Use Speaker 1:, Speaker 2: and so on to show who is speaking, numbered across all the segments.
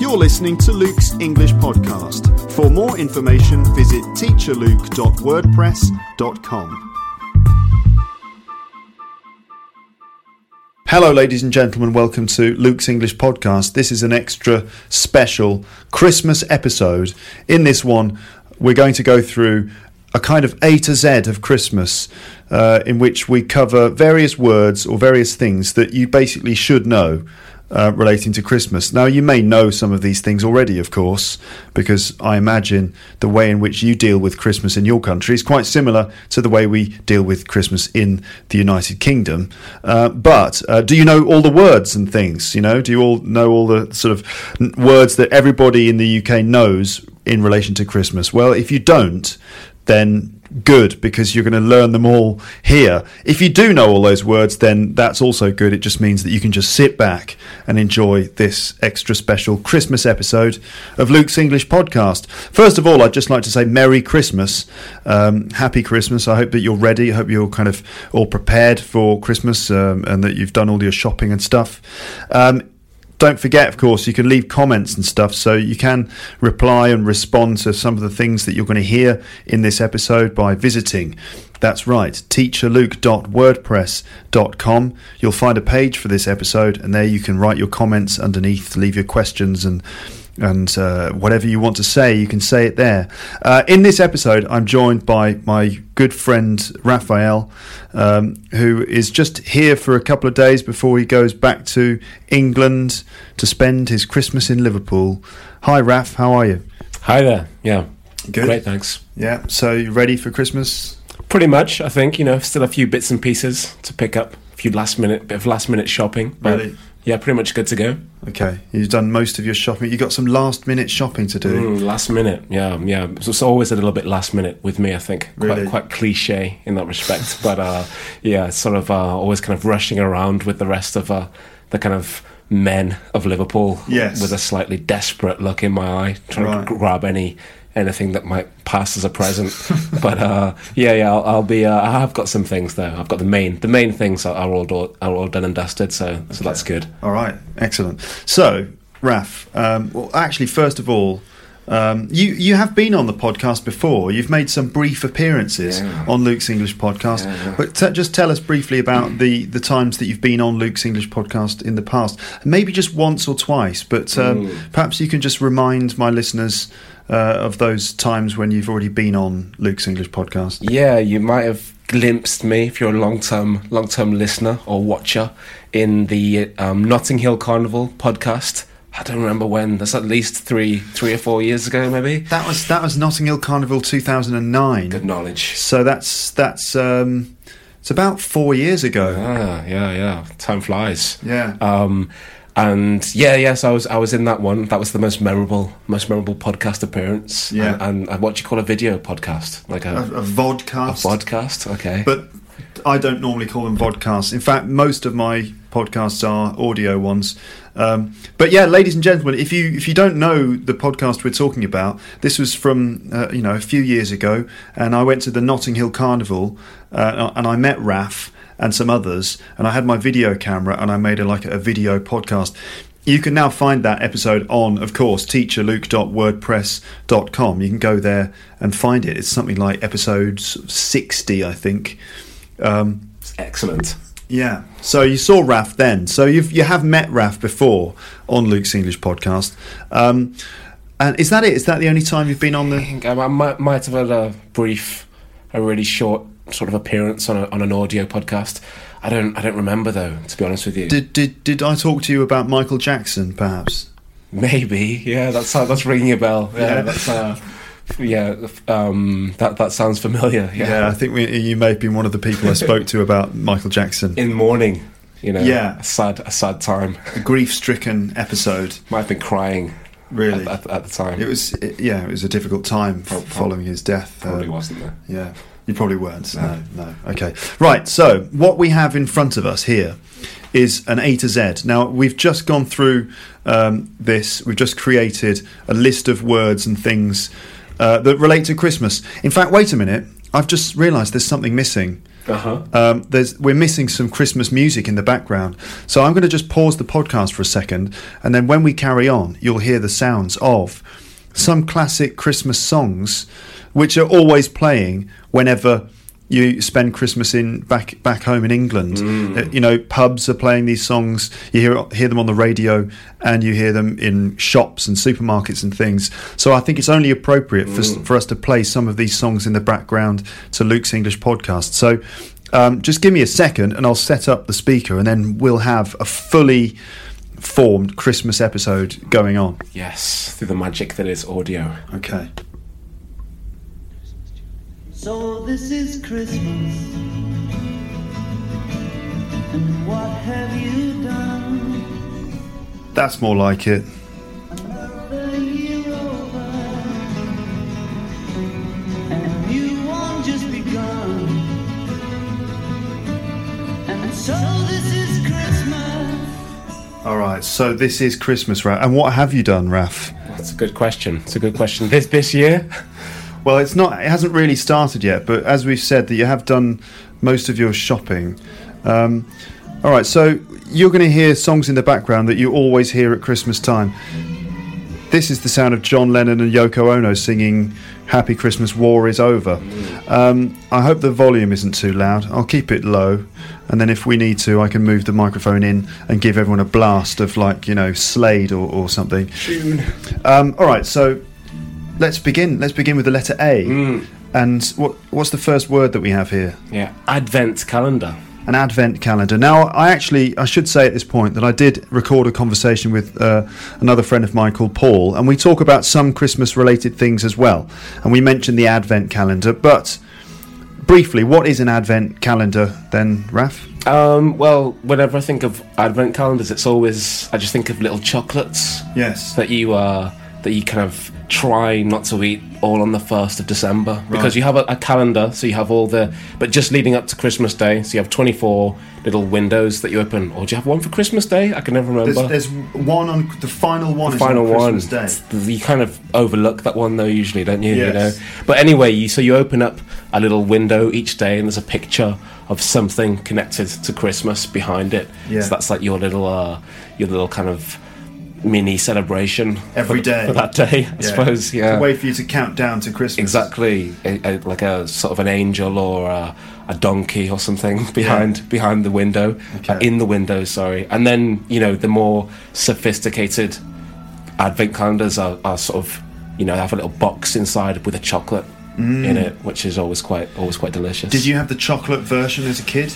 Speaker 1: You're listening to Luke's English podcast. For more information, visit teacherluke.wordpress.com. Hello, ladies and gentlemen. Welcome to Luke's English podcast. This is an extra special Christmas episode. In this one, we're going to go through a kind of A to Z of Christmas, uh, in which we cover various words or various things that you basically should know uh, relating to Christmas. Now, you may know some of these things already, of course, because I imagine the way in which you deal with Christmas in your country is quite similar to the way we deal with Christmas in the United Kingdom. Uh, but uh, do you know all the words and things? You know, do you all know all the sort of n- words that everybody in the UK knows in relation to Christmas? Well, if you don't, then good because you're going to learn them all here. If you do know all those words, then that's also good. It just means that you can just sit back and enjoy this extra special Christmas episode of Luke's English podcast. First of all, I'd just like to say Merry Christmas. Um, happy Christmas. I hope that you're ready. I hope you're kind of all prepared for Christmas um, and that you've done all your shopping and stuff. Um, don't forget, of course, you can leave comments and stuff, so you can reply and respond to some of the things that you're going to hear in this episode by visiting. That's right, teacherluke.wordpress.com. You'll find a page for this episode, and there you can write your comments underneath, leave your questions, and and uh, whatever you want to say, you can say it there. Uh, in this episode, I'm joined by my good friend Raphael, um, who is just here for a couple of days before he goes back to England to spend his Christmas in Liverpool. Hi, Raf, how are you?
Speaker 2: Hi there. Yeah.
Speaker 1: Good.
Speaker 2: Great, thanks.
Speaker 1: Yeah, so you ready for Christmas?
Speaker 2: Pretty much, I think, you know, still a few bits and pieces to pick up, a few last minute, bit of last minute shopping. But
Speaker 1: Really?
Speaker 2: yeah, pretty much good to go.
Speaker 1: Okay, you've done most of your shopping. You got some last minute shopping to do.
Speaker 2: Mm, last minute, yeah, yeah. So it's always a little bit last minute with me, I think. Quite,
Speaker 1: Really?
Speaker 2: quite cliche in that respect. but uh, yeah, sort of uh, always kind of rushing around with the rest of uh, the kind of men of Liverpool
Speaker 1: Yes.
Speaker 2: with a slightly desperate look in my eye, trying
Speaker 1: Right.
Speaker 2: to grab any. Anything that might pass as a present, but uh, yeah, yeah, I'll, I'll be. Uh, I have got some things though. I've got the main. The main things are, are all do- are all done and dusted, so so that's good.
Speaker 1: All right, excellent. So, Raf, um, well, actually, first of all, um, you you have been on the podcast before. You've made some brief appearances on Luke's English podcast, but t- just tell us briefly about the the times that you've been on Luke's English podcast in the past. Maybe just once or twice, but um, perhaps you can just remind my listeners. Uh, of those times when you've already been on Luke's English podcast.
Speaker 2: Yeah, you might have glimpsed me if you're a long-term long-term listener or watcher in the um, Notting Hill Carnival podcast. I don't remember when. That's at least three three or four years ago, maybe.
Speaker 1: That was that was Notting Hill Carnival 2009.
Speaker 2: Good knowledge.
Speaker 1: So that's that's um, it's about four years ago.
Speaker 2: Ah, yeah, yeah. Time flies.
Speaker 1: Yeah.
Speaker 2: Um, and yeah, yeah. So I was I was in that one. That was the most memorable most memorable podcast appearance.
Speaker 1: Yeah.
Speaker 2: And, and, and what do you call a video podcast? Like
Speaker 1: a,
Speaker 2: a,
Speaker 1: a
Speaker 2: a,
Speaker 1: vodcast.
Speaker 2: podcast. Okay.
Speaker 1: but I don't normally call them vodcasts. In fact, most of my podcasts are audio ones. Um, but yeah, ladies and gentlemen, if you if you don't know the podcast we're talking about, this was from uh, you know a few years ago, and I went to the Notting Hill Carnival, uh, and I met Raf and some others, and I had my video camera, and I made a, like a video podcast. You can now find that episode on, of course, teacherluke.wordpress.com. You can go there and find it. It's something like episode 60, I think. Um,
Speaker 2: Excellent.
Speaker 1: yeah. So you saw Raf then. So you've you have met Raf before on Luke's English podcast. Um, and is that it? Is that the only time you've been on the?
Speaker 2: think I, I might, might have had a brief, a really short sort of appearance on, a, on an audio podcast. I don't, I don't remember though. To be honest with you,
Speaker 1: Did did did I talk to you about Michael Jackson? Perhaps.
Speaker 2: maybe. Yeah, that's that's ringing a bell. Yeah,
Speaker 1: Yeah.
Speaker 2: that's. Uh, yeah, um, that that sounds familiar. Yeah,
Speaker 1: I think we, you may have been one of the people I spoke to about Michael Jackson.
Speaker 2: in mourning. You know,
Speaker 1: Yeah.
Speaker 2: a sad, a sad time.
Speaker 1: A grief stricken episode.
Speaker 2: Might have been crying.
Speaker 1: Really?
Speaker 2: at, at, at the time.
Speaker 1: It was, it- yeah, it was a difficult time f-
Speaker 2: Prob-
Speaker 1: following his death.
Speaker 2: probably
Speaker 1: Um,
Speaker 2: wasn't there.
Speaker 1: Yeah, you probably weren't. No. no, Okay, right. So what we have in front of us here is an A to Z. Now we've just gone through um, this. We've just created a list of words and things uh, that relate to Christmas. In fact, wait a minute. I've just realised there's something missing.
Speaker 2: Uh-huh.
Speaker 1: Um, there's, we're missing some Christmas music in the background. So I'm going to just pause the podcast for a second, and then when we carry on, you'll hear the sounds of some classic Christmas songs, which are always playing whenever you spend Christmas in back back home in England. Uh, you know, pubs are playing these songs. You hear hear them on the radio, and you hear them in shops and supermarkets and things. So I think it's only appropriate for, s for us to play some of these songs in the background to Luke's English podcast. So um, just give me a second and I'll set up the speaker and then we'll have a fully formed Christmas episode going on.
Speaker 2: Yes, through the magic that is audio.
Speaker 1: Okay.
Speaker 3: So this is Christmas. And what have you done?
Speaker 1: That's more like it.
Speaker 3: Another year over. And a new one just begun. And so this is Christmas.
Speaker 1: All right, so this is Christmas, Raf. And what have you done, Raf?
Speaker 2: That's a good question. It's a good question. This this year,
Speaker 1: Well, it's not. It hasn't really started yet, but as we've said, that you have done most of your shopping. Um, all right, so you're going to hear songs in the background that you always hear at Christmas time. This is the sound of John Lennon and Yoko Ono singing "Happy Christmas, War is Over." Um, I hope the volume isn't too loud. I'll keep it low, and then if we need to, I can move the microphone in and give everyone a blast of like you know Slade or, or something. Um, all right, so let's begin. Let's begin with the letter A.
Speaker 2: Mm.
Speaker 1: And what what's the first word that we have here?
Speaker 2: yeah, Advent calendar.
Speaker 1: An advent calendar. Now, I actually I should say at this point that I did record a conversation with uh, another friend of mine called Paul, and we talk about some Christmas related things as well. And we mentioned the advent calendar, but briefly, what is an advent calendar then, Raf?
Speaker 2: Um, well, whenever I think of advent calendars, it's always I just think of little chocolates
Speaker 1: Yes.
Speaker 2: that you uh that you kind of try not to eat all on the first of December because you have a, a calendar, so you have all the but just leading up to Christmas Day, so you have twenty four little windows that you open. Or do you have one for Christmas Day? I can never remember.
Speaker 1: There's, there's one on the final one. is on
Speaker 2: final one.
Speaker 1: Christmas Day.
Speaker 2: It's- You kind of overlook that one though, usually, don't you? You
Speaker 1: Yes.
Speaker 2: know. But anyway, you, so you open up a little window each day, and there's a picture of something connected to Christmas behind it.
Speaker 1: Yeah.
Speaker 2: So that's like your little, uh, your little kind of mini celebration
Speaker 1: Every
Speaker 2: for,
Speaker 1: day.
Speaker 2: for that day, I
Speaker 1: Yeah.
Speaker 2: suppose. Yeah.
Speaker 1: It's a way for you to count down to Christmas.
Speaker 2: Exactly, a, a, like a sort of an angel or a, a donkey or something behind behind the window,
Speaker 1: Okay.
Speaker 2: uh, in the window. Sorry, and then you know the more sophisticated advent calendars are, are sort of you know have a little box inside with a chocolate in it, which is always quite always quite delicious.
Speaker 1: Mm. Did you have the chocolate version as a kid?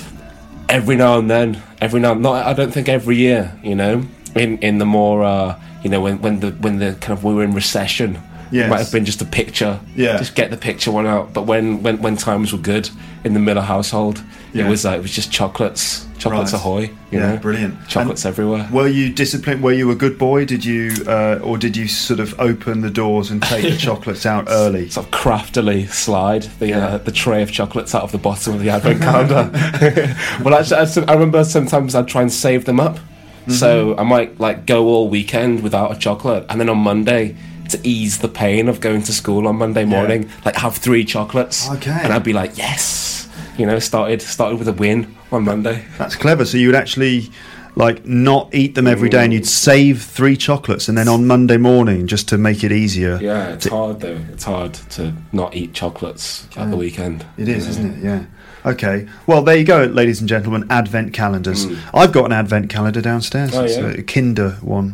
Speaker 2: every now and then, every now, not I don't think every year, you know, in in the more, uh, you know, when when the when the kind of we were in recession,
Speaker 1: Yes.
Speaker 2: it might have been just a picture,
Speaker 1: Yeah.
Speaker 2: just get the picture one out. But when when when times were good in the Miller household,
Speaker 1: Yeah.
Speaker 2: it was like it was just chocolates, chocolates
Speaker 1: Right.
Speaker 2: ahoy, you
Speaker 1: yeah,
Speaker 2: know,
Speaker 1: brilliant.
Speaker 2: chocolates
Speaker 1: And
Speaker 2: everywhere.
Speaker 1: Were you disciplined? Were you a good boy? Did you, uh, or did you sort of open the doors and take the chocolates out early?
Speaker 2: Sort of craftily slide the uh, the tray of chocolates out of the bottom of the advent calendar. well, actually, I, s- I remember sometimes I'd try and save them up, so I might like go all weekend without a chocolate, and then on Monday to ease the pain of going to school on Monday morning, like have three chocolates.
Speaker 1: Okay.
Speaker 2: and I'd be like, yes, you know, started started with a win on Monday.
Speaker 1: That's clever. So you would actually like not eat them every day, and you'd save three chocolates, and then on Monday morning, just to make it easier.
Speaker 2: Yeah, it's
Speaker 1: to-
Speaker 2: hard though. It's hard to not eat chocolates at the weekend.
Speaker 1: It is, isn't it? Yeah. Okay. Well, there you go, ladies and gentlemen. Advent calendars. I've got an advent calendar downstairs.
Speaker 2: Mm. Oh,
Speaker 1: it's
Speaker 2: yeah?
Speaker 1: a Kinder one.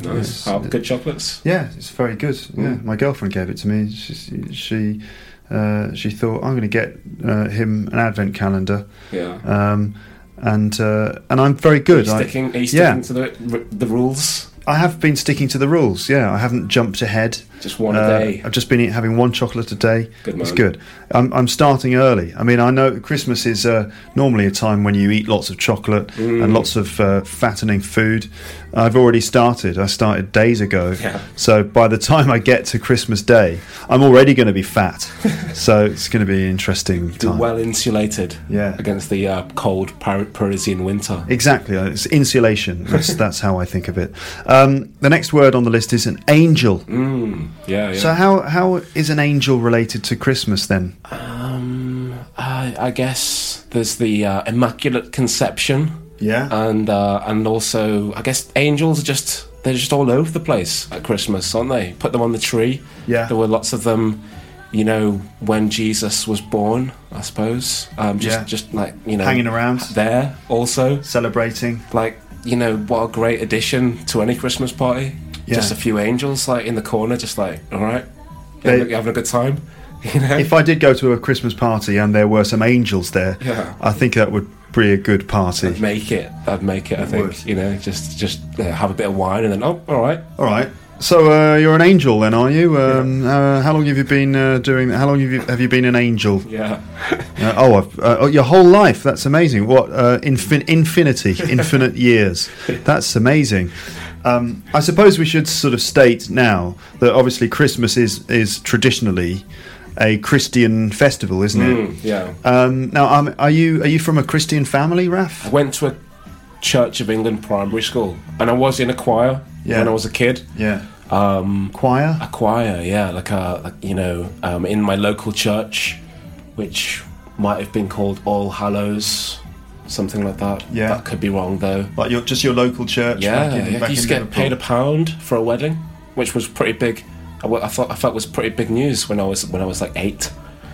Speaker 1: Yes.
Speaker 2: Nice. Oh, good chocolates.
Speaker 1: Yeah, it's very good. Yeah,
Speaker 2: Hmm.
Speaker 1: my girlfriend gave it to me. She she, uh, she thought I'm going to get uh, him an advent calendar.
Speaker 2: Yeah.
Speaker 1: Um, and uh, and I'm very good.
Speaker 2: Are you
Speaker 1: I-
Speaker 2: sticking, are you
Speaker 1: yeah,
Speaker 2: sticking to the, the rules?
Speaker 1: I have been sticking to the rules. Yeah, I haven't jumped ahead.
Speaker 2: Just one a
Speaker 1: Uh,
Speaker 2: day.
Speaker 1: I've just been eat- having one chocolate a day.
Speaker 2: Good
Speaker 1: it's
Speaker 2: man.
Speaker 1: good. I'm, I'm starting early. I mean, I know Christmas is uh, normally a time when you eat lots of chocolate
Speaker 2: Mm.
Speaker 1: and lots of uh, fattening food. I've already started. I started days ago.
Speaker 2: Yeah.
Speaker 1: So by the time I get to Christmas Day, I'm already going to be fat. so it's going to be an interesting
Speaker 2: Be
Speaker 1: time.
Speaker 2: well insulated
Speaker 1: Yeah.
Speaker 2: against the uh, cold Par- Parisian winter.
Speaker 1: Exactly, uh, it's insulation. That's, that's how I think of it. Um, the next word on the list is an angel.
Speaker 2: Yeah, yeah.
Speaker 1: So how how is an angel related to Christmas then?
Speaker 2: I, I guess there's the uh, Immaculate Conception.
Speaker 1: Yeah.
Speaker 2: And uh, and also, I guess angels are just they're just all over the place at Christmas, aren't they? Put them on the tree.
Speaker 1: Yeah.
Speaker 2: There were lots of them, you know, when Jesus was born. I suppose. Um, just
Speaker 1: Yeah.
Speaker 2: just like you know,
Speaker 1: Hanging around.
Speaker 2: there also.
Speaker 1: Celebrating.
Speaker 2: Like you know, what a great addition to any Christmas party.
Speaker 1: Yeah.
Speaker 2: Just a few angels like in the corner, just like all right,
Speaker 1: They-
Speaker 2: you having a good time. You know.
Speaker 1: If I did go to a Christmas party and there were some angels there,
Speaker 2: Yeah.
Speaker 1: I think that would be a good party.
Speaker 2: I'd make it. I'd make it. I think
Speaker 1: would.
Speaker 2: you know, just just uh, have a bit of wine and then oh, all right.
Speaker 1: All right. So uh, you're an angel then, are you? Um, uh, how long have you been uh, doing? How long have you have you been an angel?
Speaker 2: Yeah,
Speaker 1: Uh, oh, I've, uh, oh, your whole life. That's amazing. What uh, infin- infinity, infinite years. That's amazing. Um, I suppose we should sort of state now that obviously Christmas is is traditionally a Christian festival, isn't it?
Speaker 2: yeah.
Speaker 1: Um, now, um, are you are you from a Christian family, Raf?
Speaker 2: I went to a Church of England primary school, and I was in a choir
Speaker 1: Yeah.
Speaker 2: when I was a kid.
Speaker 1: Yeah. Um, Choir.
Speaker 2: A choir, yeah, like a like, you know, um, in my local church, which might have been called All Hallows, something like that.
Speaker 1: Yeah.
Speaker 2: that could be wrong though.
Speaker 1: Like your just your local church.
Speaker 2: Yeah,
Speaker 1: back in,
Speaker 2: yeah.
Speaker 1: back
Speaker 2: you used
Speaker 1: in
Speaker 2: to get
Speaker 1: Liverpool.
Speaker 2: paid a pound for a wedding, which was pretty big. I, wa- I thought I felt was pretty big news when I was when I was like eight.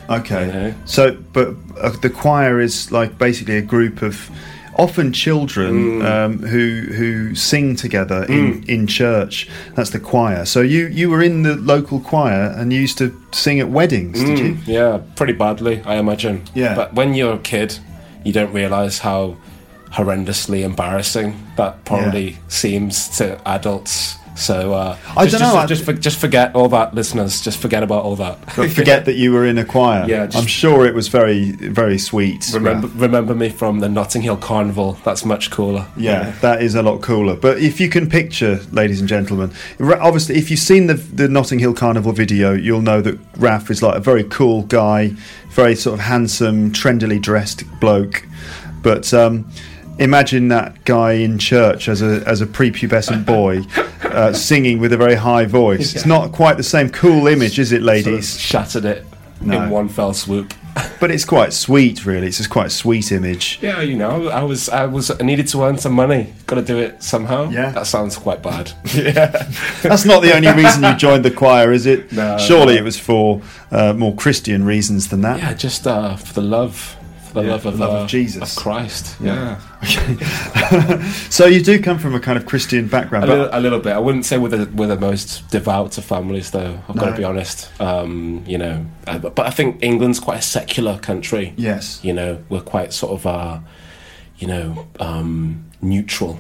Speaker 1: Okay.
Speaker 2: you know.
Speaker 1: So, but uh, the choir is like basically a group of often
Speaker 2: Mm.
Speaker 1: children um, who who sing together in, in church. That's the choir. So you you were in the local choir and you used to sing at weddings,
Speaker 2: Mm.
Speaker 1: did you?
Speaker 2: Yeah, pretty badly, I imagine.
Speaker 1: Yeah.
Speaker 2: But when you're a kid, you don't realise how horrendously embarrassing that probably seems to adults. So uh,
Speaker 1: I
Speaker 2: just,
Speaker 1: dunno,
Speaker 2: Just,
Speaker 1: I-
Speaker 2: just, for- just forget all that, listeners. Just forget about all that.
Speaker 1: But forget that you were in a choir.
Speaker 2: Yeah, just-
Speaker 1: I'm sure it was very very sweet.
Speaker 2: remember, remember me from the Notting Hill Carnival. That's much cooler.
Speaker 1: Yeah, that is a lot cooler. But if you can picture, ladies and gentlemen, Ra- obviously, if you've seen the the Notting Hill Carnival video, you'll know that Raf is like a very cool guy, very sort of handsome, trendily dressed bloke. But um, imagine that guy in church as a as a prepubescent boy, uh, singing with a very high voice. It's not quite the same cool image, is it,
Speaker 2: Sort of
Speaker 1: ladies?
Speaker 2: shattered it in one fell swoop.
Speaker 1: But it's quite sweet, really. It's just quite a sweet image.
Speaker 2: Yeah, you know, I was, I was, I needed to earn some money. Got to do it somehow.
Speaker 1: Yeah.
Speaker 2: That sounds quite bad.
Speaker 1: That's not the only reason you joined the choir, is it?
Speaker 2: No,
Speaker 1: Surely
Speaker 2: no.
Speaker 1: it was for uh, more Christian reasons than that.
Speaker 2: Yeah, just uh, for the love, for the
Speaker 1: Yeah,
Speaker 2: love of
Speaker 1: love of
Speaker 2: uh,
Speaker 1: Jesus.
Speaker 2: of Christ. Yeah,
Speaker 1: So you do come from a kind of Christian background,
Speaker 2: a,
Speaker 1: but
Speaker 2: little, a little bit. I uh, wouldn't say we're the we're the most devout of families, though. I've got
Speaker 1: No.
Speaker 2: to be honest. Um, you know, uh, but, but I think England's quite a secular country.
Speaker 1: Yes.
Speaker 2: you know, we're quite sort of, uh, you know, um, neutral.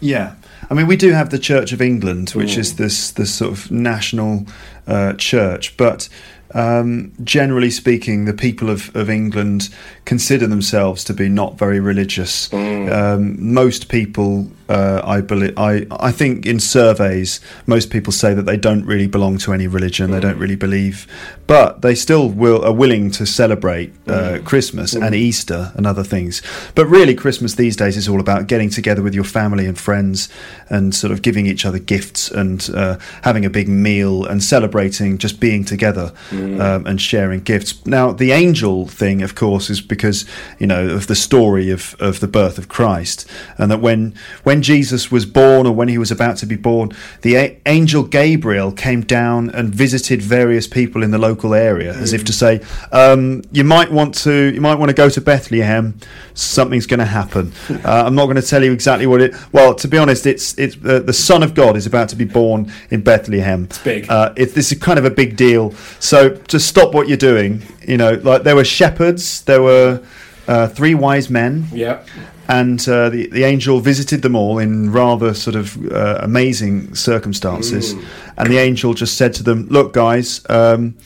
Speaker 1: yeah. I mean, we do have the Church of England, which is this this sort of national uh, church, but um, generally speaking, the people of, of England consider themselves to be not very religious.
Speaker 2: Mm.
Speaker 1: Um, most people, uh, I believe, I I think in surveys, most people say that they don't really belong to any religion. They don't really believe, but they still will are willing to celebrate uh, Christmas and Easter and other things. But really, Christmas these days is all about getting together with your family and friends and sort of giving each other gifts and uh, having a big meal and celebrating just being together um, and sharing gifts. Now, the angel thing, of course, is because you know of the story of, of the birth of Christ and that when when Jesus was born or when he was about to be born, the a- angel Gabriel came down and visited various people in the local area, as if to say, um, "You might want to, you might want to go to Bethlehem. Something's going to happen. Uh, I'm not going to tell you exactly what it. Well, to be honest, it's it's uh, the Son of God is about to be born in Bethlehem. It's
Speaker 2: big.
Speaker 1: Uh, it, this is kind of a big deal. So just stop what you're doing. You know, like there were shepherds, there were uh, three wise men
Speaker 2: Yeah,
Speaker 1: And uh, the, the angel visited them all in rather sort of uh, amazing circumstances.
Speaker 2: Mm.
Speaker 1: And the angel just said to them, Look, guys, um,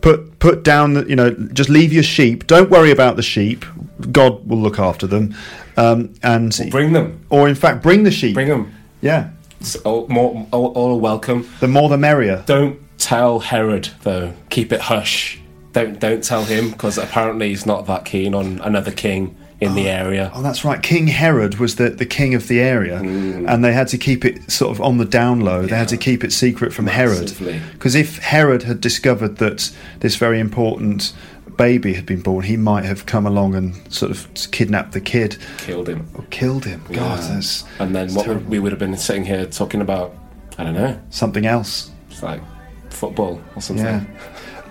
Speaker 1: put, put down, the, you know, just leave your sheep. Don't worry about the sheep. God will look after them. Um, and
Speaker 2: Bring them.
Speaker 1: or in fact, bring the sheep.
Speaker 2: Bring them.
Speaker 1: Yeah.
Speaker 2: It's all, more, all, all are welcome.
Speaker 1: The more the merrier.
Speaker 2: Don't tell Herod though. Keep it hush. Don't don't tell him because apparently he's not that keen on another king in the area.
Speaker 1: Oh, that's right. King Herod was the, the king of the area,
Speaker 2: Mm.
Speaker 1: and they had to keep it sort of on the down low. They had to keep it secret from
Speaker 2: Massively.
Speaker 1: Herod. Because if Herod had discovered that this very important baby had been born, he might have come along and sort of kidnapped the kid
Speaker 2: Killed him.
Speaker 1: or killed him. God,
Speaker 2: Yeah.
Speaker 1: that's
Speaker 2: and then
Speaker 1: that's
Speaker 2: what would,
Speaker 1: terrible.
Speaker 2: we would have been sitting here talking about? I don't know.
Speaker 1: something else.
Speaker 2: It's like football or something.
Speaker 1: Yeah.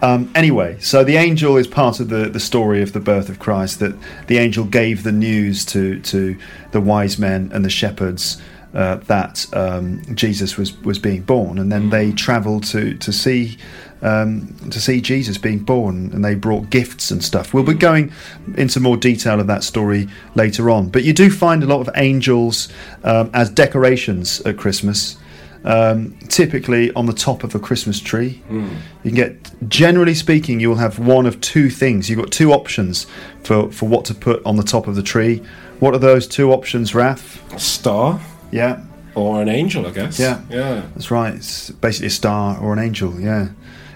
Speaker 1: Um, anyway, so the angel is part of the, the story of the birth of Christ. That the angel gave the news to to the wise men and the shepherds uh, that um, Jesus was was being born, and then they travelled to to see um, to see Jesus being born, and they brought gifts and stuff. We'll be going into more detail of that story later on, but you do find a lot of angels um, as decorations at Christmas um, typically on the top of a Christmas tree. You can get, generally speaking, you will have one of two things. You've got two options for, for what to put on the top of the tree. What are those two options, Raf?
Speaker 2: A star
Speaker 1: Yeah,
Speaker 2: or an angel, I guess.
Speaker 1: Yeah.
Speaker 2: Yeah.
Speaker 1: that's right. It's basically a star or an angel, yeah.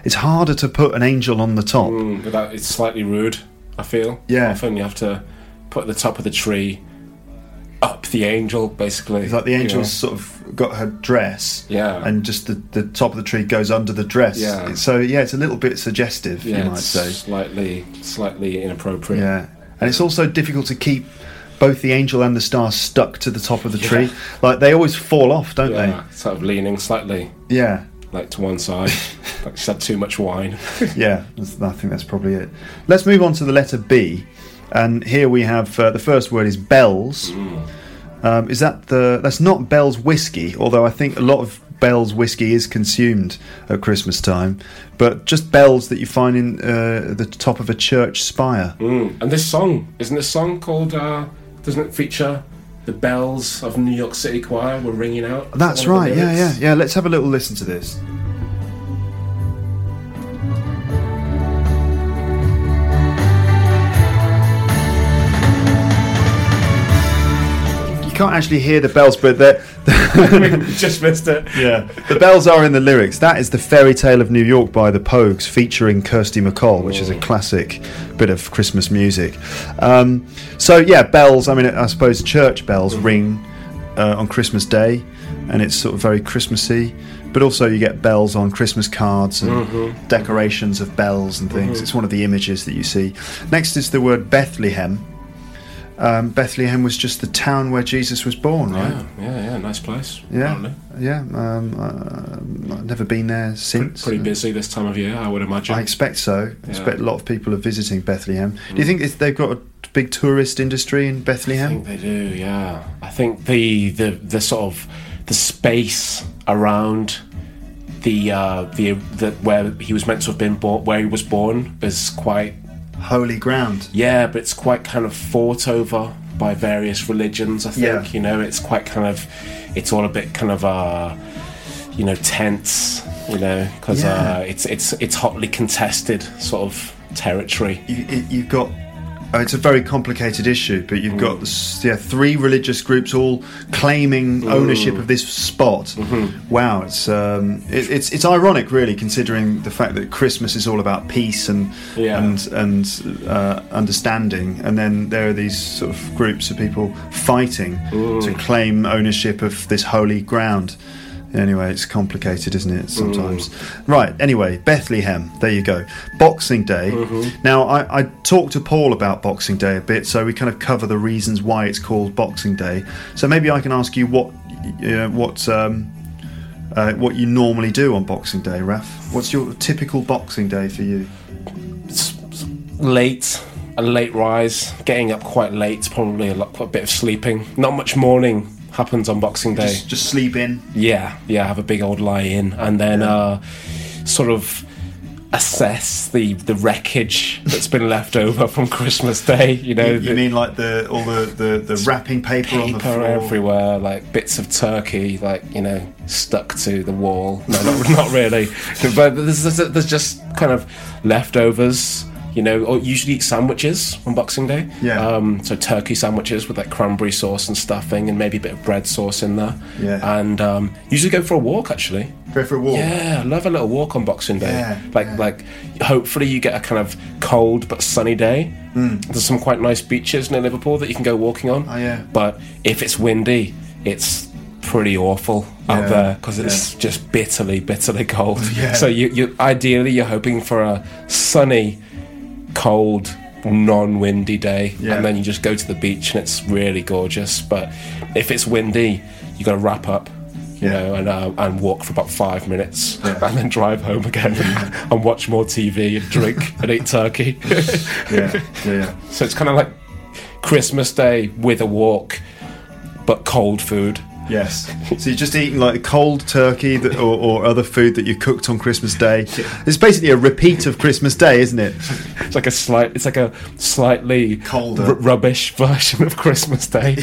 Speaker 1: It's harder to put an angel on the top.
Speaker 2: Mm, but that it's slightly rude. I feel.
Speaker 1: Yeah.
Speaker 2: Often you have to put the top of the tree up the angel, basically.
Speaker 1: It's like the
Speaker 2: you know.
Speaker 1: angel's sort of got her dress,
Speaker 2: Yeah.
Speaker 1: and just the, the top of the tree goes under the dress.
Speaker 2: Yeah.
Speaker 1: So, yeah, it's a little bit suggestive,
Speaker 2: Yeah,
Speaker 1: you might
Speaker 2: it's
Speaker 1: say.
Speaker 2: slightly, slightly inappropriate.
Speaker 1: Yeah, and it's also difficult to keep both the angel and the star stuck to the top of the tree. Like they always fall off, don't
Speaker 2: Yeah, sort of leaning slightly
Speaker 1: they? Yeah,
Speaker 2: like to one side, like she's had too much wine.
Speaker 1: yeah. that's- I think that's probably it. Let's move on to the letter B, and here we have uh, the first word is bells. Um, is that the? That's not Bell's whiskey, although I think a lot of Bell's whiskey is consumed at Christmas time. But just bells that you find in uh, the top of a church spire.
Speaker 2: Mm. And this song isn't this song called? Uh, doesn't it feature the bells of New York City Choir were ringing out?
Speaker 1: That's
Speaker 2: One of
Speaker 1: right.
Speaker 2: the
Speaker 1: Yeah, yeah,
Speaker 2: lyrics?
Speaker 1: yeah. Let's have a little listen to this. You can't actually hear the bells, but they're.
Speaker 2: We Just missed it.
Speaker 1: Yeah, the bells are in the lyrics. That is the fairy tale of New York by the Pogues, featuring Kirsty McCall, which is a classic bit of Christmas music. Um, so yeah, bells. I mean, I suppose church bells ring uh, on Christmas Day, and it's sort of very Christmassy. But also, you get bells on Christmas cards and decorations of bells and things. It's one of the images that you see. Next is the word Bethlehem. Um, Bethlehem was just the town where Jesus was born, right?
Speaker 2: Yeah, yeah, yeah. Nice place.
Speaker 1: Yeah,
Speaker 2: apparently.
Speaker 1: yeah. Um, uh, I've never been there since.
Speaker 2: Pretty busy this time of year, I would imagine.
Speaker 1: I expect so. I expect a lot of people are visiting Bethlehem. Do you think it's, they've got a big tourist industry in
Speaker 2: Mm. I
Speaker 1: Bethlehem?
Speaker 2: think they do, yeah. I think the the, the sort of the space around the uh, the the where he was meant to have been born, where he was born, is quite
Speaker 1: Holy ground.
Speaker 2: yeah, but it's quite kind of fought over by various religions. I think
Speaker 1: Yeah.
Speaker 2: you know it's quite kind of it's all a bit kind of uh, you know tense, you know, because
Speaker 1: Yeah.
Speaker 2: uh, it's it's it's hotly contested sort of territory.
Speaker 1: You, you- you've got. oh, it's a very complicated issue, but you've
Speaker 2: Mm.
Speaker 1: got s- yeah three religious groups all claiming
Speaker 2: Mm.
Speaker 1: ownership of this spot.
Speaker 2: Mm-hmm.
Speaker 1: Wow, it's um, it, it's it's ironic, really, considering the fact that Christmas is all about peace and
Speaker 2: Yeah.
Speaker 1: and and uh, understanding, and then there are these sort of groups of people fighting to claim ownership of this holy ground. Anyway, it's complicated, isn't it? Sometimes. Right. Anyway, Bethlehem. There you go. Boxing Day. Now, I, I talked to Paul about Boxing Day a bit, so we kind of cover the reasons why it's called Boxing Day. So maybe I can ask you what uh, what um, uh, what you normally do on Boxing Day, Raf. What's your typical Boxing Day for you?
Speaker 2: s- s- late, a late rise, getting up quite late, probably a lot, quite a bit of sleeping. Not much morning happens on Boxing Day.
Speaker 1: Just, just sleep in. Ah,
Speaker 2: yeah, yeah, have a big old lie in, and then uh, sort of assess the, the wreckage that's been left over from Christmas Day. You know,
Speaker 1: You, you
Speaker 2: the
Speaker 1: mean like the all the, the, the wrapping paper, on the
Speaker 2: paper
Speaker 1: floor?
Speaker 2: everywhere, like bits of turkey, like you know, stuck to the wall. No, not, not really. But there's, there's, there's just kind of leftovers. You know, or usually eat sandwiches on Boxing Day.
Speaker 1: Yeah.
Speaker 2: Um, so turkey sandwiches with like cranberry sauce and stuffing, and maybe a bit of bread sauce in there.
Speaker 1: Yeah.
Speaker 2: And um, usually go for a walk actually.
Speaker 1: Go for a walk.
Speaker 2: Yeah, I love a little walk on Boxing Day.
Speaker 1: Yeah,
Speaker 2: like like hopefully you get a kind of cold but sunny day. Mm. There's some quite nice beaches near Liverpool that you can go walking on.
Speaker 1: Hmm. Oh, yeah.
Speaker 2: But if it's windy, it's pretty awful
Speaker 1: Yeah,
Speaker 2: out there because it's just bitterly bitterly cold.
Speaker 1: Yeah.
Speaker 2: So you you ideally you're hoping for a sunny, cold non-windy day
Speaker 1: Yeah.
Speaker 2: and then you just go to the beach and it's really gorgeous but if it's windy you got to wrap up you
Speaker 1: Yeah.
Speaker 2: know, and uh, and walk for about five minutes,
Speaker 1: Yeah.
Speaker 2: and then drive home again and watch more TV and drink and eat turkey.
Speaker 1: yeah, yeah, yeah.
Speaker 2: so it's kind of like Christmas Day with a walk, but cold food.
Speaker 1: Yes. So you're just eating like cold turkey that, or, or other food that you cooked on Christmas Day. It's basically a repeat of Christmas Day, isn't it?
Speaker 2: It's like a slight, it's like a slightly
Speaker 1: Colder.
Speaker 2: r- rubbish version of Christmas Day.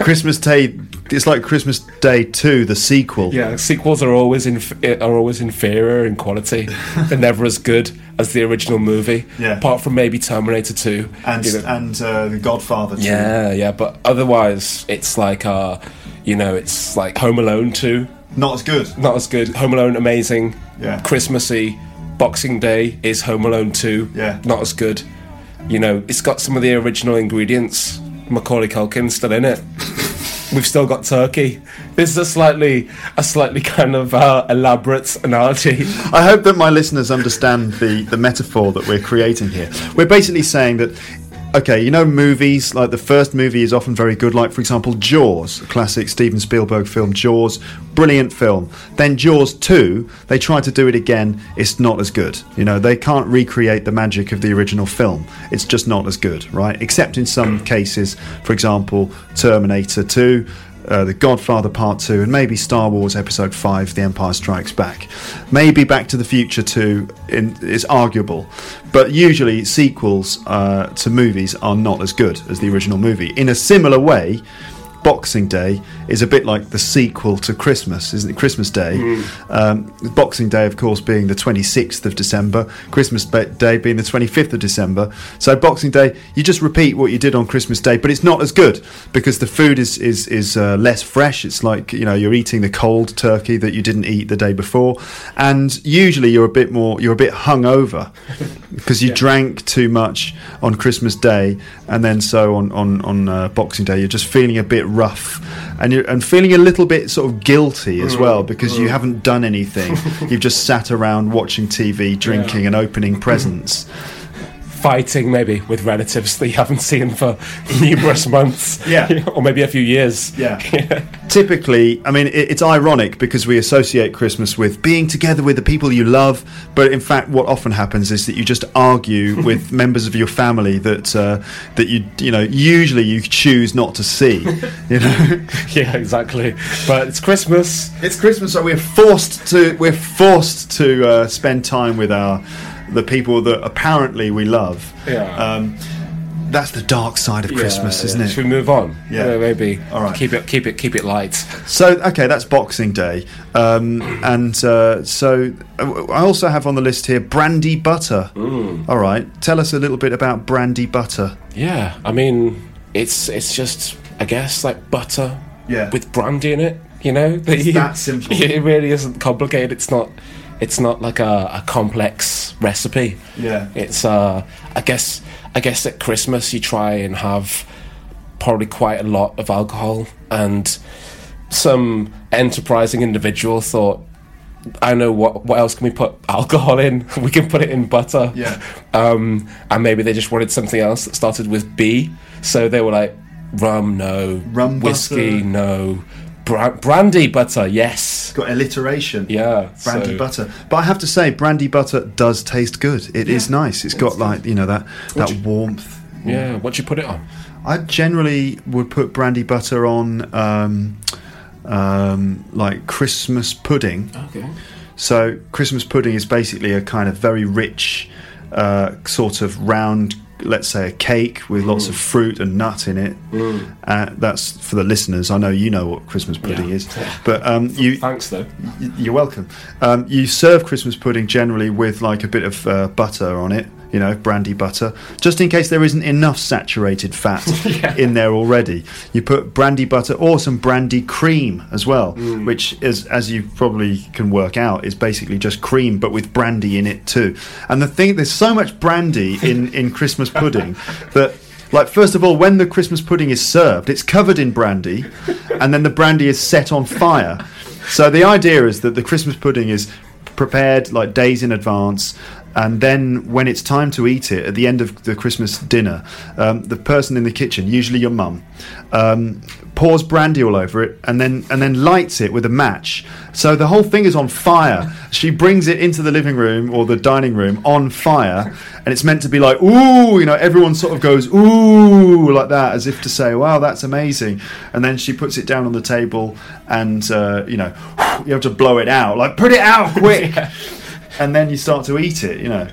Speaker 1: Christmas Day. It's like Christmas Day Two, the sequel.
Speaker 2: Yeah, sequels are always inf- are always inferior in quality. They're never as good as the original movie.
Speaker 1: Yeah.
Speaker 2: Apart from maybe Terminator Two.
Speaker 1: And
Speaker 2: you know.
Speaker 1: and uh, the Godfather. Too.
Speaker 2: Yeah, yeah, but otherwise it's like uh you know, it's like Home Alone 2,
Speaker 1: Not as good.
Speaker 2: not as good. Home Alone amazing.
Speaker 1: Yeah.
Speaker 2: Christmassy. Boxing Day is Home Alone 2.
Speaker 1: Yeah.
Speaker 2: Not as good. You know, it's got some of the original ingredients. Macaulay Culkin's still in it. We've still got turkey. This is a slightly, a slightly kind of uh, elaborate analogy.
Speaker 1: I hope that my listeners understand the, the metaphor that we're creating here. We're basically saying that, okay, you know, movies, like the first movie is often very good, like, for example, Jaws, the classic Steven Spielberg film, Jaws, brilliant film. Then Jaws 2, they try to do it again, it's not as good. You know, they can't recreate the magic of the original film, it's just not as good, right? Except in some cases, for example, Terminator 2 uh, The Godfather Part 2, and maybe Star Wars Episode 5, The Empire Strikes Back. Maybe Back to the Future 2 in, is arguable, but usually sequels uh, to movies are not as good as the original movie. In a similar way, Boxing Day is a bit like the sequel to Christmas, isn't it? Christmas Day. Um, Boxing Day, of course, being the 26th of December, Christmas ba- Day being the 25th of December. So, Boxing Day, you just repeat what you did on Christmas Day, but it's not as good because the food is, is, is uh, less fresh. It's like, you know, you're eating the cold turkey that you didn't eat the day before. And usually you're a bit more, you're a bit hungover because you drank too much on Christmas Day, and then so on on on uh, Boxing Day, you're just feeling a bit rough, and you and feeling a little bit sort of guilty as well because you haven't done anything. You've just sat around watching TV, drinking, and opening presents.
Speaker 2: Fighting maybe with relatives that you haven't seen for numerous months.
Speaker 1: Yeah.
Speaker 2: or maybe a few years.
Speaker 1: Yeah. Typically, I mean, it, it's ironic because we associate Christmas with being together with the people you love, but in fact, what often happens is that you just argue with members of your family that uh, that you you know usually you choose not to see. You know,
Speaker 2: yeah, exactly. But it's Christmas.
Speaker 1: it's Christmas, so we're forced to we're forced to uh, spend time with our the people that apparently we love.
Speaker 2: Yeah.
Speaker 1: Um, that's the dark side of Christmas,
Speaker 2: Yeah,
Speaker 1: isn't
Speaker 2: yeah.
Speaker 1: it?
Speaker 2: Should we move on?
Speaker 1: Yeah.
Speaker 2: Uh, maybe.
Speaker 1: All right.
Speaker 2: Keep it, keep it, keep it light.
Speaker 1: So okay, that's Boxing Day, um, and uh, so uh, I also have on the list here brandy butter. All right, tell us a little bit about brandy butter.
Speaker 2: Yeah, I mean, it's it's just I guess like butter,
Speaker 1: Yeah.
Speaker 2: with brandy in it. You know, it's
Speaker 1: that simple.
Speaker 2: It really isn't complicated. It's not. It's not like a, a complex recipe.
Speaker 1: Yeah.
Speaker 2: it's. Uh, I guess. I guess at Christmas you try and have probably quite a lot of alcohol, and some enterprising individual thought. I know what what else can we put alcohol in? We can put it in butter.
Speaker 1: Yeah.
Speaker 2: Um, and maybe they just wanted something else that started with B. So they were like, rum, no.
Speaker 1: Rum
Speaker 2: Whiskey,
Speaker 1: butter.
Speaker 2: no. Bra- brandy butter, yes.
Speaker 1: Got alliteration.
Speaker 2: Yeah.
Speaker 1: Brandy
Speaker 2: so-
Speaker 1: butter, but I have to say, brandy butter does taste good. It is nice. it's got like you know that that warmth.
Speaker 2: Yeah. What do you put it on?
Speaker 1: I generally would put brandy butter on um, um, like Christmas pudding.
Speaker 2: Okay.
Speaker 1: So Christmas pudding is basically a kind of very rich, uh, sort of round, let's say a cake with lots
Speaker 2: Mm.
Speaker 1: of fruit and nut in it. Uh, that's for the listeners. I know you know what Christmas pudding
Speaker 2: Yeah.
Speaker 1: is, but um, you
Speaker 2: Thanks, though.
Speaker 1: Y- You're welcome. Um, you serve Christmas pudding generally with like a bit of uh, butter on it, you know, brandy butter, just in case there isn't enough saturated fat in there already. You put brandy butter or some brandy cream as well, which is, as you probably can work out, is basically just cream but with brandy in it too. And the thing, there's so much brandy in in Christmas pudding that like, first of all, when the Christmas pudding is served, it's covered in brandy, and then the brandy is set on fire. So the idea is that the Christmas pudding is prepared like days in advance, and then when it's time to eat it at the end of the Christmas dinner, um, the person in the kitchen, usually your mum, um, pours brandy all over it, and then and then lights it with a match. So the whole thing is on fire. She brings it into the living room or the dining room on fire, and it's meant to be like ooh, you know, everyone sort of goes ooh like that, as if to say, wow, that's amazing. And then she puts it down on the table, and uh, you know, you have to blow it out, like put it out quick. And then you start to eat it, you know,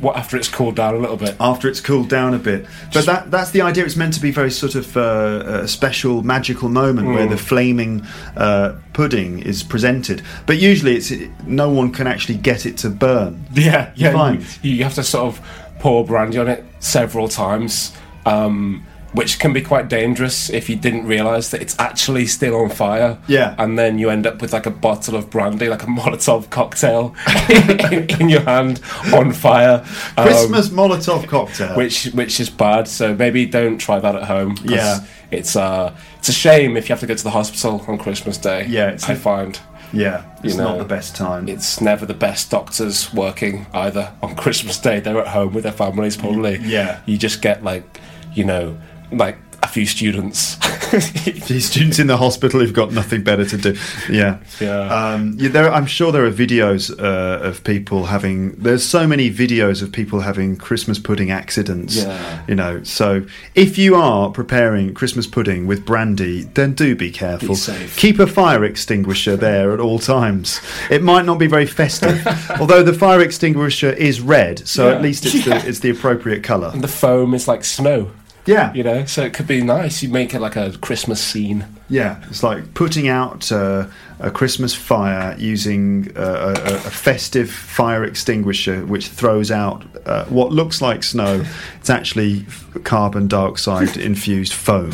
Speaker 2: What after it's cooled down a little bit?
Speaker 1: after it's cooled down a bit. But that, that's the idea. It's meant to be very sort of uh, a special, magical moment
Speaker 2: Hmm.
Speaker 1: where the flaming uh, pudding is presented. But usually, it's no one can actually get it to burn.
Speaker 2: Yeah, yeah.
Speaker 1: Fine.
Speaker 2: You, you have to sort of pour brandy on it several times, um, which can be quite dangerous if you didn't realise that it's actually still on fire.
Speaker 1: Yeah.
Speaker 2: And then you end up with like a bottle of brandy, like a Molotov cocktail in, in your hand on fire. um,
Speaker 1: Christmas Molotov cocktail.
Speaker 2: which which is bad. So maybe don't try that at home. 'cause
Speaker 1: Yeah.
Speaker 2: It's uh it's a shame if you have to go to the hospital on Christmas Day.
Speaker 1: Yeah, it's-
Speaker 2: I find.
Speaker 1: yeah, it's
Speaker 2: you know,
Speaker 1: not the best time.
Speaker 2: It's never the best doctors working either on Christmas Day. They're at home with their families probably.
Speaker 1: yeah.
Speaker 2: You just get like, you know, like a few students.
Speaker 1: These students in the hospital who've got nothing better to do. Yeah.
Speaker 2: Yeah.
Speaker 1: Um, yeah there, I'm sure there are videos uh, of people having. There's so many videos of people having Christmas pudding accidents.
Speaker 2: Yeah.
Speaker 1: You know, so if you are preparing Christmas pudding with brandy, then do be careful.
Speaker 2: Be safe.
Speaker 1: Keep a fire extinguisher there at all times. It might not be very festive, although the fire extinguisher is red, so
Speaker 2: Yeah.
Speaker 1: at least it's,
Speaker 2: Yeah.
Speaker 1: the, it's the appropriate colour.
Speaker 2: the foam is like snow.
Speaker 1: Yeah.
Speaker 2: You know, so it could be nice. You make it like a Christmas scene.
Speaker 1: Yeah, it's like putting out uh, a Christmas fire using uh, a, a festive fire extinguisher, which throws out uh, what looks like snow. It's actually f- carbon dioxide infused foam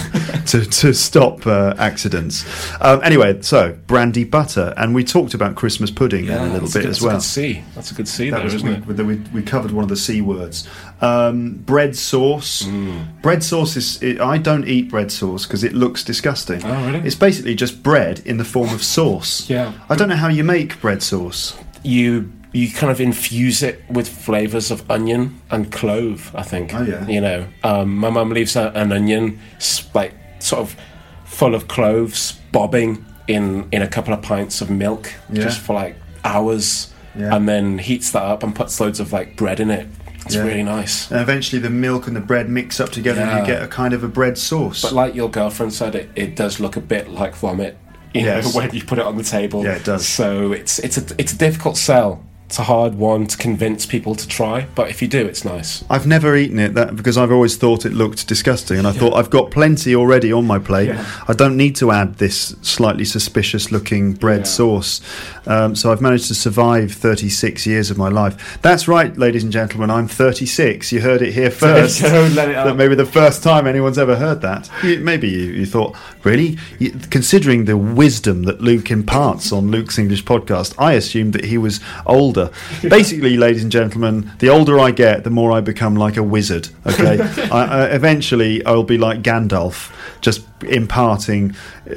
Speaker 1: to, to stop uh, accidents. Um, anyway, so brandy butter, and we talked about Christmas pudding then a little
Speaker 2: that's
Speaker 1: bit
Speaker 2: good-
Speaker 1: as well.
Speaker 2: That's a good C. That's a good C
Speaker 1: That
Speaker 2: there,
Speaker 1: was
Speaker 2: isn't
Speaker 1: we,
Speaker 2: it?
Speaker 1: we, we covered one of the c words. Um, bread sauce.
Speaker 2: Mm.
Speaker 1: Bread sauce is. It, I don't eat bread sauce because it looks disgusting.
Speaker 2: Oh, really?
Speaker 1: It's basically just bread in the form of sauce.
Speaker 2: Yeah.
Speaker 1: I don't know how you make bread sauce.
Speaker 2: you you kind of infuse it with flavors of onion and clove. I think.
Speaker 1: Oh, yeah.
Speaker 2: You know, um, my mum leaves a, an onion s- like sort of full of cloves bobbing in in a couple of pints of milk
Speaker 1: Yeah.
Speaker 2: just for like hours,
Speaker 1: Yeah.
Speaker 2: and then heats that up and puts loads of like bread in it. It's
Speaker 1: Yeah.
Speaker 2: really nice.
Speaker 1: And eventually, the milk and the bread mix up together, and you
Speaker 2: Yeah.
Speaker 1: get a kind of a bread sauce.
Speaker 2: But like your girlfriend said, it, it does look a bit like vomit. You
Speaker 1: Yes.
Speaker 2: know, when you put it on the table.
Speaker 1: Yeah, it does.
Speaker 2: So it's it's a it's a difficult sell. It's a hard one to convince people to try, but if you do, it's nice.
Speaker 1: I've never eaten it that because I've always thought it looked disgusting, and I thought I've got plenty already on my plate. I don't need to add this slightly suspicious-looking bread
Speaker 2: Yeah.
Speaker 1: sauce. Um, so I've managed to survive 36 years of my life. That's right, ladies and gentlemen. I'm 36. You heard it here first.
Speaker 2: Don't let it
Speaker 1: That
Speaker 2: up.
Speaker 1: may be the first time anyone's ever heard that. You- Maybe you, you thought, really? You, considering the wisdom that Luke imparts on Luke's English podcast, I assumed that he was older. Basically, ladies and gentlemen, the older I get, the more I become like a wizard. Okay, I, I, eventually I'll be like Gandalf, just imparting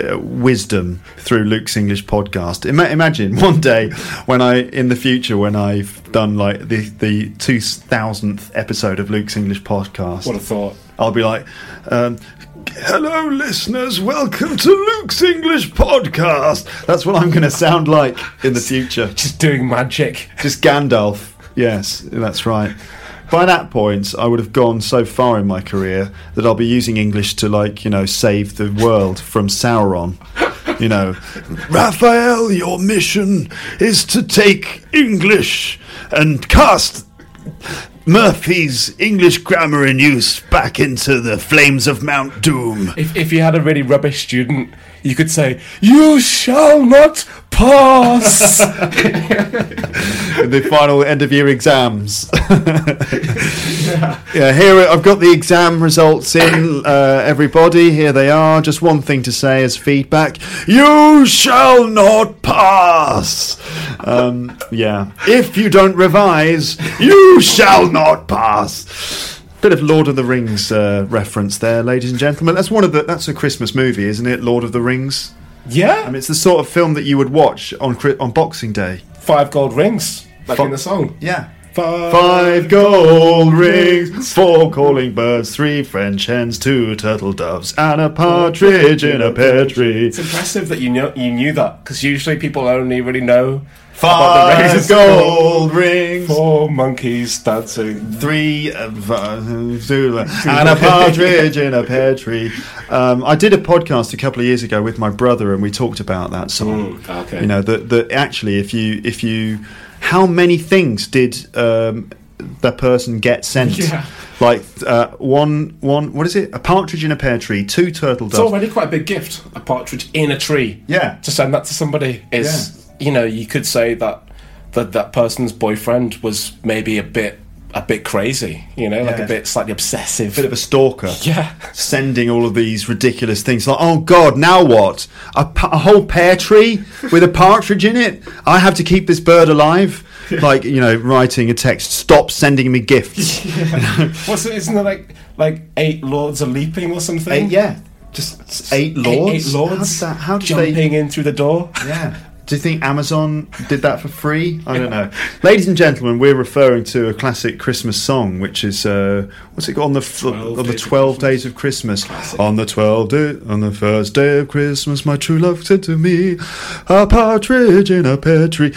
Speaker 1: uh, wisdom through Luke's English podcast. Ima- imagine one day when I, in the future, when I've done like the the two thousandth episode of Luke's English podcast,
Speaker 2: What a thought.
Speaker 1: I'll be like, um, hello, listeners, welcome to Luke's English podcast. That's what I'm going to sound like in the future.
Speaker 2: Just doing magic.
Speaker 1: Just Gandalf. Yes, that's right. By that point, I would have gone so far in my career that I'll be using English to, like, you know, save the world from Sauron. you know, Raphael, your mission is to take English and cast Murphy's English grammar in use back into the flames of Mount Doom.
Speaker 2: If, if you had a really rubbish student, you could say, You shall not pass!
Speaker 1: in the final end of year exams. yeah, here I've got the exam results in. Uh, everybody, here they are. Just one thing to say as feedback: you shall not pass. Um, yeah, if you don't revise, you shall not pass. Bit of Lord of the Rings uh, reference there, ladies and gentlemen. That's one of the. That's a Christmas movie, isn't it? Lord of the Rings.
Speaker 2: yeah,
Speaker 1: I mean, it's the sort of film that you would watch on Chri- on Boxing Day.
Speaker 2: five gold rings, like
Speaker 1: Fu-
Speaker 2: in the song.
Speaker 1: Yeah.
Speaker 2: Five,
Speaker 1: Five gold rings, four calling birds, three French hens, two turtle doves, and a partridge in a pear tree.
Speaker 2: It's impressive that you know you knew that because usually people only really know about the
Speaker 1: Five
Speaker 2: races.
Speaker 1: gold rings,
Speaker 2: Four monkeys dancing.
Speaker 1: three uh, v- zula, and a partridge in a pear tree. Um, I did a podcast a couple of years ago with my brother, and we talked about that song.
Speaker 2: Mm, okay.
Speaker 1: you know that that actually, if you if you, how many things did um, the person get sent?
Speaker 2: Yeah.
Speaker 1: Like uh, one one what is it? A partridge in a pear tree, two turtle
Speaker 2: It's
Speaker 1: doves.
Speaker 2: already quite a big gift. A partridge in a tree.
Speaker 1: Yeah.
Speaker 2: To send that to somebody is, you know, you could say that that that person's boyfriend was maybe a bit a bit crazy. You know, like
Speaker 1: Yeah.
Speaker 2: a bit slightly obsessive.
Speaker 1: bit of a stalker.
Speaker 2: Yeah.
Speaker 1: Sending all of these ridiculous things like, oh God, now what? A, pa- a whole pear tree with a partridge in it? I have to keep this bird alive? Like, you know, writing a text, stop sending me gifts.
Speaker 2: What's it? Isn't there like like eight lords are leaping or something?
Speaker 1: Eight- yeah. Just eight
Speaker 2: Eight-
Speaker 1: lords?
Speaker 2: Eight, lords.
Speaker 1: How did that, how did
Speaker 2: jumping
Speaker 1: they,
Speaker 2: in through the door?
Speaker 1: Yeah. Do you think Amazon did that for free? I don't know. Ladies and gentlemen, we're referring to a classic Christmas song, which is uh, what's it got on the f- on the
Speaker 2: Days of
Speaker 1: twelve days of Christmas. On the twelve day, on the first day of Christmas, my true love said to me, "A partridge in a pear tree."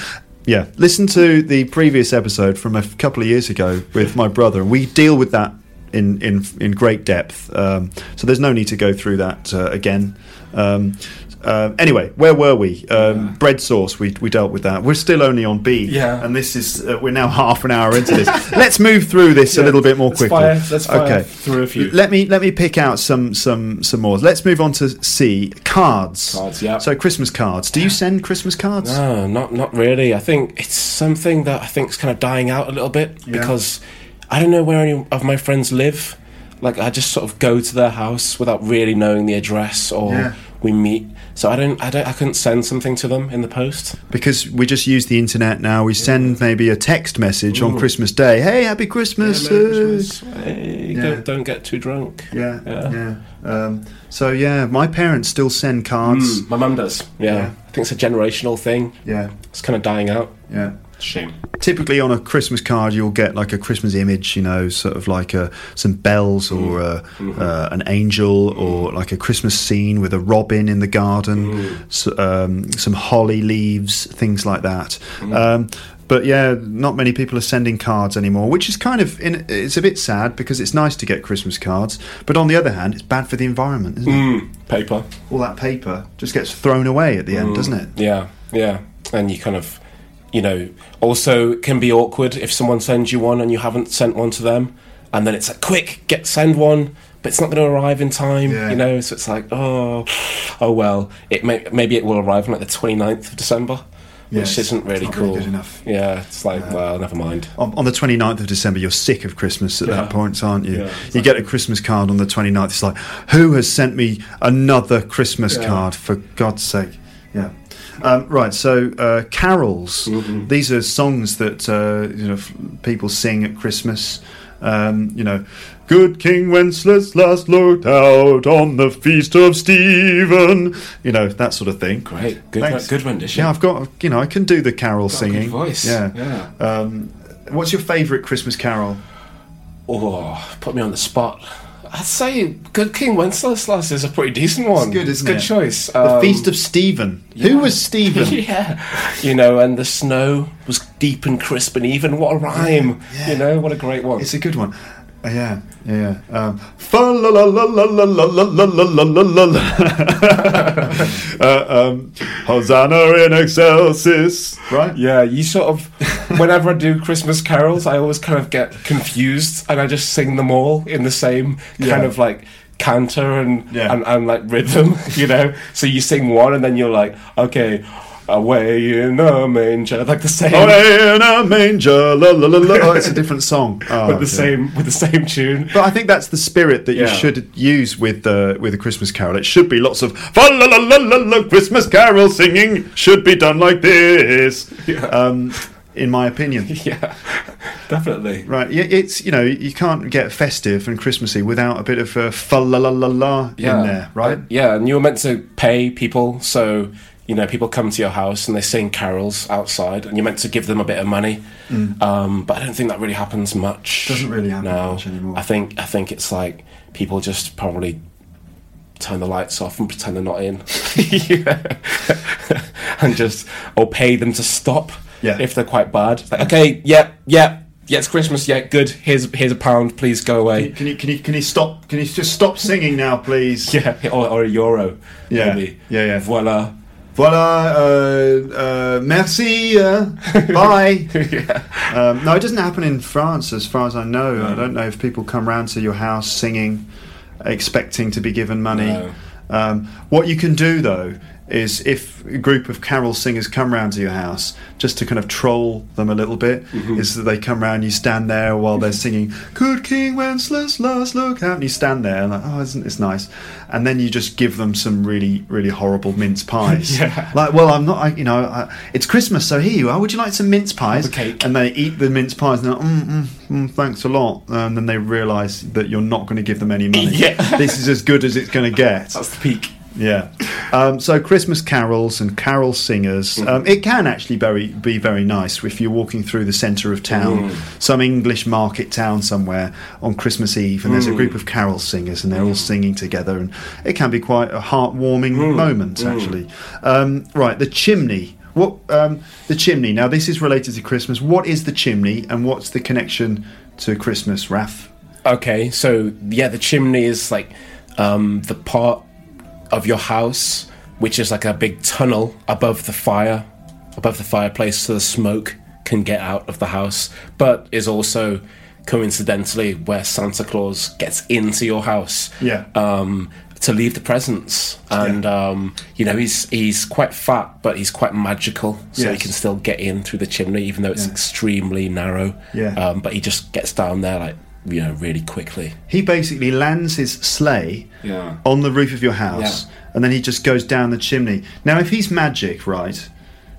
Speaker 1: Yeah, listen to the previous episode from a f- couple of years ago with my brother. We deal with that in in in great depth. Um, so there's no need to go through that uh, again. Um, uh, anyway, where were we? Um, Bread sauce. We we dealt with that. We're still only on B.
Speaker 2: Yeah.
Speaker 1: And this is uh, we're now half an hour into this. Let's move through this a little bit more
Speaker 2: Let's
Speaker 1: quickly.
Speaker 2: fire- let's fire through a few.
Speaker 1: Let me let me pick out some some some more. Let's move on to C. Cards.
Speaker 2: Cards, yeah.
Speaker 1: So Christmas cards. Do you send Christmas cards?
Speaker 2: No, not not really. I think it's something that I think's kind of dying out a little bit because I don't know where any of my friends live. Like I just sort of go to their house without really knowing the address or
Speaker 1: Yeah.
Speaker 2: we meet. So I don't I don't I couldn't send something to them in the post.
Speaker 1: Because we just use the internet now. We send maybe a text message on Christmas Day. Hey, happy Christmas. uh,
Speaker 2: Hey,
Speaker 1: Yeah.
Speaker 2: don't, don't get too drunk.
Speaker 1: Yeah, yeah. Um, so yeah, my parents still send cards.
Speaker 2: My mum does. Yeah.
Speaker 1: Yeah.
Speaker 2: I think it's a generational thing.
Speaker 1: Yeah,
Speaker 2: It's kind of dying out.
Speaker 1: yeah.
Speaker 2: Shame.
Speaker 1: Typically on a Christmas card, you'll get like a Christmas image, you know, sort of like a, some bells or a, uh, an angel or like a Christmas scene with a robin in the garden, s- um, some holly leaves, things like that. Um, but yeah, not many people are sending cards anymore, which is kind of in, it's a bit sad because it's nice to get Christmas cards, but on the other hand, it's bad for the environment, isn't it?
Speaker 2: Paper.
Speaker 1: all that paper just gets thrown away at the
Speaker 2: Mm.
Speaker 1: end, doesn't it?
Speaker 2: Yeah, yeah. And you kind of, you know, also it can be awkward if someone sends you one and you haven't sent one to them, and then it's like, quick, get send one, but it's not going to arrive in time,
Speaker 1: Yeah.
Speaker 2: you know. So it's like, oh, oh well. It may, maybe it will arrive on like the 29th of December,
Speaker 1: Yeah,
Speaker 2: which
Speaker 1: it's-
Speaker 2: isn't
Speaker 1: it's
Speaker 2: really
Speaker 1: not
Speaker 2: cool.
Speaker 1: really good enough.
Speaker 2: Yeah, it's like, well, never mind.
Speaker 1: On, on the 29th of December, you're sick of Christmas at
Speaker 2: Yeah.
Speaker 1: that point, aren't you?
Speaker 2: Yeah,
Speaker 1: You get a Christmas card on the 29th. It's like, who has sent me another Christmas
Speaker 2: Yeah.
Speaker 1: card, for God's sake? Yeah. Um, right, so uh, carols.
Speaker 2: Mm-hmm.
Speaker 1: These are songs that uh, you know f- people sing at Christmas. Um, you know, Good King Wenceslas last looked out on the feast of Stephen. You know that sort of thing.
Speaker 2: Great, good,
Speaker 1: Thanks.
Speaker 2: good rendition.
Speaker 1: Yeah, I've got you know I can do the carol
Speaker 2: a good
Speaker 1: singing.
Speaker 2: voice.
Speaker 1: Yeah.
Speaker 2: Yeah.
Speaker 1: Um, what's your favourite Christmas carol?
Speaker 2: Oh, put me on the spot. I'd say Good King Wenceslas is a pretty decent one. good choice.
Speaker 1: The
Speaker 2: Um,
Speaker 1: Feast of Stephen. Who was Stephen?
Speaker 2: yeah. You know, and the snow was deep and crisp and even. What a rhyme. You know, what a great one.
Speaker 1: It's a good one. Uh, Yeah, yeah. Um, fa la la la la la la la la la la la la la. Uh, um, Hosanna in excelsis, right?
Speaker 2: Yeah, you sort of. Whenever I do Christmas carols, I always kind of get confused, and I just sing them all in the same
Speaker 1: Yeah.
Speaker 2: kind of like canter and,
Speaker 1: Yeah.
Speaker 2: and and like rhythm, you know. So you sing one, and then you're like, okay, away in a manger, like the
Speaker 1: Oh,
Speaker 2: same,
Speaker 1: Away in a manger, la la la la. Oh, it's a different song. Oh,
Speaker 2: with
Speaker 1: okay.
Speaker 2: the same with the same tune.
Speaker 1: But I think that's the spirit that you
Speaker 2: Yeah.
Speaker 1: should use with the with a Christmas carol. It should be lots of fa la la la la la Christmas carol singing should be done like this. Um, in my opinion.
Speaker 2: Yeah, definitely.
Speaker 1: Right, yeah, it's you know you can't get festive and Christmassy without a bit of uh, fa la la la la in there, right?
Speaker 2: Uh, yeah, and you were meant to pay people, so you know people come to your house and they sing carols outside, and you're meant to give them a bit of money. Um, but I don't think that really happens much.
Speaker 1: Mm. Doesn't really happen
Speaker 2: no.
Speaker 1: much anymore.
Speaker 2: I think I think it's like people just probably turn the lights off and pretend they're not in, Yeah. and just or pay them to stop
Speaker 1: Yeah.
Speaker 2: if they're quite bad. Like, okay, yeah, yeah. Yeah, it's Christmas. Yeah, good. Here's here's a pound. Please go away.
Speaker 1: Can you can you can you stop? Can you just stop singing now, please?
Speaker 2: Yeah, or, or a euro.
Speaker 1: Yeah.
Speaker 2: maybe.
Speaker 1: Yeah, yeah.
Speaker 2: Voila.
Speaker 1: Voila, uh, uh, merci, uh, bye. um, no, it doesn't happen in France, as far as I know. I don't know if people come round to your house singing, expecting to be given money.
Speaker 2: No.
Speaker 1: Um, what you can do, though, is if a group of carol singers come round to your house, just to kind of troll them a little bit,
Speaker 2: Mm-hmm.
Speaker 1: is that they come round, you stand there while they're singing, Good King Wenceslas, look out, and you stand there, and like, oh, isn't this nice? And then you just give them some really, really horrible mince pies.
Speaker 2: Yeah.
Speaker 1: Like, well, I'm not, I, you know, I, it's Christmas, so here you are. Would you like some mince pies?
Speaker 2: The cake.
Speaker 1: And they eat the mince pies, and they're like, mm, mm, mm, thanks a lot. And then they realise that you're not going to give them any money.
Speaker 2: Yeah.
Speaker 1: this is as good as it's going to get.
Speaker 2: That's the peak.
Speaker 1: Yeah. Um, so Christmas carols and carol singers. Um, it can actually very be very nice if you're walking through the centre of town, some English market town somewhere on Christmas Eve, and there's a group of carol singers and they're all singing together, and it can be quite a heartwarming moment actually. Um, right, the chimney. What um, the chimney? Now this is related to Christmas. What is the chimney, and what's the connection to Christmas? Raph.
Speaker 2: Okay, so yeah, the chimney is like um, the part of your house which is like a big tunnel above the fire, above the fireplace, so the smoke can get out of the house, but is also coincidentally where Santa Claus gets into your house.
Speaker 1: Yeah.
Speaker 2: um, to leave the presents, and um, you know he's he's quite fat, but he's quite magical, so he
Speaker 1: Yes.
Speaker 2: can still get in through the chimney, even though it's extremely narrow.
Speaker 1: Yeah.
Speaker 2: um, but he just gets down there like you know really quickly.
Speaker 1: He basically lands his sleigh
Speaker 2: Yeah.
Speaker 1: on the roof of your house
Speaker 2: Yeah.
Speaker 1: and then he just goes down the chimney. Now, if he's magic, right?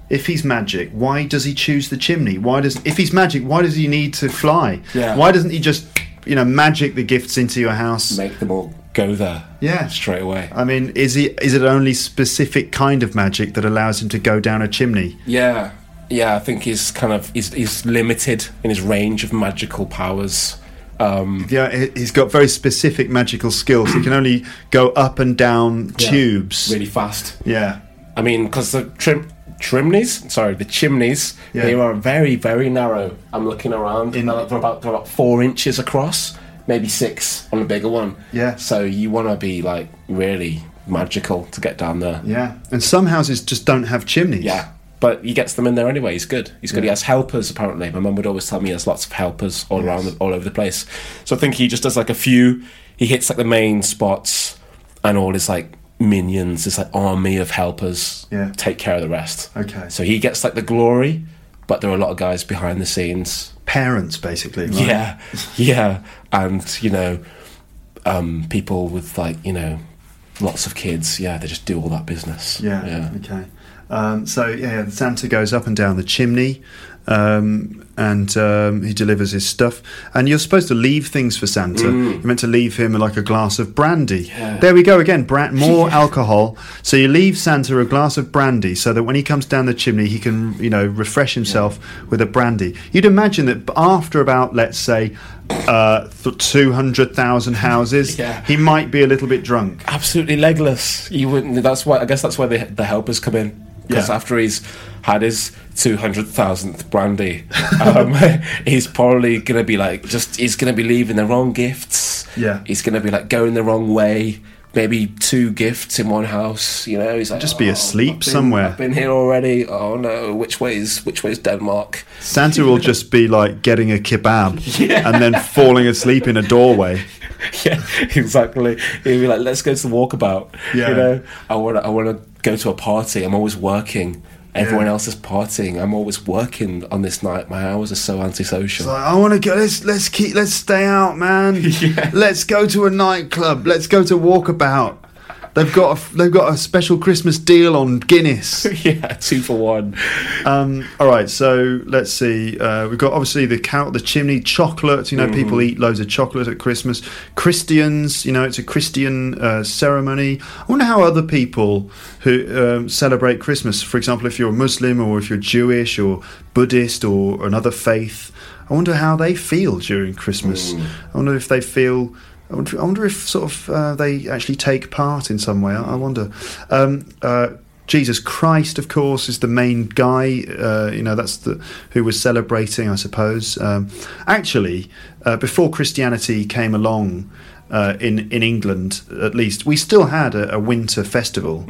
Speaker 1: If he's magic, why does he choose the chimney? Why does if he's magic, why does he need to fly?
Speaker 2: Yeah.
Speaker 1: Why doesn't he just, you know, magic the gifts into your house?
Speaker 2: Make them all go there.
Speaker 1: Yeah.
Speaker 2: straight away.
Speaker 1: I mean, is he is it only specific kind of magic that allows him to go down a chimney?
Speaker 2: Yeah, yeah. I think he's kind of he's, he's limited in his range of magical powers. Um,
Speaker 1: Yeah, he- he's got very specific magical skills. he can only go up and down tubes.
Speaker 2: really fast.
Speaker 1: Yeah.
Speaker 2: I mean, because the trim chimneys, sorry, the chimneys,
Speaker 1: Yeah.
Speaker 2: they are very, very narrow. I'm looking around,
Speaker 1: In-
Speaker 2: and they're about, they're about four inches across, maybe six on a bigger one.
Speaker 1: Yeah.
Speaker 2: So you want to be like really magical to get down there.
Speaker 1: Yeah. And some houses just don't have chimneys.
Speaker 2: Yeah. But he gets them in there anyway. He's good. He's good. He has helpers apparently. My mum would always tell me he has lots of helpers all around, the, all over the place. So I think he just does like a few. He hits like the main spots, and all his like minions, his like army of helpers,
Speaker 1: Yeah.
Speaker 2: take care of the rest.
Speaker 1: Okay.
Speaker 2: So he gets like the glory, but there are a lot of guys behind the scenes.
Speaker 1: Parents, basically. right?
Speaker 2: Yeah, yeah, and you know, um, people with like you know, lots of kids. Yeah, they just do all that business.
Speaker 1: Yeah.
Speaker 2: yeah.
Speaker 1: Okay. Um, so yeah, the Santa goes up and down the chimney, um, and um, he delivers his stuff. And you're supposed to leave things for Santa.
Speaker 2: Mm.
Speaker 1: You're meant to leave him like a glass of brandy. There we go again. Bra- more alcohol. So you leave Santa a glass of brandy, so that when he comes down the chimney, he can you know refresh himself with a brandy. You'd imagine that b- after about let's say uh, th- two hundred thousand houses,
Speaker 2: Yeah.
Speaker 1: he might be a little bit drunk.
Speaker 2: absolutely legless. You wouldn't. That's why. I guess that's why the the helpers come in. because
Speaker 1: Yeah.
Speaker 2: after he's had his two hundred thousandth brandy, um, he's probably gonna be like just he's gonna be leaving the wrong gifts.
Speaker 1: Yeah.
Speaker 2: he's gonna be like going the wrong way. Maybe two gifts in one house. You know, he's like
Speaker 1: Just be
Speaker 2: "Oh,
Speaker 1: asleep
Speaker 2: I've been-
Speaker 1: somewhere."
Speaker 2: I've been here already. Oh no, which way's which way's Denmark?
Speaker 1: Santa will just be like getting a kebab and then falling asleep in a doorway.
Speaker 2: yeah, exactly. He'd be like, "Let's go to the walkabout."
Speaker 1: Yeah.
Speaker 2: You know, I want to. I want to go to a party. I'm always working. Everyone
Speaker 1: Yeah.
Speaker 2: else is partying. I'm always working on this night. My hours are so antisocial.
Speaker 1: Like, I want to go. Let's let's keep let's stay out, man. Let's go to a nightclub. Let's go to walkabout. They've got a, they've got a special Christmas deal on Guinness.
Speaker 2: yeah, two for one.
Speaker 1: Um, all right, so let's see. Uh, we've got obviously the carrot, the chimney, chocolate. You know, people eat loads of chocolate at Christmas. Christians, you know, it's a Christian uh, ceremony. I wonder how other people who um, celebrate Christmas, for example, if you're a Muslim or if you're Jewish or Buddhist or another faith, I wonder how they feel during Christmas. I wonder if they feel. I wonder, I wonder if sort of uh, they actually take part in some way. I, I wonder. Um, uh, Jesus Christ, of course, is the main guy. Uh, you know, that's the who was celebrating, I suppose. Um, actually, uh, before Christianity came along uh, in in England, at least, we still had a, a winter festival.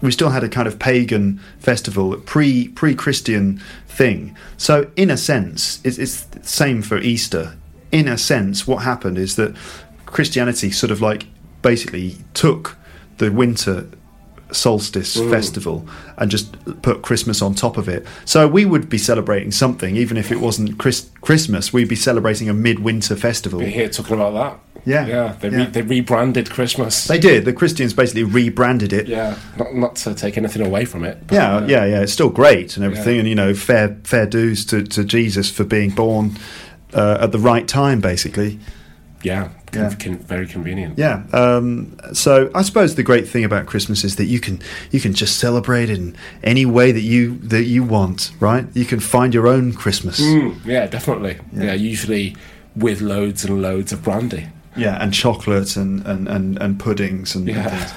Speaker 1: We still had a kind of pagan festival, pre pre Christian thing. So, in a sense, it's, it's the same for Easter. In a sense, what happened is that Christianity sort of like basically took the winter solstice
Speaker 2: Mm.
Speaker 1: festival and just put Christmas on top of it. So we would be celebrating something, even if it wasn't Chris- Christmas. We'd be celebrating a midwinter festival.
Speaker 2: We're here talking about that.
Speaker 1: Yeah,
Speaker 2: yeah. They,
Speaker 1: yeah.
Speaker 2: Re- they rebranded Christmas.
Speaker 1: They did. The Christians basically rebranded it.
Speaker 2: yeah, not not to take anything away from it. but,
Speaker 1: Yeah,
Speaker 2: uh,
Speaker 1: yeah, yeah. It's still great and everything,
Speaker 2: Yeah.
Speaker 1: and you know, fair fair dues to, to Jesus for being born uh, at the right time, basically.
Speaker 2: yeah, con-
Speaker 1: Yeah.
Speaker 2: con- very convenient.
Speaker 1: Yeah. Um, so I suppose the great thing about Christmas is that you can you can just celebrate it in any way that you that you want, right? You can find your own Christmas.
Speaker 2: Mm, yeah, definitely. yeah, usually with loads and loads of brandy.
Speaker 1: Yeah, and chocolate and, and, and, and puddings and, and
Speaker 2: Yeah.
Speaker 1: things.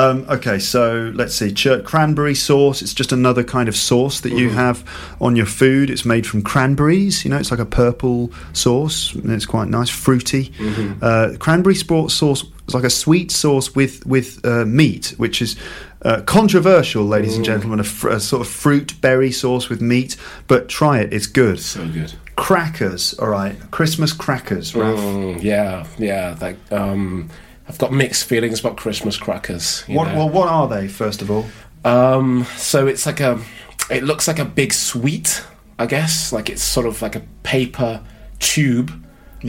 Speaker 1: Um, okay, so let's see. Chir- cranberry sauce. It's just another kind of sauce that you have on your food. It's made from cranberries. You know, it's like a purple sauce. And it's quite nice, fruity. Uh, cranberry sport sauce is like a sweet sauce with with uh, meat, which is. Uh, controversial, ladies and gentlemen, a, fr- a sort of fruit berry sauce with meat, but try it; it's good.
Speaker 2: So good.
Speaker 1: Crackers, all right, Christmas crackers, Ralph.
Speaker 2: Mm, yeah, yeah. Like, um, I've got mixed feelings about Christmas crackers. you
Speaker 1: What,
Speaker 2: know.
Speaker 1: well, what are they, first of all?
Speaker 2: Um, so it's like a, it looks like a big sweet, I guess. Like it's sort of like a paper tube,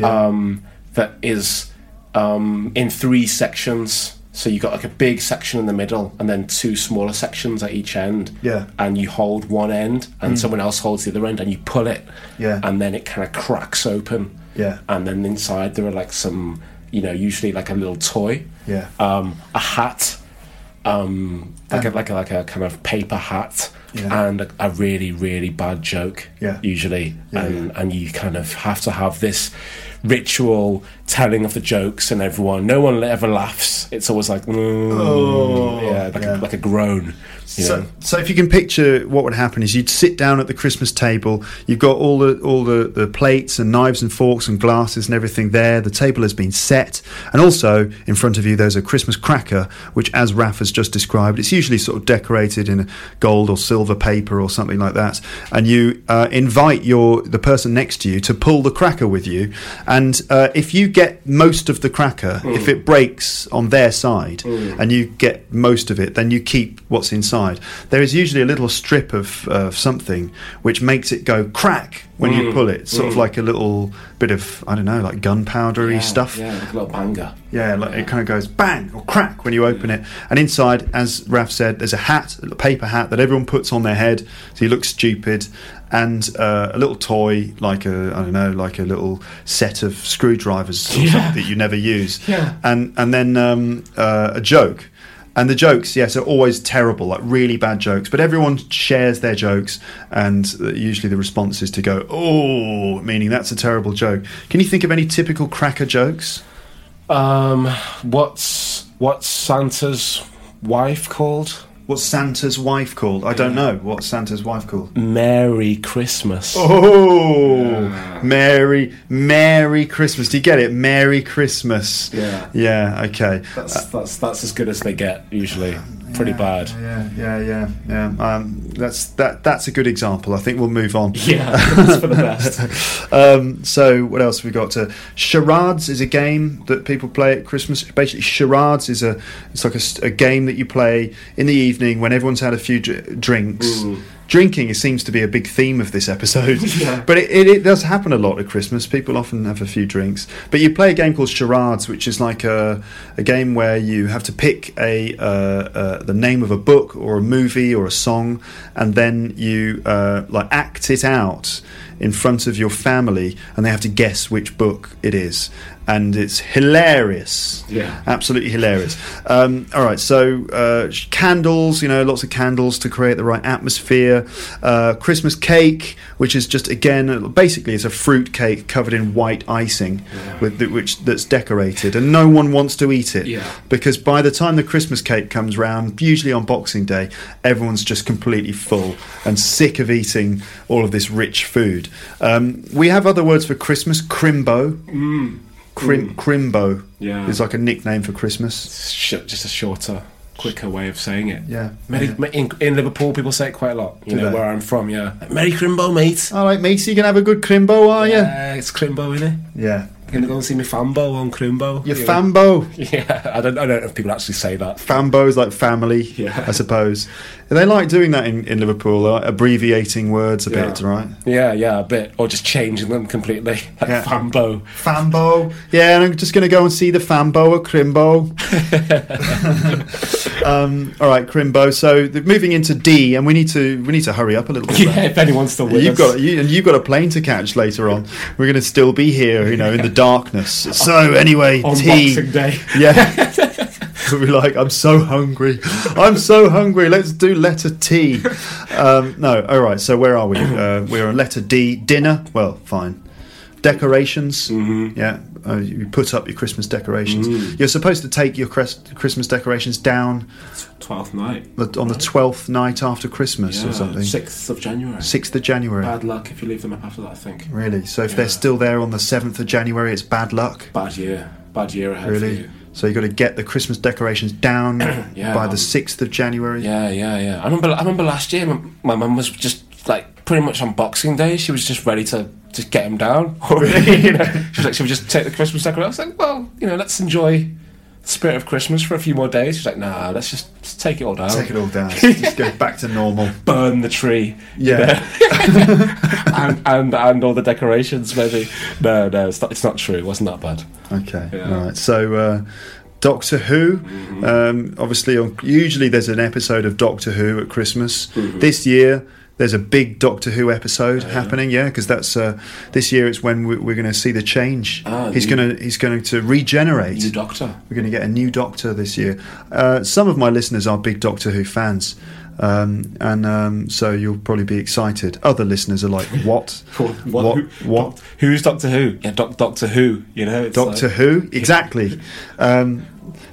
Speaker 2: um, that is, um, in three sections. So you got like a big section in the middle, and then two smaller sections at each end.
Speaker 1: Yeah. Mm.
Speaker 2: And you hold one end, and someone else holds the other end, and you pull it.
Speaker 1: Yeah.
Speaker 2: And then it kind of cracks open.
Speaker 1: Yeah.
Speaker 2: And then inside there are like some, you know, usually like a little toy.
Speaker 1: Yeah.
Speaker 2: Um, a hat um, like, a, like a like a kind of paper hat
Speaker 1: Yeah.
Speaker 2: and a, a really really bad joke
Speaker 1: Yeah.
Speaker 2: usually
Speaker 1: Yeah,
Speaker 2: and and you kind of have to have this ritual telling of the jokes and everyone no one ever laughs it's always like mm, yeah like,
Speaker 1: Oh, yeah.
Speaker 2: A, like a groan you
Speaker 1: So,
Speaker 2: know?
Speaker 1: so if you can picture what would happen is you'd sit down at the Christmas table. You've got all the all the, the plates and knives and forks and glasses and everything there. The table has been set, and also in front of you there's a Christmas cracker, which, as Raf has just described, it's usually sort of decorated in gold or silver paper or something like that. And you uh, invite your the person next to you to pull the cracker with you, and uh, if you get most of the cracker,
Speaker 2: Hmm.
Speaker 1: if it breaks on their side, and you get most of it, then you keep what's inside. There is usually a little strip of uh, something which makes it go crack when
Speaker 2: Hmm.
Speaker 1: you pull it, sort of like a little bit of I don't know, like gunpowdery
Speaker 2: Yeah,
Speaker 1: stuff.
Speaker 2: yeah like a little banger
Speaker 1: Yeah, like it kind of goes bang or crack when you open it. And inside, as Raf said, there's a hat, a paper hat that everyone puts on their head so you look stupid, and uh, a little toy like a I don't know, like a little set of screwdrivers or something that you never use.
Speaker 2: Yeah.
Speaker 1: And and then um, uh, a joke. And the jokes, yes, are always terrible, like really bad jokes. But everyone shares their jokes, and uh, usually the response is to go, "Oh," meaning that's a terrible joke. Can you think of any typical cracker jokes?
Speaker 2: um what's what's santa's wife called
Speaker 1: What's Santa's wife called? I don't know. What's Santa's wife called?
Speaker 2: Mm. Merry Christmas.
Speaker 1: Oh, Merry, Merry Christmas. Do you get it? Merry Christmas.
Speaker 2: Yeah.
Speaker 1: Yeah, okay.
Speaker 2: That's, that's that's as good as they get usually. Pretty bad.
Speaker 1: Yeah, yeah, yeah, yeah. Um, that's that. That's a good example. I think we'll move on.
Speaker 2: Yeah, that's for the best.
Speaker 1: Um, so what else have we got? Uh, charades is a game that people play at Christmas. Basically, charades is a it's like a, s- a game that you play in the evening when everyone's had a few dr- drinks. Drinking is- seems to be a big theme of this episode, but it, it, it does happen a lot at Christmas. People often have a few drinks, but you play a game called charades, which is like a, a game where you have to pick a uh, uh, the name of a book or a movie or a song, and then you uh, like act it out in front of your family and they have to guess which book it is and it's hilarious
Speaker 2: Yeah.
Speaker 1: absolutely hilarious um, all right so uh, sh- candles you know lots of candles to create the right atmosphere uh, christmas cake which is just again basically it's a fruit cake covered in white icing with the, which that's decorated and no one wants to eat it
Speaker 2: Yeah.
Speaker 1: because by the time the christmas cake comes round usually on boxing day everyone's just completely full and sick of eating all of this rich food um, we have other words for christmas crimbo Crim- crimbo
Speaker 2: Mm. Yeah.
Speaker 1: is like a nickname for christmas
Speaker 2: Sh- just a shorter, quicker way of saying it.
Speaker 1: Yeah,
Speaker 2: Merry,
Speaker 1: yeah.
Speaker 2: ma- In, in Liverpool, people say it quite a lot. You
Speaker 1: Do
Speaker 2: know
Speaker 1: they?
Speaker 2: where I'm from. Yeah. Like, Merry Crimbo, mate.
Speaker 1: all right mate you can have a good crimbo are you
Speaker 2: Uh, it's Crimbo, innit?
Speaker 1: yeah
Speaker 2: Gonna go and see me Fambo on Crimbo.
Speaker 1: your
Speaker 2: Yeah.
Speaker 1: fambo
Speaker 2: Yeah, I don't, I don't know if people actually say that.
Speaker 1: fambo is like family
Speaker 2: Yeah.
Speaker 1: i suppose they like doing that in, in liverpool like abbreviating words a bit
Speaker 2: Yeah.
Speaker 1: right
Speaker 2: Yeah, yeah, a bit. Or just changing them completely. Like
Speaker 1: Yeah.
Speaker 2: Fambo.
Speaker 1: Fambo. Yeah, and I'm just going to go and see the Fambo at Crimbo. um, all right, Crimbo. So the, moving into D, and we need to we need to hurry up a little bit.
Speaker 2: Yeah, if anyone's still with
Speaker 1: You've
Speaker 2: us.
Speaker 1: got you, and you've got a plane to catch later on. We're going to still be here, you know, in the darkness. So anyway,
Speaker 2: On
Speaker 1: T.
Speaker 2: Boxing Day.
Speaker 1: Yeah. We're like, I'm so hungry. I'm so hungry. Let's do letter T. Um, no, all right. So where are we? Uh, we're on letter D. Dinner. Well, fine. Decorations.
Speaker 2: Mm-hmm.
Speaker 1: Yeah. Uh, you put up your Christmas decorations. You're supposed to take your Chris- Christmas decorations down
Speaker 2: 12th night.
Speaker 1: but on the 12th night after Christmas or something.
Speaker 2: 6th of January.
Speaker 1: 6th of January.
Speaker 2: Bad luck if you leave them up after that, I think.
Speaker 1: Really? So if they're still there on the 7th of January, it's bad luck?
Speaker 2: Bad year. Bad year ahead for
Speaker 1: Really?
Speaker 2: you.
Speaker 1: So you've got to get the Christmas decorations down
Speaker 2: Yeah,
Speaker 1: by the
Speaker 2: um,
Speaker 1: 6th of January?
Speaker 2: Yeah, yeah, yeah. I remember. I remember last year. My, my mum was just like pretty much on Boxing Day. She was just ready to just get him down. already, you know? She was like, she would just take the Christmas decoration. I was like, well, you know, let's enjoy the spirit of Christmas for a few more days. She's like, nah, let's just, just take it all down.
Speaker 1: Take it all down. Just go back to normal.
Speaker 2: Burn the tree.
Speaker 1: Yeah.
Speaker 2: and, and and all the decorations. Maybe. No, no, it's not. It's not true. It wasn't that bad.
Speaker 1: Okay.
Speaker 2: Yeah. Mm-hmm.
Speaker 1: All right. So, uh, Doctor Who. Um, obviously, on, usually there's an episode of Doctor Who at Christmas.
Speaker 2: Mm-hmm.
Speaker 1: This year, there's a big Doctor Who episode happening. Yeah, because that's uh, this year. It's when we, we're going to see the change.
Speaker 2: Ah,
Speaker 1: he's going to he's going to regenerate.
Speaker 2: New doctor.
Speaker 1: We're going to get a new Doctor this year. Uh, some of my listeners are big Doctor Who fans, um, and um, so you'll probably be excited. Other listeners are like, "What?
Speaker 2: who- doc- who's Doctor Who? Yeah, doc, Doctor Who. You know, it's
Speaker 1: Doctor
Speaker 2: like-
Speaker 1: Who? Exactly. Um,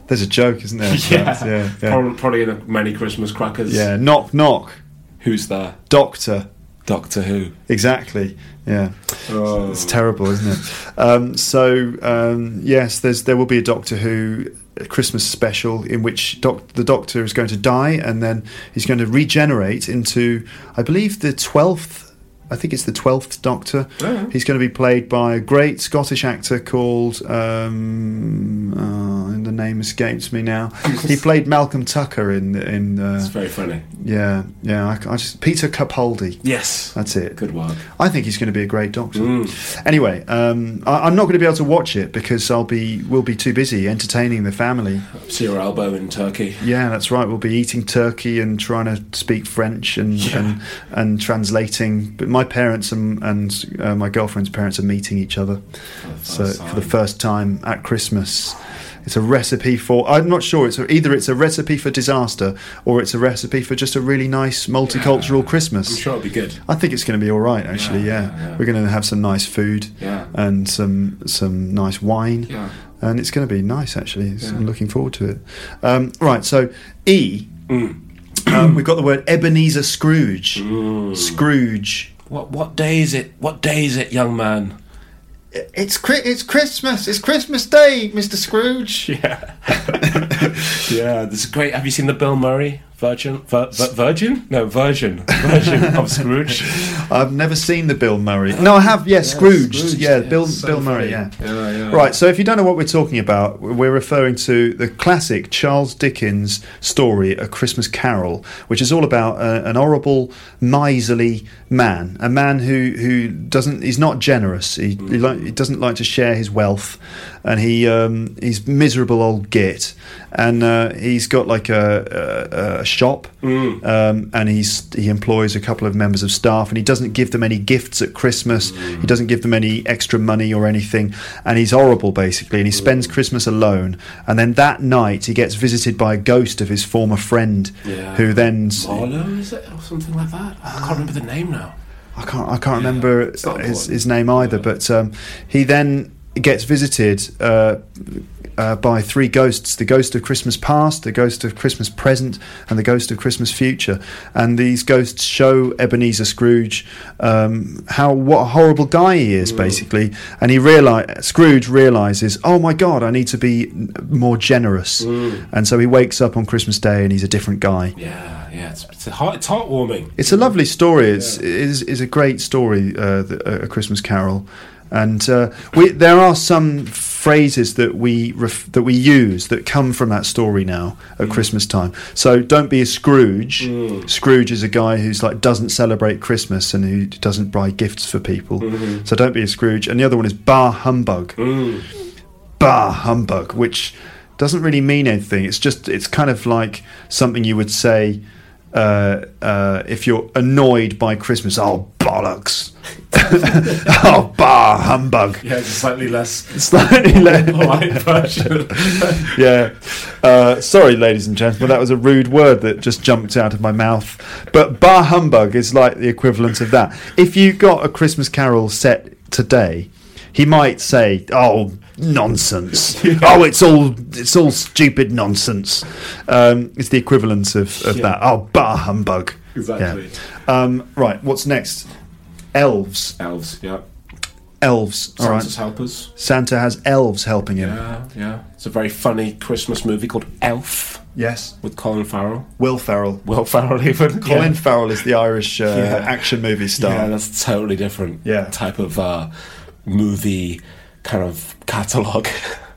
Speaker 1: there's a joke, isn't there?
Speaker 2: Yeah,
Speaker 1: yeah, yeah.
Speaker 2: Probably, probably in a many Christmas crackers.
Speaker 1: Yeah, Knock, knock.
Speaker 2: Who's there?
Speaker 1: Doctor.
Speaker 2: Doctor Who.
Speaker 1: Exactly. Yeah.
Speaker 2: Oh,
Speaker 1: It's terrible, isn't it? Um, so um, yes, there's there will be a Doctor Who Christmas special in which doc- the Doctor is going to die and then he's going to regenerate into, I believe, the twelfth. I think it's the twelfth Doctor. He's going to be played by a great Scottish actor called. Um, oh, and the name escapes me now. he played Malcolm Tucker in in. Uh,
Speaker 2: It's very funny.
Speaker 1: yeah, yeah. I, I just Peter Capaldi.
Speaker 2: Yes.
Speaker 1: That's it.
Speaker 2: Good work.
Speaker 1: I think he's going to be a great doctor.
Speaker 2: Mm.
Speaker 1: Anyway, um, I, I'm not going to be able to watch it because I'll be we'll be too busy entertaining the family.
Speaker 2: See your elbow in Turkey.
Speaker 1: Yeah, that's right. We'll be eating turkey and trying to speak French and and, and translating. But my parents and and uh, my girlfriend's parents are meeting each other, so
Speaker 2: first
Speaker 1: for the
Speaker 2: time.
Speaker 1: first time at Christmas. It's a recipe for. I'm not sure. It's a, either it's a recipe for disaster or it's a recipe for just a really nice multicultural Christmas.
Speaker 2: I'm sure it'll be good.
Speaker 1: I think it's going to be all right, actually. Yeah,
Speaker 2: Yeah, yeah, yeah.
Speaker 1: we're going to have some nice food
Speaker 2: Yeah.
Speaker 1: and some some nice wine,
Speaker 2: Yeah.
Speaker 1: and
Speaker 2: Mm.
Speaker 1: it's going to be nice. Actually, It's- I'm looking forward to it. Um, right, so E um, we've got the word Ebenezer Scrooge.
Speaker 2: Mm.
Speaker 1: Scrooge.
Speaker 2: What what day is it? What day is it, young man?
Speaker 4: It's Chri- it's Christmas. It's Christmas Day, Mr. Scrooge.
Speaker 2: Yeah, yeah. This is great. Have you seen the Bill Murray Virgin? Vir, vir, virgin? No, Virgin. Virgin of Scrooge.
Speaker 1: I've never seen the Bill Murray. No, I have. Yeah, Scrooge.
Speaker 4: Scrooge,
Speaker 1: yeah,
Speaker 4: yeah,
Speaker 1: Bill
Speaker 4: so
Speaker 1: Bill
Speaker 4: funny.
Speaker 1: Murray. Yeah.
Speaker 2: Yeah, yeah.
Speaker 1: Right. So if you don't know what we're talking about, we're referring to the classic Charles Dickens story, A Christmas Carol, which is all about uh, an horrible, miserly man, a man who who doesn't. He's not generous. He he, li- he doesn't like to share his wealth, and he um, he's miserable old git, and uh, he's got like a, a, a shop, um, and he's he employs a couple of members of staff, and he doesn't give them any gifts at Christmas. He doesn't give them any extra money or anything, and he's horrible basically. And he spends Christmas alone, and then that night he gets visited by a ghost of his former friend,
Speaker 2: Yeah.
Speaker 1: who then s-
Speaker 2: Marlowe is it or something like that? I can't remember the name now.
Speaker 1: I can't I can't remember
Speaker 2: it's not
Speaker 1: his,
Speaker 2: important.
Speaker 1: his name either, but um, he then gets visited uh, uh, by three ghosts: the ghost of Christmas past, the ghost of Christmas present, and the ghost of Christmas future. And these ghosts show Ebenezer Scrooge um, how what a horrible guy he
Speaker 2: Mm.
Speaker 1: is, basically. And he realize Scrooge realizes, oh my god, I need to be n- more generous.
Speaker 2: Mm.
Speaker 1: And so he wakes up on Christmas Day and he's a different guy.
Speaker 2: Yeah, yeah. It's it's, a heart, it's heartwarming.
Speaker 1: It's a lovely story. It's it is is a great story, uh, the, uh, a Christmas Carol, and uh, we there are some phrases that we ref, that we use that come from that story now at Christmas time. So don't be a Scrooge. Scrooge is a guy who's like doesn't celebrate Christmas and who doesn't buy gifts for people. So don't be a Scrooge. And the other one is bar humbug. Bah humbug, which doesn't really mean anything. It's just it's kind of like something you would say uh, uh, if you're annoyed by Christmas. Oh bollocks! oh bah humbug!
Speaker 2: Yeah, it's a slightly less
Speaker 1: Slightly less.
Speaker 2: polite version.
Speaker 1: yeah. Uh, sorry, ladies and gentlemen, that was a rude word that just jumped out of my mouth. But bah humbug is like the equivalent of that. If you got a Christmas Carol set today, he might say, "Oh, nonsense! Oh, it's all it's all stupid nonsense." Um, it's the equivalent of, of that. Oh, bah humbug!
Speaker 2: Exactly.
Speaker 1: Yeah. Um, right. What's next? Elves.
Speaker 2: Elves. Yeah.
Speaker 1: Elves. All
Speaker 2: Santa's
Speaker 1: right.
Speaker 2: helpers.
Speaker 1: Santa has elves helping him.
Speaker 2: Yeah, yeah. It's a very funny Christmas movie called Elf
Speaker 1: Yes.
Speaker 2: with Colin Farrell.
Speaker 1: Will Ferrell.
Speaker 2: Will Farrell even.
Speaker 1: Colin
Speaker 2: yeah.
Speaker 1: Farrell is the Irish uh,
Speaker 2: Yeah.
Speaker 1: action movie star.
Speaker 2: Yeah, that's a totally different
Speaker 1: Yeah.
Speaker 2: type of uh, movie kind of catalogue.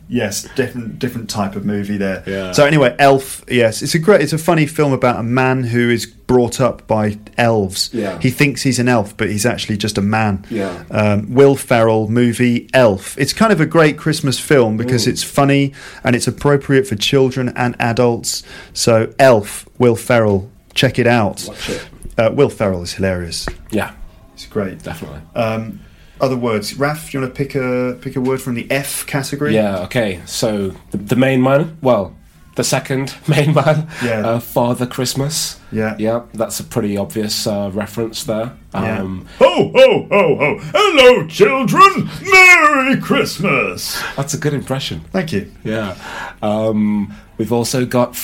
Speaker 1: yes, different different type of movie there.
Speaker 2: Yeah.
Speaker 1: So anyway, Elf. Yes, it's a great, it's a funny film about a man who is brought up by elves.
Speaker 2: Yeah.
Speaker 1: He thinks he's an elf, but he's actually just a man.
Speaker 2: Yeah.
Speaker 1: Um, Will Ferrell movie Elf. It's kind of a great Christmas film because it's funny and it's appropriate for children and adults. So Elf, Will Ferrell, check it out.
Speaker 2: Watch it.
Speaker 1: Uh, Will Ferrell is hilarious.
Speaker 2: yeah,
Speaker 1: It's great.
Speaker 2: definitely.
Speaker 1: Um, other words, Raf. You want to pick a pick a word from the F category?
Speaker 2: Yeah, okay. So the, the main man, well, the second main man,
Speaker 1: Yeah.
Speaker 2: uh, Father Christmas.
Speaker 1: Yeah.
Speaker 2: Yeah, that's a pretty obvious uh, reference there.
Speaker 1: Yeah.
Speaker 2: Um,
Speaker 5: Ho, ho, ho, ho. Hello, children. Merry Christmas.
Speaker 2: That's a good impression.
Speaker 1: Thank you.
Speaker 2: Yeah. Um, we've also got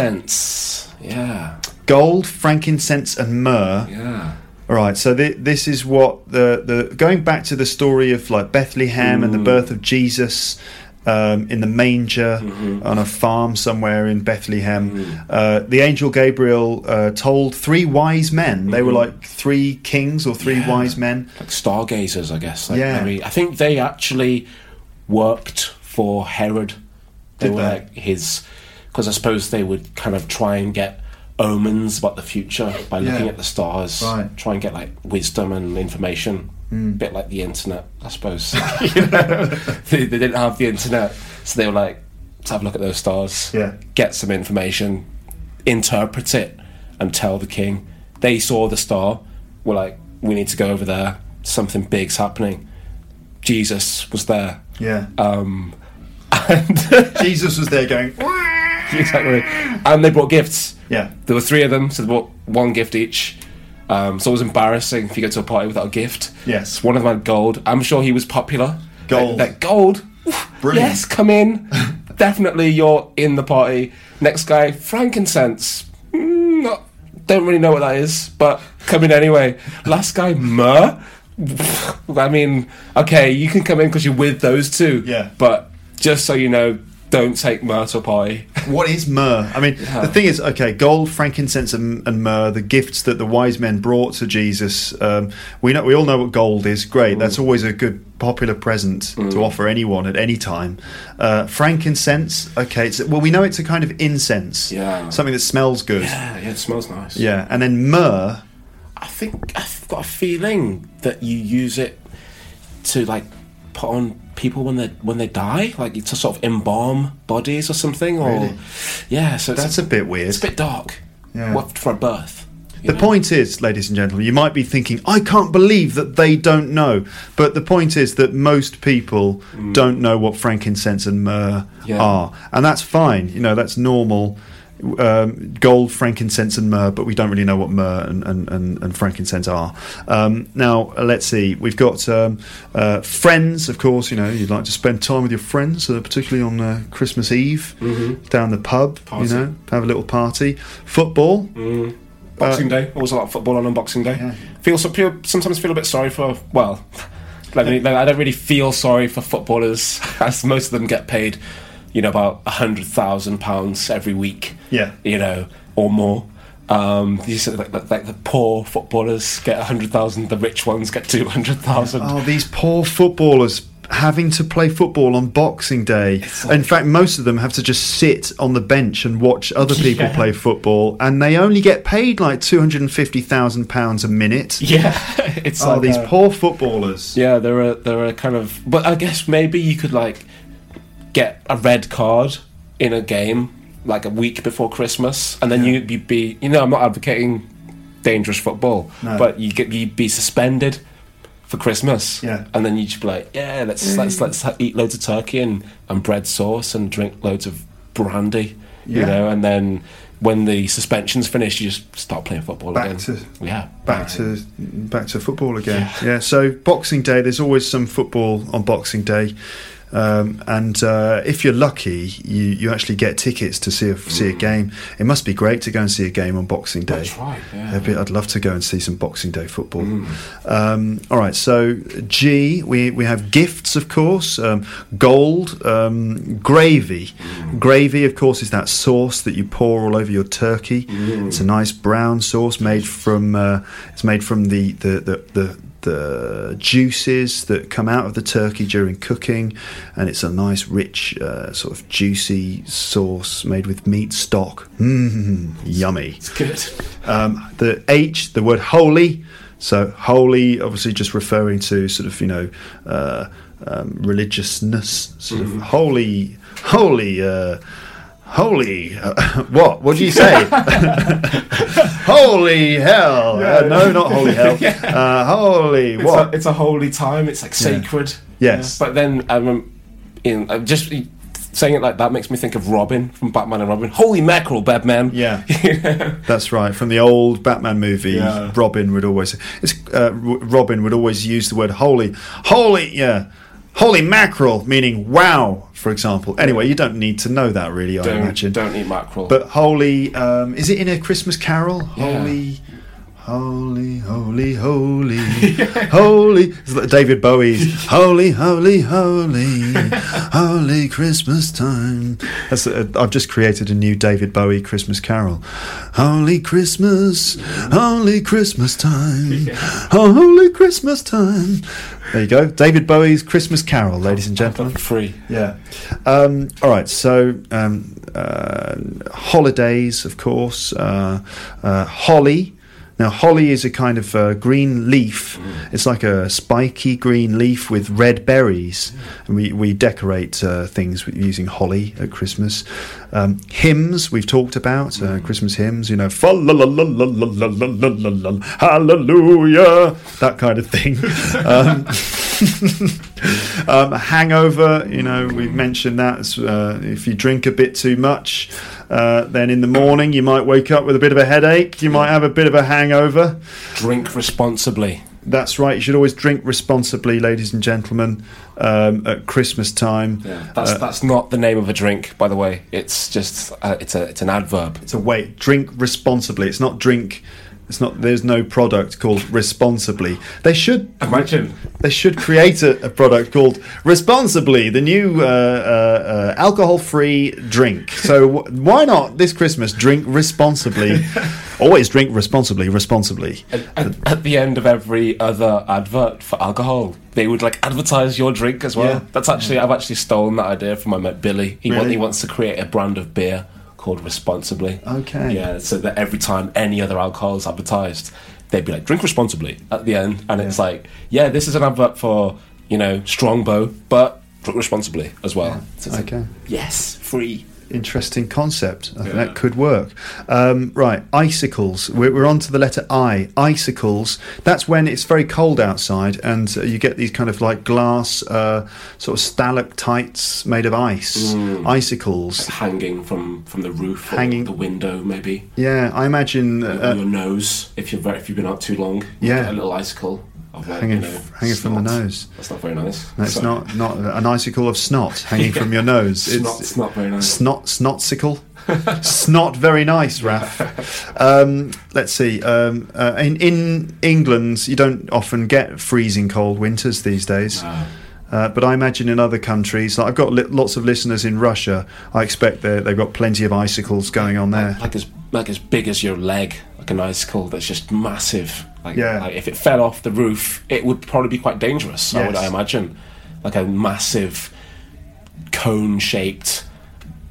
Speaker 2: frankincense. Yeah.
Speaker 1: Gold, frankincense, and myrrh.
Speaker 2: Yeah.
Speaker 1: All right. So thi- this is what the the going back to the story of like Bethlehem
Speaker 2: Mm.
Speaker 1: and the birth of Jesus. Um, in the manger
Speaker 2: Mm-hmm.
Speaker 1: on a farm somewhere in Bethlehem,
Speaker 2: Mm.
Speaker 1: uh, the angel Gabriel uh, told three wise men. They were
Speaker 2: Mm-hmm.
Speaker 1: like three kings or three wise men.
Speaker 2: Like stargazers, I guess. Like
Speaker 1: Yeah.
Speaker 2: very- I think they actually worked for Herod. They
Speaker 1: Did
Speaker 2: were
Speaker 1: they?
Speaker 2: like his, because I suppose they would kind of try and get omens about the future by looking
Speaker 1: Yeah.
Speaker 2: at the stars,
Speaker 1: Right. Hmm.
Speaker 2: try and get like wisdom and information. Bit like the internet, I suppose. You know? they, they didn't have the internet, so they were like, let's have a look at those stars,
Speaker 1: Yeah.
Speaker 2: get some information, interpret it, and tell the king. They saw the star, were like, we need to go over there, something big's happening. Jesus was there.
Speaker 1: Yeah,
Speaker 2: Um, and
Speaker 1: Jesus was there going.
Speaker 2: exactly. And they brought gifts.
Speaker 1: Yeah.
Speaker 2: There were three of them, so they brought one gift each. Um, so it was embarrassing if you go to a party without a gift.
Speaker 1: Yes.
Speaker 2: One of them had gold. I'm sure he was popular.
Speaker 1: Gold.
Speaker 2: That, that gold.
Speaker 1: Brilliant.
Speaker 2: Yes, come in. Definitely you're in the party. Next guy, frankincense. Mm, not Don't really know what that is, but come in anyway. Last guy, Mur. I mean, okay, you can come in because you're with those two.
Speaker 1: Yeah.
Speaker 2: But just so you know, don't take Mur to pie.
Speaker 1: What is myrrh? I mean, the thing is, okay, gold, frankincense, and, and myrrh, the gifts that the wise men brought to Jesus. Um, we know, we all know what gold is. Great, that's always a good popular present to offer anyone at any time. Uh, frankincense, okay, it's, well, we know it's a kind of incense,
Speaker 2: Yeah.
Speaker 1: something that smells good, yeah,
Speaker 2: yeah, it smells nice.
Speaker 1: and then myrrh.
Speaker 2: I think I've got a feeling that you use it to like put on people when they when they die, like to sort of embalm bodies or something. Or
Speaker 1: Really?
Speaker 2: yeah, so it's
Speaker 1: That's a bit weird.
Speaker 2: It's a bit dark.
Speaker 1: Yeah.
Speaker 2: What for a birth?
Speaker 1: The point is, ladies and gentlemen, you might be thinking, I can't believe that they don't know. But the point is that most people don't know what frankincense and myrrh
Speaker 2: Yeah.
Speaker 1: are. And that's fine. You know, that's normal. Um, gold, frankincense, and myrrh, but we don't really know what myrrh and, and, and, and frankincense are. Um, now, uh, let's see. We've got um, uh, friends, of course. You know, you'd like to spend time with your friends, uh, particularly on uh, Christmas Eve, down the pub, you know, have a little party. Football,
Speaker 2: Boxing Day. Always a lot of football on on Boxing Day. Feel so pure, sometimes feel a bit sorry for. Well, like, like, I don't really feel sorry for footballers, as most of them get paid, you know, about a hundred thousand pounds every week.
Speaker 1: Yeah.
Speaker 2: you know, or more. Um, you said like, like, like the poor footballers get a hundred thousand, the rich ones get two hundred thousand.
Speaker 1: Oh, these poor footballers having to play football on Boxing Day. In fact, most of them have to just sit on the bench and watch other people play football, and they only get paid like two hundred and fifty thousand pounds a minute.
Speaker 2: Yeah, it's
Speaker 1: Oh,
Speaker 2: like
Speaker 1: these
Speaker 2: uh,
Speaker 1: poor footballers.
Speaker 2: Yeah, there are there are kind of, but I guess maybe you could like get a red card in a game like a week before Christmas, and then you you'd be you know I'm not advocating dangerous football, but you get you'd be suspended for Christmas,
Speaker 1: Yeah. Mm.
Speaker 2: and then you'd be like, yeah, let's let's let's ha- eat loads of turkey and and bread sauce and drink loads of brandy,
Speaker 1: Yeah.
Speaker 2: you know, and then when the suspension's finished, you just start playing football
Speaker 1: Back
Speaker 2: again.
Speaker 1: to-
Speaker 2: yeah,
Speaker 1: Back to back to football again. Yeah. So Boxing Day, there's always some football on Boxing Day, um, and uh, if you're lucky, you, you actually get tickets to see a see a game. It must be great to go and see a game on Boxing Day.
Speaker 2: Mm. That's right, yeah. Mm.
Speaker 1: I'd, be- I'd love to go and see some Boxing Day football. Um, all right. So G, we we have gifts, of course, um, gold, um, gravy.
Speaker 2: Mm.
Speaker 1: Gravy, of course, is that sauce that you pour all over your turkey.
Speaker 2: Mm.
Speaker 1: It's a nice brown sauce made from uh, it's made from the the the. the the juices that come out of the turkey during cooking, and it's a nice, rich, uh, sort of juicy sauce made with meat stock. Mmm, yummy.
Speaker 2: good.
Speaker 1: Um, the H, the word holy. So holy, obviously, just referring to sort of you know uh, um, religiousness, sort
Speaker 2: Mm-hmm.
Speaker 1: of holy, holy, uh, holy. Uh, what? What do you say? holy hell! Uh, no, not holy hell. uh, holy
Speaker 2: It's
Speaker 1: what?
Speaker 2: A, it's a holy time. It's like sacred.
Speaker 1: Yes.
Speaker 2: But then I rem- in I'm just saying it like that makes me think of Robin from Batman and Robin. Holy mackerel, Batman.
Speaker 1: Yeah, that's right. From the old Batman movie,
Speaker 2: Yeah.
Speaker 1: Robin would always it's, uh, R- Robin would always use the word "holy," "holy," yeah, "holy mackerel," meaning "wow." For example. Anyway, you don't need to know that, really. I imagine.
Speaker 2: Don't, don't eat mackerel.
Speaker 1: But "holy" um, is it in a Christmas Carol?
Speaker 2: Yeah.
Speaker 1: Holy. Holy, holy, holy, holy. It's like David Bowie's Holy, holy, holy, holy Christmas time. That's, uh, I've just created a new David Bowie Christmas carol. Holy Christmas, holy Christmas time, holy Christmas time. There you go. David Bowie's Christmas carol, ladies and gentlemen.
Speaker 2: free.
Speaker 1: Yeah. Um, all right. So um, uh, holidays, of course. Uh, uh, holly. Now, holly is a kind of uh, green leaf. It's like a spiky green leaf with red berries. And we, we decorate uh, things with- using holly at Christmas. Um, hymns, we've talked about, uh, Christmas hymns, you know, fa la la la la la la la la la la la, hallelujah, that kind of thing. um, um, hangover, you know, we've mentioned that. it's, Uh, if you drink a bit too much, uh, then in the morning you might wake up with a bit of a headache. You might have a bit of a hangover.
Speaker 2: Drink responsibly.
Speaker 1: That's right. You should always drink responsibly, ladies and gentlemen, um, at Christmas time.
Speaker 2: That's that's not the name of a drink, by the way. It's just uh, it's a it's an adverb.
Speaker 1: It's a wait. Drink responsibly. It's not drink. It's not. There's no product called responsibly. They should
Speaker 2: Imagine.
Speaker 1: They should create a, a product called responsibly, the new uh, uh, uh, alcohol-free drink. So w- why not this Christmas drink responsibly? Always drink responsibly. Responsibly.
Speaker 2: At, at the end of every other advert for alcohol, they would like advertise your drink as well.
Speaker 1: Yeah.
Speaker 2: That's actually I've actually stolen that idea from my mate Billy. He, wa-
Speaker 1: Really?
Speaker 2: he wants to create a brand of beer called Responsibly.
Speaker 1: Okay.
Speaker 2: Yeah, so that every time any other alcohol is advertised, they'd be like drink responsibly at the end, and it's like yeah, this is an advert for you know Strongbow, but drink responsibly as well. So it's like,
Speaker 1: Okay.
Speaker 2: yes, free.
Speaker 1: Interesting concept. I think that could work. Um, right, icicles. We're, we're on to the letter I. Icicles. That's when it's very cold outside and uh, you get these kind of like glass uh, sort of stalactites made of ice. Icicles.
Speaker 2: hanging from from the roof, or
Speaker 1: Hanging-
Speaker 2: the window, maybe
Speaker 1: Yeah, I imagine uh,
Speaker 2: on your nose if you've if you've been out too long.
Speaker 1: Yeah.
Speaker 2: get a little icicle of like,
Speaker 1: Hanging
Speaker 2: you know,
Speaker 1: f- hanging from the
Speaker 2: snot.
Speaker 1: nose.
Speaker 2: That's not very nice.
Speaker 1: that's
Speaker 2: So-
Speaker 1: not not an icicle of snot hanging from your nose.
Speaker 2: Snot's not very nice.
Speaker 1: Snot snotsicle. snot very nice, Raf. Um, let's see. Um, uh, in in England, you don't often get freezing cold winters these days. Uh, but I imagine in other countries, like I've got li- lots of listeners in Russia. I expect they- they've got plenty of icicles going on there.
Speaker 2: like as like as big as your leg, like an icicle that's just massive. Like,
Speaker 1: Yeah.
Speaker 2: like if it fell off the roof, it would probably be quite dangerous. I would
Speaker 1: Yes.
Speaker 2: I imagine, like a massive cone-shaped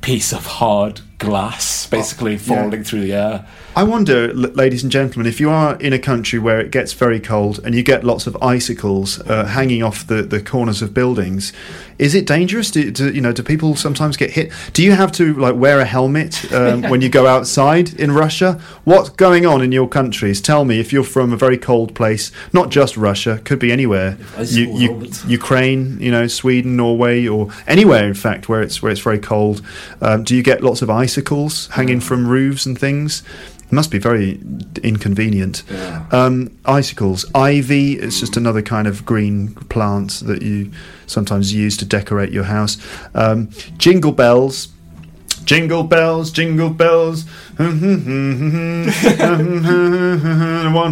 Speaker 2: piece of hard glass,
Speaker 1: Oh,
Speaker 2: basically falling through the air.
Speaker 1: I wonder, l- ladies and gentlemen, if you are in a country where it gets very cold and you get lots of icicles uh, hanging off the, the corners of buildings, is it dangerous? Do, do you know? Do people sometimes get hit? Do you have to like wear a helmet um, when you go outside in Russia? What's going on in your countries? Tell me if you're from a very cold place, not just Russia, could be anywhere. You,
Speaker 2: Icicle
Speaker 1: you,
Speaker 2: helmets.
Speaker 1: Ukraine, you know, Sweden, Norway, or anywhere in fact where it's where it's very cold. Um, do you get lots of icicles hanging from roofs and things? It must be very inconvenient. Um, icicles, ivy. It's just another kind of green plant that you sometimes use to decorate your house. Um, jingle bells. Jingle bells, jingle bells, one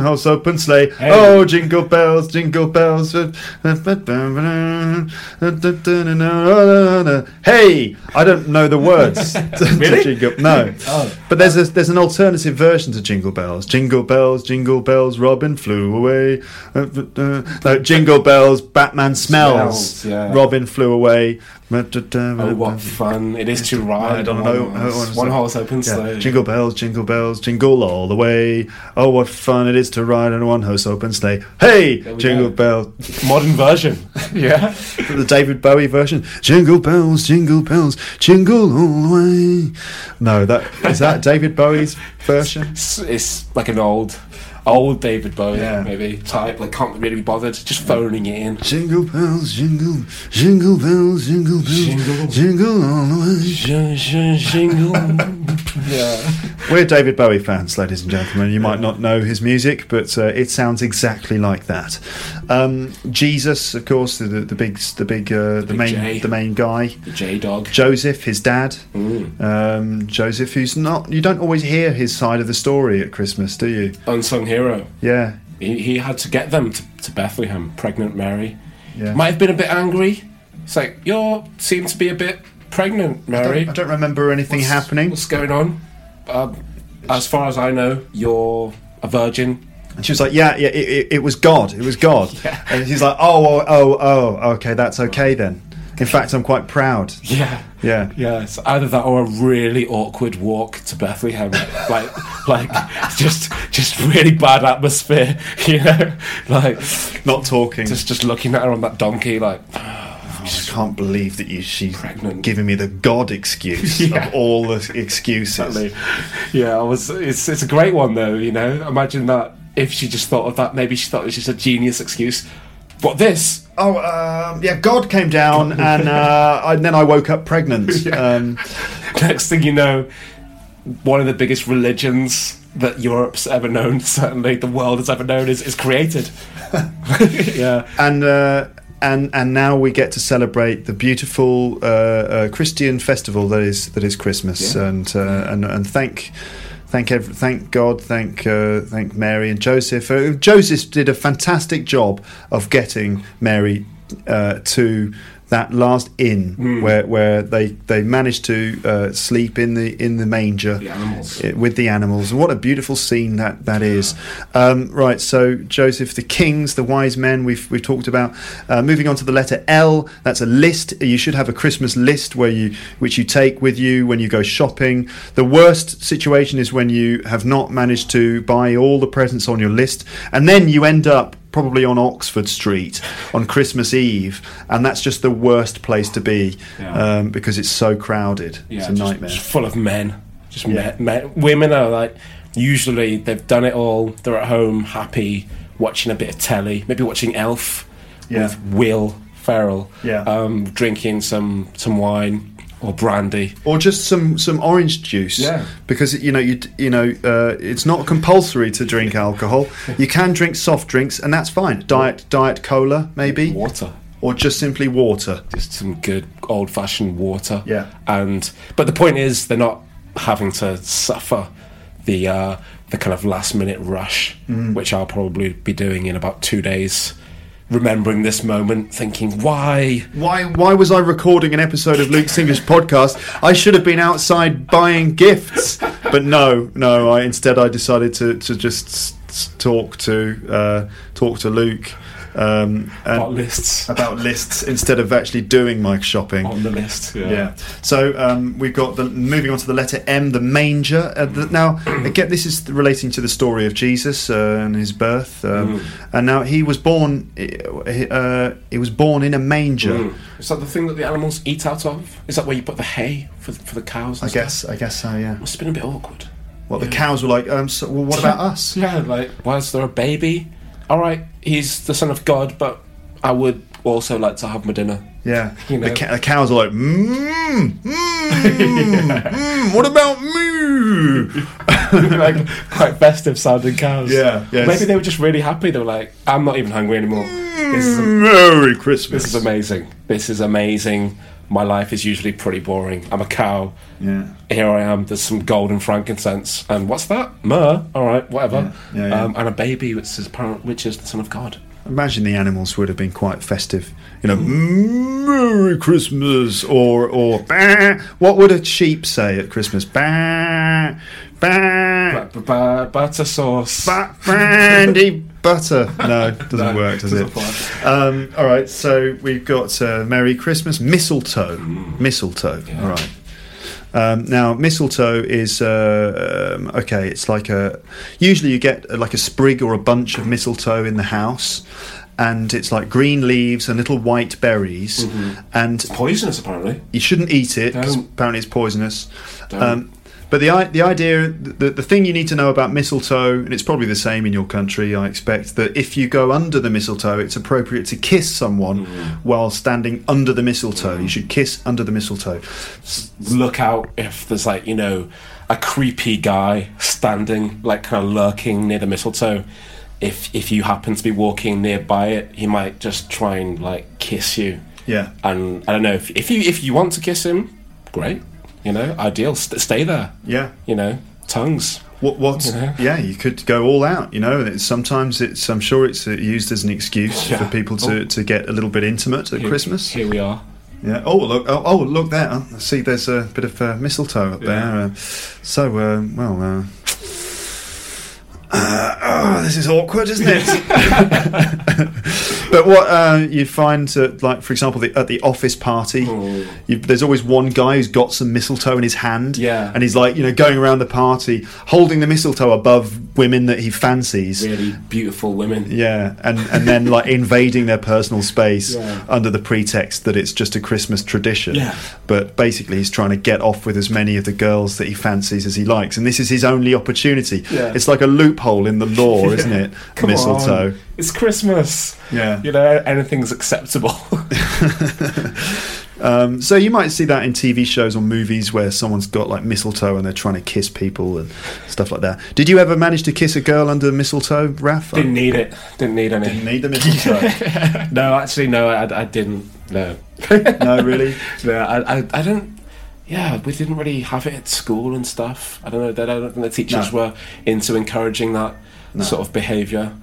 Speaker 1: horse open sleigh. Oh, jingle bells, jingle bells. Hey, I don't know the words. to jingle, no,
Speaker 2: Oh.
Speaker 1: but there's a, there's an alternative version to Jingle Bells. Jingle bells, jingle bells. Robin flew away. No, Jingle bells. Batman smells.
Speaker 2: Smells, yeah.
Speaker 1: Robin flew away.
Speaker 2: Oh, what fun it is to
Speaker 1: I
Speaker 2: ride
Speaker 1: don't
Speaker 2: on
Speaker 1: know.
Speaker 2: one
Speaker 1: I
Speaker 2: horse,
Speaker 1: don't
Speaker 2: one
Speaker 1: know.
Speaker 2: horse open
Speaker 1: Yeah.
Speaker 2: sleigh.
Speaker 1: Jingle bells, jingle bells, jingle all the way. Oh, what fun it is to ride on one horse open sleigh. Hey,
Speaker 2: we
Speaker 1: jingle
Speaker 2: go.
Speaker 1: bell.
Speaker 2: Modern version. yeah.
Speaker 1: the David Bowie version. Jingle bells, jingle bells, jingle all the way. No, that is that David Bowie's version.
Speaker 2: It's, it's like an old, old David Bowie,
Speaker 1: Yeah.
Speaker 2: maybe type. Like can't really be bothered. Just phoning it in.
Speaker 1: Jingle bells, jingle, jingle bells, jingle bells, jingle,
Speaker 2: Jingle.
Speaker 1: all the
Speaker 2: Jingle. yeah.
Speaker 1: way. We're David Bowie fans, ladies and gentlemen. You might not know his music, but uh, it sounds exactly like that. Um, Jesus, of course, the, the, the big, the big, uh, the,
Speaker 2: big
Speaker 1: main,
Speaker 2: J.
Speaker 1: the main guy.
Speaker 2: The J Dog.
Speaker 1: Joseph, his dad,
Speaker 2: Mm.
Speaker 1: um, Joseph, who's not, you don't always hear his side of the story at Christmas, do you?
Speaker 2: Unsung hero.
Speaker 1: Yeah,
Speaker 2: He, he had to get them to, to Bethlehem. Pregnant Mary.
Speaker 1: Yeah.
Speaker 2: Might have been a bit angry. It's like you seem to be a bit pregnant, Mary.
Speaker 1: I don't remember anything happening.
Speaker 2: What's going on? Um, as far as I know, you're a virgin.
Speaker 1: And she was like, "Yeah, yeah, it, it, it was God, it was God." And he's like, "Oh, oh, oh, oh, okay, that's okay then. In fact, I'm quite proud."
Speaker 2: Yeah.
Speaker 1: Yeah.
Speaker 2: Yeah, it's either that or a really awkward walk to Bethlehem, like, like just, just really bad atmosphere, you know, like
Speaker 1: Not talking.
Speaker 2: just, just looking at her on that donkey, like
Speaker 1: I can't believe that you she's
Speaker 2: Pregnant.
Speaker 1: giving me the God excuse
Speaker 2: Yeah.
Speaker 1: of all the excuses.
Speaker 2: yeah, I was. It's, it's a great one though, you know. Imagine that if she just thought of that, maybe she thought it was just a genius excuse. But this,
Speaker 1: Oh, um, yeah, God came down, and, uh, and then I woke up pregnant. Um,
Speaker 2: next thing you know, one of the biggest religions that Europe's ever known, certainly the world has ever known, is, is created. yeah.
Speaker 1: and uh, and and now we get to celebrate the beautiful uh, uh, Christian festival that is that is Christmas,
Speaker 2: Yeah.
Speaker 1: and uh, and and thank. Thank ev- thank God, thank uh, thank Mary and Joseph. Uh, Joseph did a fantastic job of getting Mary uh, to that last inn
Speaker 2: Mm.
Speaker 1: where where they they managed to uh, sleep in the in the manger
Speaker 2: The animals.
Speaker 1: it- with the animals. What a beautiful scene that that is. Um, right, so Joseph, the kings, the wise men. We've we've talked about. Uh, moving on to the letter L. That's a list. You should have a Christmas list where you which you take with you when you go shopping. The worst situation is when you have not managed to buy all the presents on your list, and then you end up. Probably on Oxford Street on Christmas Eve, and that's just the worst place to be
Speaker 2: Yeah.
Speaker 1: um, because it's so crowded.
Speaker 2: Yeah,
Speaker 1: it's a
Speaker 2: just-
Speaker 1: nightmare.
Speaker 2: Just full of men. Just
Speaker 1: Yeah.
Speaker 2: men, men. Women are like, usually they've done it all. They're at home, happy, watching a bit of telly, maybe watching Elf
Speaker 1: Yeah.
Speaker 2: with Will Ferrell.
Speaker 1: Yeah.
Speaker 2: Um, drinking some, some wine or brandy.
Speaker 1: or just some some orange juice.
Speaker 2: Yeah.
Speaker 1: Because you know you d- you know uh, it's not compulsory to drink alcohol. You can drink soft drinks, and that's fine. Diet diet cola maybe,
Speaker 2: Water.
Speaker 1: or just simply water.
Speaker 2: just some good old fashioned water.
Speaker 1: Yeah.
Speaker 2: And but the point is they're not having to suffer the uh, the kind of last minute rush,
Speaker 1: Mm.
Speaker 2: which I'll probably be doing in about two days. Remembering this moment, thinking, why?
Speaker 1: Why why was I recording an episode of Luke's English podcast? I should have been outside buying gifts, but no no. I instead I decided to to just s- s- talk to uh, talk to Luke. Um, and
Speaker 2: What lists?
Speaker 1: about lists instead of actually doing my shopping.
Speaker 2: On the list.
Speaker 1: Yeah. So um, we've got the moving on to the letter M, the manger. Uh, the, now again, this is relating to the story of Jesus uh, and his birth.
Speaker 2: Mm.
Speaker 1: Um, And now he was born. Uh, he was born in a manger.
Speaker 2: Hmm. Is that the thing that the animals eat out of? Is that where you put the hay for the, for the cows?
Speaker 1: I guess. I guess so. Yeah.
Speaker 2: Must have been a bit awkward.
Speaker 1: Well, the cows were like, um, so, well, what about us?
Speaker 2: Yeah, like, why is there a baby? All right, he's the son of God, but I would also like to have my dinner.
Speaker 1: Yeah.
Speaker 2: You know.
Speaker 1: The, ca- the cows are like, mmm, mmm, mmm, what about me?
Speaker 2: like quite festive sounding cows.
Speaker 1: Yeah, yes.
Speaker 2: Maybe they were just really happy. They were like, I'm not even hungry anymore. This is,
Speaker 1: Mm.
Speaker 2: am-
Speaker 1: Merry Christmas.
Speaker 2: this is amazing. This is amazing. My life is usually pretty boring. I'm a cow.
Speaker 1: Yeah.
Speaker 2: Here I am. There's some gold and frankincense. And what's that? Myrrh. All right, whatever.
Speaker 1: Yeah, yeah, yeah.
Speaker 2: Um, and a baby, which is apparent, which is the son of God.
Speaker 1: Imagine the animals would have been quite festive, you know, Merry Christmas or or bah. What would a sheep say at Christmas? Bah, bah,
Speaker 2: Ba- ba- Butter sauce.
Speaker 1: bah brandy butter. No, doesn't work, does
Speaker 2: doesn't
Speaker 1: it? Um, all right, so we've got uh, Merry Christmas, mistletoe, mistletoe. All right. Um, now, mistletoe is uh, um, okay. It's like a usually you get uh, like a sprig or a bunch of mistletoe in the house, and it's like green leaves and little white berries, and
Speaker 2: Poisonous, apparently.
Speaker 1: you shouldn't eat it because
Speaker 2: Don't.
Speaker 1: apparently it's poisonous.
Speaker 2: Don't.
Speaker 1: Um, but the i- the idea, the, the thing you need to know about mistletoe, and it's probably the same in your country, I expect, that if you go under the mistletoe, it's appropriate to kiss someone
Speaker 2: Mm.
Speaker 1: while standing under the mistletoe. You should kiss under the mistletoe.
Speaker 2: look out if there's like you know a creepy guy standing like kind of lurking near the mistletoe if if you happen to be walking nearby it he might just try and like kiss you
Speaker 1: Yeah.
Speaker 2: and i don't know if, if you if you want to kiss him great you know ideal st- stay there
Speaker 1: Yeah.
Speaker 2: you know tongues
Speaker 1: What? What?
Speaker 2: know?
Speaker 1: Yeah, you could go all out. You know, and it's, sometimes it's. I'm sure it's uh, used as an excuse
Speaker 2: Yeah.
Speaker 1: for people to,
Speaker 2: Oh.
Speaker 1: to get a little bit intimate at Christmas.
Speaker 2: here we are
Speaker 1: Yeah. Oh look! Oh, oh look there! Oh, I see, there's a bit of uh, mistletoe up there. Uh, so uh, well. Uh, uh, oh, this is awkward, isn't it? but what uh, you find, uh, like for example, the, at the office party, you, there's always one guy who's got some mistletoe in his hand,
Speaker 2: Yeah.
Speaker 1: and he's like, you know, going around the party holding the mistletoe above women that he fancies,
Speaker 2: really beautiful women
Speaker 1: yeah, and and then like invading their personal space
Speaker 2: Yeah.
Speaker 1: under the pretext that it's just a Christmas tradition.
Speaker 2: Yeah.
Speaker 1: But basically, he's trying to get off with as many of the girls that he fancies as he likes, and this is his only opportunity.
Speaker 2: Yeah.
Speaker 1: It's like a loophole in the law, isn't it?
Speaker 2: Come
Speaker 1: Mistletoe.
Speaker 2: on. it's christmas
Speaker 1: Yeah.
Speaker 2: you know anything's acceptable
Speaker 1: Um, so you might see that in TV shows or movies where someone's got like mistletoe and they're trying to kiss people and stuff like that. Did you ever manage to kiss a girl under mistletoe, Raf?
Speaker 2: Didn't need it. Didn't need any.
Speaker 1: Didn't need the mistletoe.
Speaker 2: no, actually, no. I, I didn't. No.
Speaker 1: no, really.
Speaker 2: No, I, I, I don't. Yeah, we didn't really have it at school and stuff. I don't know. I don't think the teachers
Speaker 1: No.
Speaker 2: were into encouraging that sort of behaviour.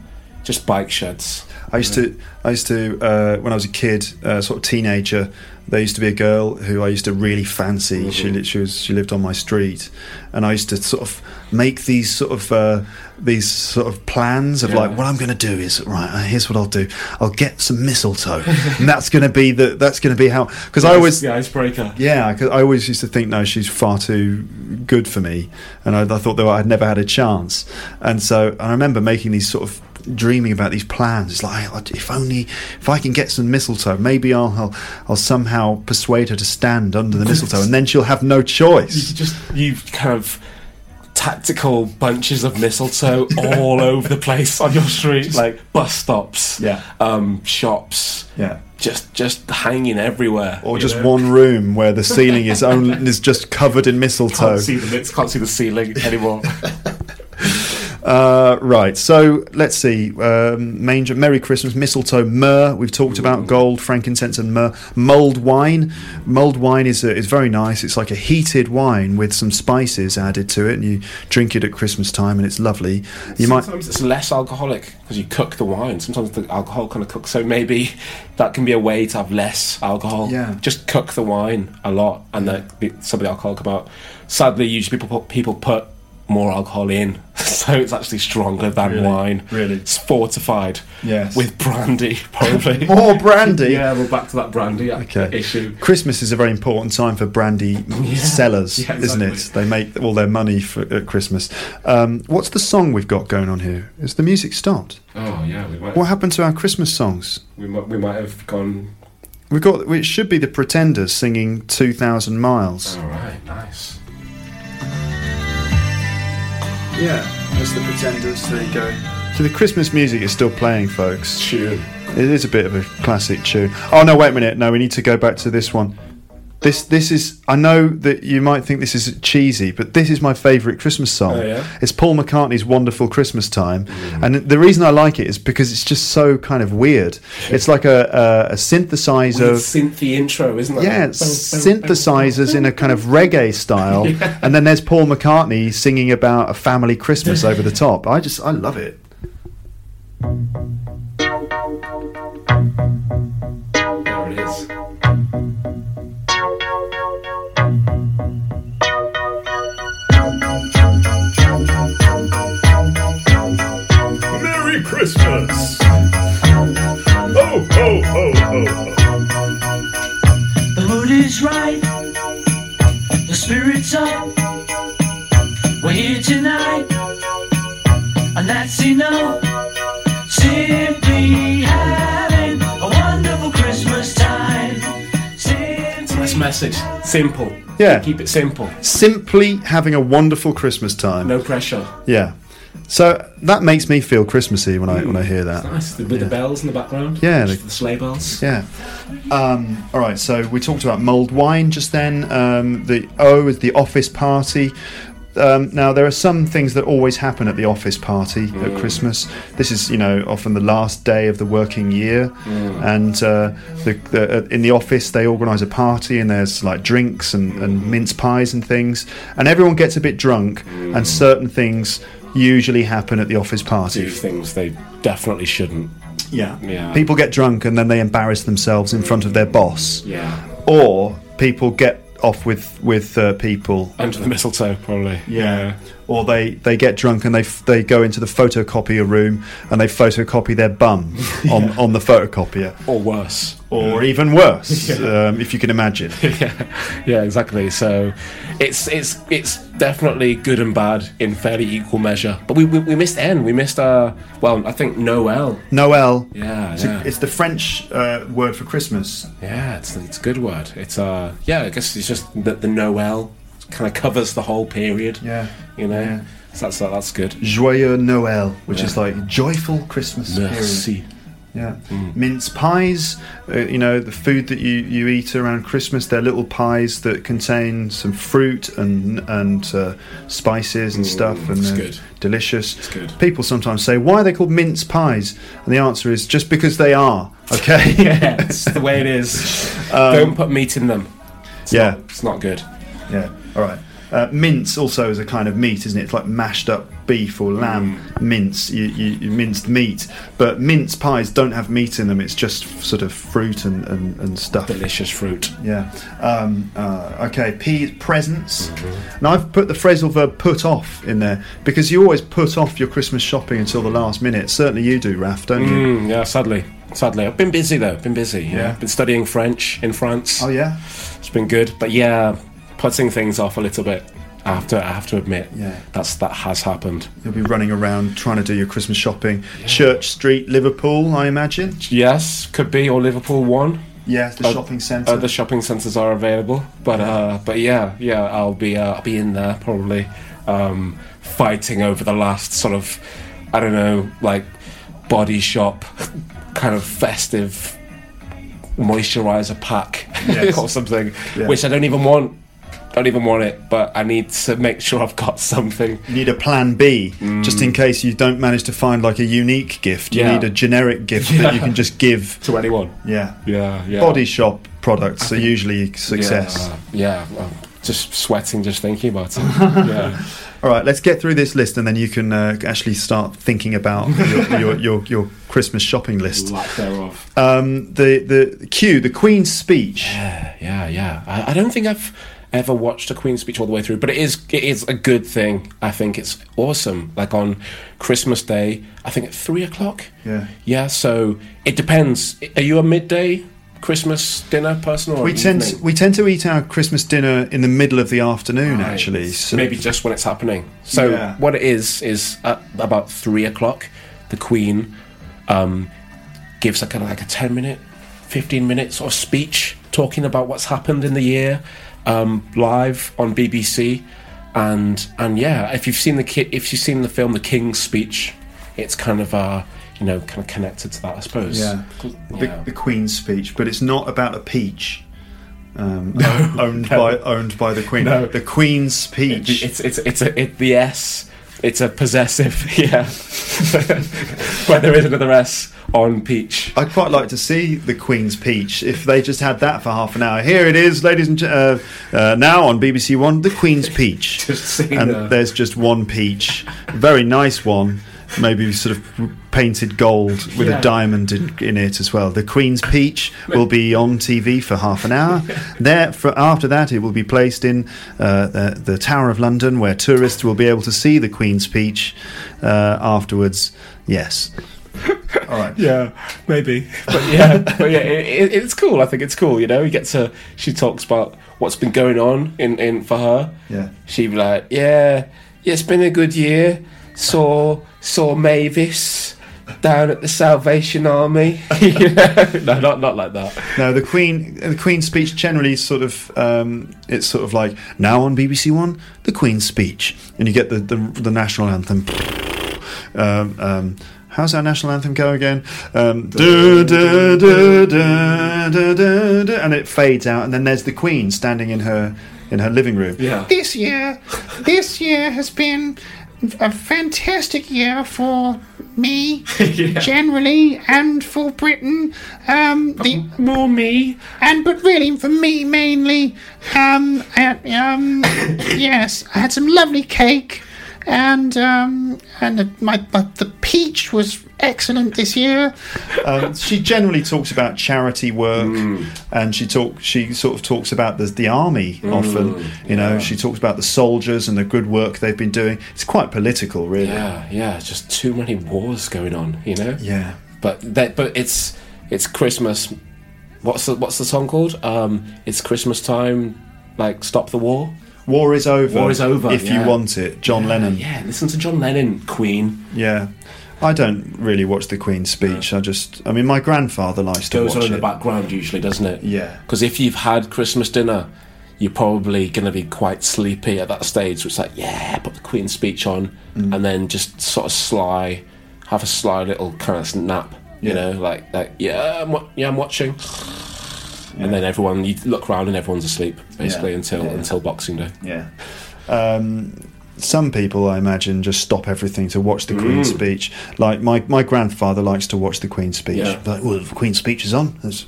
Speaker 2: Just bike sheds.
Speaker 1: I used to, I used to, uh, when I was a kid, uh, sort of teenager, there used to be a girl who I used to really fancy. She, li- she was, she lived on my street, and I used to sort of make these sort of, uh, these sort of plans of like what I'm going to do is right. uh, Here's what I'll do. I'll get some mistletoe, and that's going to be the, that's going to be how. Because I always,
Speaker 2: the icebreaker.
Speaker 1: yeah, 'cause I always used to think, no, she's far too good for me, and I, I thought that I'd never had a chance. And so and I remember making these sort of dreaming about these plans. It's like, "Oh, if only if I can get some mistletoe, maybe I'll I'll, I'll somehow persuade her to stand under the mistletoe, and then she'll have no choice.
Speaker 2: You just you kind of tactical bunches of mistletoe all over the place on your streets, like bus stops,
Speaker 1: Yeah.
Speaker 2: um, shops,
Speaker 1: Yeah.
Speaker 2: just just hanging everywhere.
Speaker 1: Or just one room where the ceiling is only is just covered in mistletoe.
Speaker 2: can't see the lids, can't see the ceiling anymore.
Speaker 1: Uh, right, so let's see. Um, manger, Merry Christmas, mistletoe, myrrh. We've talked about gold, frankincense, and myrrh. Mulled wine. Mulled wine is uh, is very nice. It's like a heated wine with some spices added to it, and you drink it at Christmas time, and it's lovely. You might.
Speaker 2: Sometimes it's less alcoholic because you cook the wine. Sometimes the alcohol kind of cooks, so maybe that can be a way to have less alcohol.
Speaker 1: Yeah.
Speaker 2: just cook the wine a lot, and then the- some of the alcohol come out. Sadly, usually people put, people put more alcohol in, so it's actually stronger than wine.
Speaker 1: Really?
Speaker 2: it's fortified.
Speaker 1: Yes.
Speaker 2: with brandy probably.
Speaker 1: More brandy.
Speaker 2: Yeah, we're back to that brandy uh,
Speaker 1: Okay.
Speaker 2: issue.
Speaker 1: Christmas is a very important time for brandy sellers,
Speaker 2: Yeah,
Speaker 1: isn't it? They make all their money for, at Christmas. Um, what's the song we've got going on here? Is the music stopped?
Speaker 2: Oh yeah, we might
Speaker 1: What happened to our Christmas songs?
Speaker 2: we might we might have gone.
Speaker 1: We've got. It should be the Pretenders singing two thousand miles.
Speaker 2: All right, nice.
Speaker 1: Yeah, that's the Pretenders. There you go. So the Christmas music is still playing, folks.
Speaker 2: Tune.
Speaker 1: It is a bit of a classic tune. Oh no, wait a minute. No, we need to go back to this one. This this is. I know that you might think this is cheesy, but this is my favourite Christmas song.
Speaker 2: Oh, yeah?
Speaker 1: It's Paul McCartney's "Wonderful Christmas Time," and the reason I like it is because it's just so kind of weird. It's like a a, a synthesizer.
Speaker 2: Weird synthy intro, isn't it?
Speaker 1: Yeah, synthesizers in a kind of reggae style, and then there's Paul McCartney singing about a family Christmas over the top. I just, I love it.
Speaker 2: There it is.
Speaker 5: Merry Christmas! Ho, ho, ho, ho, ho.
Speaker 3: The mood is right, the spirit's up. We're here tonight, and that's enough. Simply having a wonderful Christmas time. Simply
Speaker 2: Nice message. Simple.
Speaker 1: Yeah.
Speaker 2: Keep it simple.
Speaker 1: Simply having a wonderful Christmas time.
Speaker 2: No pressure.
Speaker 1: Yeah. So that makes me feel Christmassy when I when I hear that.
Speaker 2: Nice. With the bells in the background.
Speaker 1: Yeah,
Speaker 2: Just
Speaker 1: they-
Speaker 2: the sleigh bells.
Speaker 1: Yeah. Um, all right. So we talked about mulled wine just then. Um, the O is the office party. Um, now there are some things that always happen at the office party at Christmas. This is, you know, often the last day of the working year, and uh, the, the, uh, in the office they organise a party and there's like drinks and, and mince pies and things, and everyone gets a bit drunk, and certain things usually happen at the office party.
Speaker 2: Do things they definitely shouldn't.
Speaker 1: Yeah.
Speaker 2: Yeah.
Speaker 1: People get drunk and then they embarrass themselves in front of their boss.
Speaker 2: Yeah.
Speaker 1: Or people get off with with uh, people.
Speaker 2: Under the mistletoe, probably.
Speaker 1: Or they, they get drunk and they f- they go into the photocopier room and they photocopy their bum on, on the photocopier.
Speaker 2: Or worse.
Speaker 1: Or even worse, um, if you can imagine.
Speaker 2: Yeah, exactly. So, it's it's it's definitely good and bad in fairly equal measure. But we we, we missed N. We missed uh well, I think Noel.
Speaker 1: Noel.
Speaker 2: Yeah,
Speaker 1: It's,
Speaker 2: yeah.
Speaker 1: A, it's the French uh, word for Christmas.
Speaker 2: Yeah, it's it's a good word. It's uh yeah, I guess it's just that the Noel kind of covers the whole period.
Speaker 1: Yeah.
Speaker 2: you know.
Speaker 1: Yeah.
Speaker 2: So that's that's good.
Speaker 1: Joyeux Noël, which is like joyful Christmas. period.
Speaker 2: Merci.
Speaker 1: Yeah,
Speaker 2: Hmm.
Speaker 1: mince pies. Uh, you know the food that you, you eat around Christmas. They're little pies that contain some fruit and and uh, spices and stuff, and
Speaker 2: it's
Speaker 1: they're
Speaker 2: good.
Speaker 1: delicious.
Speaker 2: It's good.
Speaker 1: People sometimes say, "Why are they called mince pies?" And the answer is just because they are. Okay.
Speaker 2: Yeah, it's the way it is.
Speaker 1: Um,
Speaker 2: Don't put meat in them. It's
Speaker 1: Yeah.
Speaker 2: not, it's not good.
Speaker 1: Yeah. All right. Uh, mince also is a kind of meat, isn't it? It's like mashed up beef or lamb
Speaker 2: Hmm.
Speaker 1: mince, you, you, you minced meat. But mince pies don't have meat in them. It's just f- sort of fruit and, and, and stuff.
Speaker 2: Delicious fruit.
Speaker 1: Yeah. Um, uh, okay. P presents. Now I've put the phrasal verb put off in there because you always put off your Christmas shopping until the last minute. Certainly you do, Raf, don't you?
Speaker 2: Mm, yeah, sadly. Sadly, I've been busy though. Been busy. Yeah,
Speaker 1: Yeah.
Speaker 2: been studying French in France.
Speaker 1: Oh yeah.
Speaker 2: It's been good, but yeah, putting things off a little bit. I have to, I have to admit,
Speaker 1: Yeah.
Speaker 2: that's that has happened.
Speaker 1: You'll be running around trying to do your Christmas shopping. Church Street, Liverpool, I imagine.
Speaker 2: Yes, could be or Liverpool one.
Speaker 1: Yeah, the
Speaker 2: Uh,
Speaker 1: shopping centre.
Speaker 2: Other shopping centres are available, but uh, but yeah, yeah, I'll be uh, I'll be in there probably um, fighting over the last sort of I don't know like body shop kind of festive moisturizer pack
Speaker 1: Yes.
Speaker 2: or something,
Speaker 1: Yeah.
Speaker 2: which I don't even want. Don't even want it, but I need to make sure I've got something.
Speaker 1: You need a plan B
Speaker 2: Mm.
Speaker 1: just in case you don't manage to find like a unique gift. You
Speaker 2: Yeah.
Speaker 1: need a generic gift that you can just give.
Speaker 2: to anyone.
Speaker 1: Yeah.
Speaker 2: Yeah, yeah.
Speaker 1: Body shop products are usually success.
Speaker 2: Yeah, yeah, I'm just sweating just thinking about it. yeah.
Speaker 1: All right, let's get through this list and then you can uh, actually start thinking about your, your, your, your Christmas shopping list.
Speaker 2: Lack thereof.
Speaker 1: Um, the, the Q, the Queen's speech.
Speaker 2: Yeah, yeah, yeah. I, I don't think I've ever watched a Queen's speech all the way through, but it is it is a good thing. I think it's awesome. Like on Christmas Day, I think at three o'clock.
Speaker 1: Yeah.
Speaker 2: Yeah. So it depends. Are you a midday Christmas dinner person or
Speaker 1: We
Speaker 2: an
Speaker 1: tend,
Speaker 2: evening?
Speaker 1: to, we tend to eat our Christmas dinner in the middle of the afternoon,
Speaker 2: Right.
Speaker 1: actually. So
Speaker 2: maybe just when it's happening. So
Speaker 1: Yeah.
Speaker 2: what it is is at about three o'clock, the Queen um, gives a kind of like a ten minute, fifteen minute sort of speech talking about what's happened in the year, um, live on BBC, and and yeah, if you've seen the ki- if you've seen the film The King's Speech, it's kind of uh, you know kind of connected to that, I suppose.
Speaker 1: Yeah.
Speaker 2: Yeah.
Speaker 1: The, the Queen's speech, but it's not about a peach. Um, owned by owned by the Queen.
Speaker 2: No.
Speaker 1: The Queen's speech.
Speaker 2: It's it's it's a it, the S. It's a possessive, yeah. but there is another S on peach.
Speaker 1: I'd quite like to see the Queen's peach if they just had that for half an hour. Here it is, ladies and gen- uh, uh, now on BBC One, the Queen's peach.
Speaker 2: Just seen
Speaker 1: and
Speaker 2: that.
Speaker 1: there's just one peach, very nice one, maybe sort of painted gold with a
Speaker 2: Yeah.
Speaker 1: diamond in, in it as well. The Queen's peach will be on TV for half an hour. There, for after that, it will be placed in uh, the, the Tower of London, where tourists will be able to see the Queen's peach uh, afterwards. Yes. All right.
Speaker 2: Yeah, maybe. But yeah, but yeah, it, it, it's cool. I think it's cool. You know, you get to she talks about what's been going on in in for her.
Speaker 1: Yeah.
Speaker 2: She'd be like, yeah, yeah, it's been a good year. Saw saw Mavis down at the Salvation Army. You know? No, not not like that.
Speaker 1: No, the Queen, the Queen's speech generally sort of um, it's sort of like now on BBC One, the Queen's speech, and you get the the, the national anthem. Um, um, how's our national anthem go again? Um, du- du- du- du- du- du- du- and it fades out, and then there's the Queen standing in her in her living room.
Speaker 2: Yeah.
Speaker 4: This year, this year has been a fantastic year for me generally and for Britain. Um, the
Speaker 2: More me.
Speaker 4: and but really for me mainly um I, um yes i had some lovely cake and um and the, my, my the peach was excellent this year
Speaker 1: Um, she generally talks about charity work,
Speaker 2: Hmm.
Speaker 1: and she talk she sort of talks about the the army
Speaker 2: Hmm.
Speaker 1: often. You know, she talks about the soldiers and the good work they've been doing. It's quite political, really.
Speaker 2: Yeah, yeah. Just too many wars going on. You know.
Speaker 1: Yeah.
Speaker 2: But that, but it's it's Christmas. What's the what's the song called? Um, it's Christmas time. Like stop the war.
Speaker 1: War is over.
Speaker 2: War is over,
Speaker 1: If
Speaker 2: yeah.
Speaker 1: you want it, John Lennon.
Speaker 2: Yeah, listen to John Lennon, Queen.
Speaker 1: Yeah. I don't really watch the Queen's speech. I just, I mean, my grandfather likes to
Speaker 2: Goes
Speaker 1: watch
Speaker 2: on in
Speaker 1: it.
Speaker 2: the background usually, doesn't it?
Speaker 1: Yeah.
Speaker 2: Because if you've had Christmas dinner, you're probably going to be quite sleepy at that stage. It's like, yeah, put the
Speaker 1: Mm.
Speaker 2: Queen's speech on, and then just sort of sly, have a sly little kind of nap You know, like like yeah, I'm, wa- yeah, I'm watching. And then everyone, you look around and everyone's asleep basically
Speaker 1: Yeah.
Speaker 2: until
Speaker 1: Yeah.
Speaker 2: until Boxing Day.
Speaker 1: Yeah. Um, some people, I imagine, just stop everything to watch
Speaker 2: Mm.
Speaker 1: the Queen's speech. Like my, my grandfather likes to watch the Queen's speech.
Speaker 2: Yeah.
Speaker 1: Like, well, if the Queen's speech is on, let's,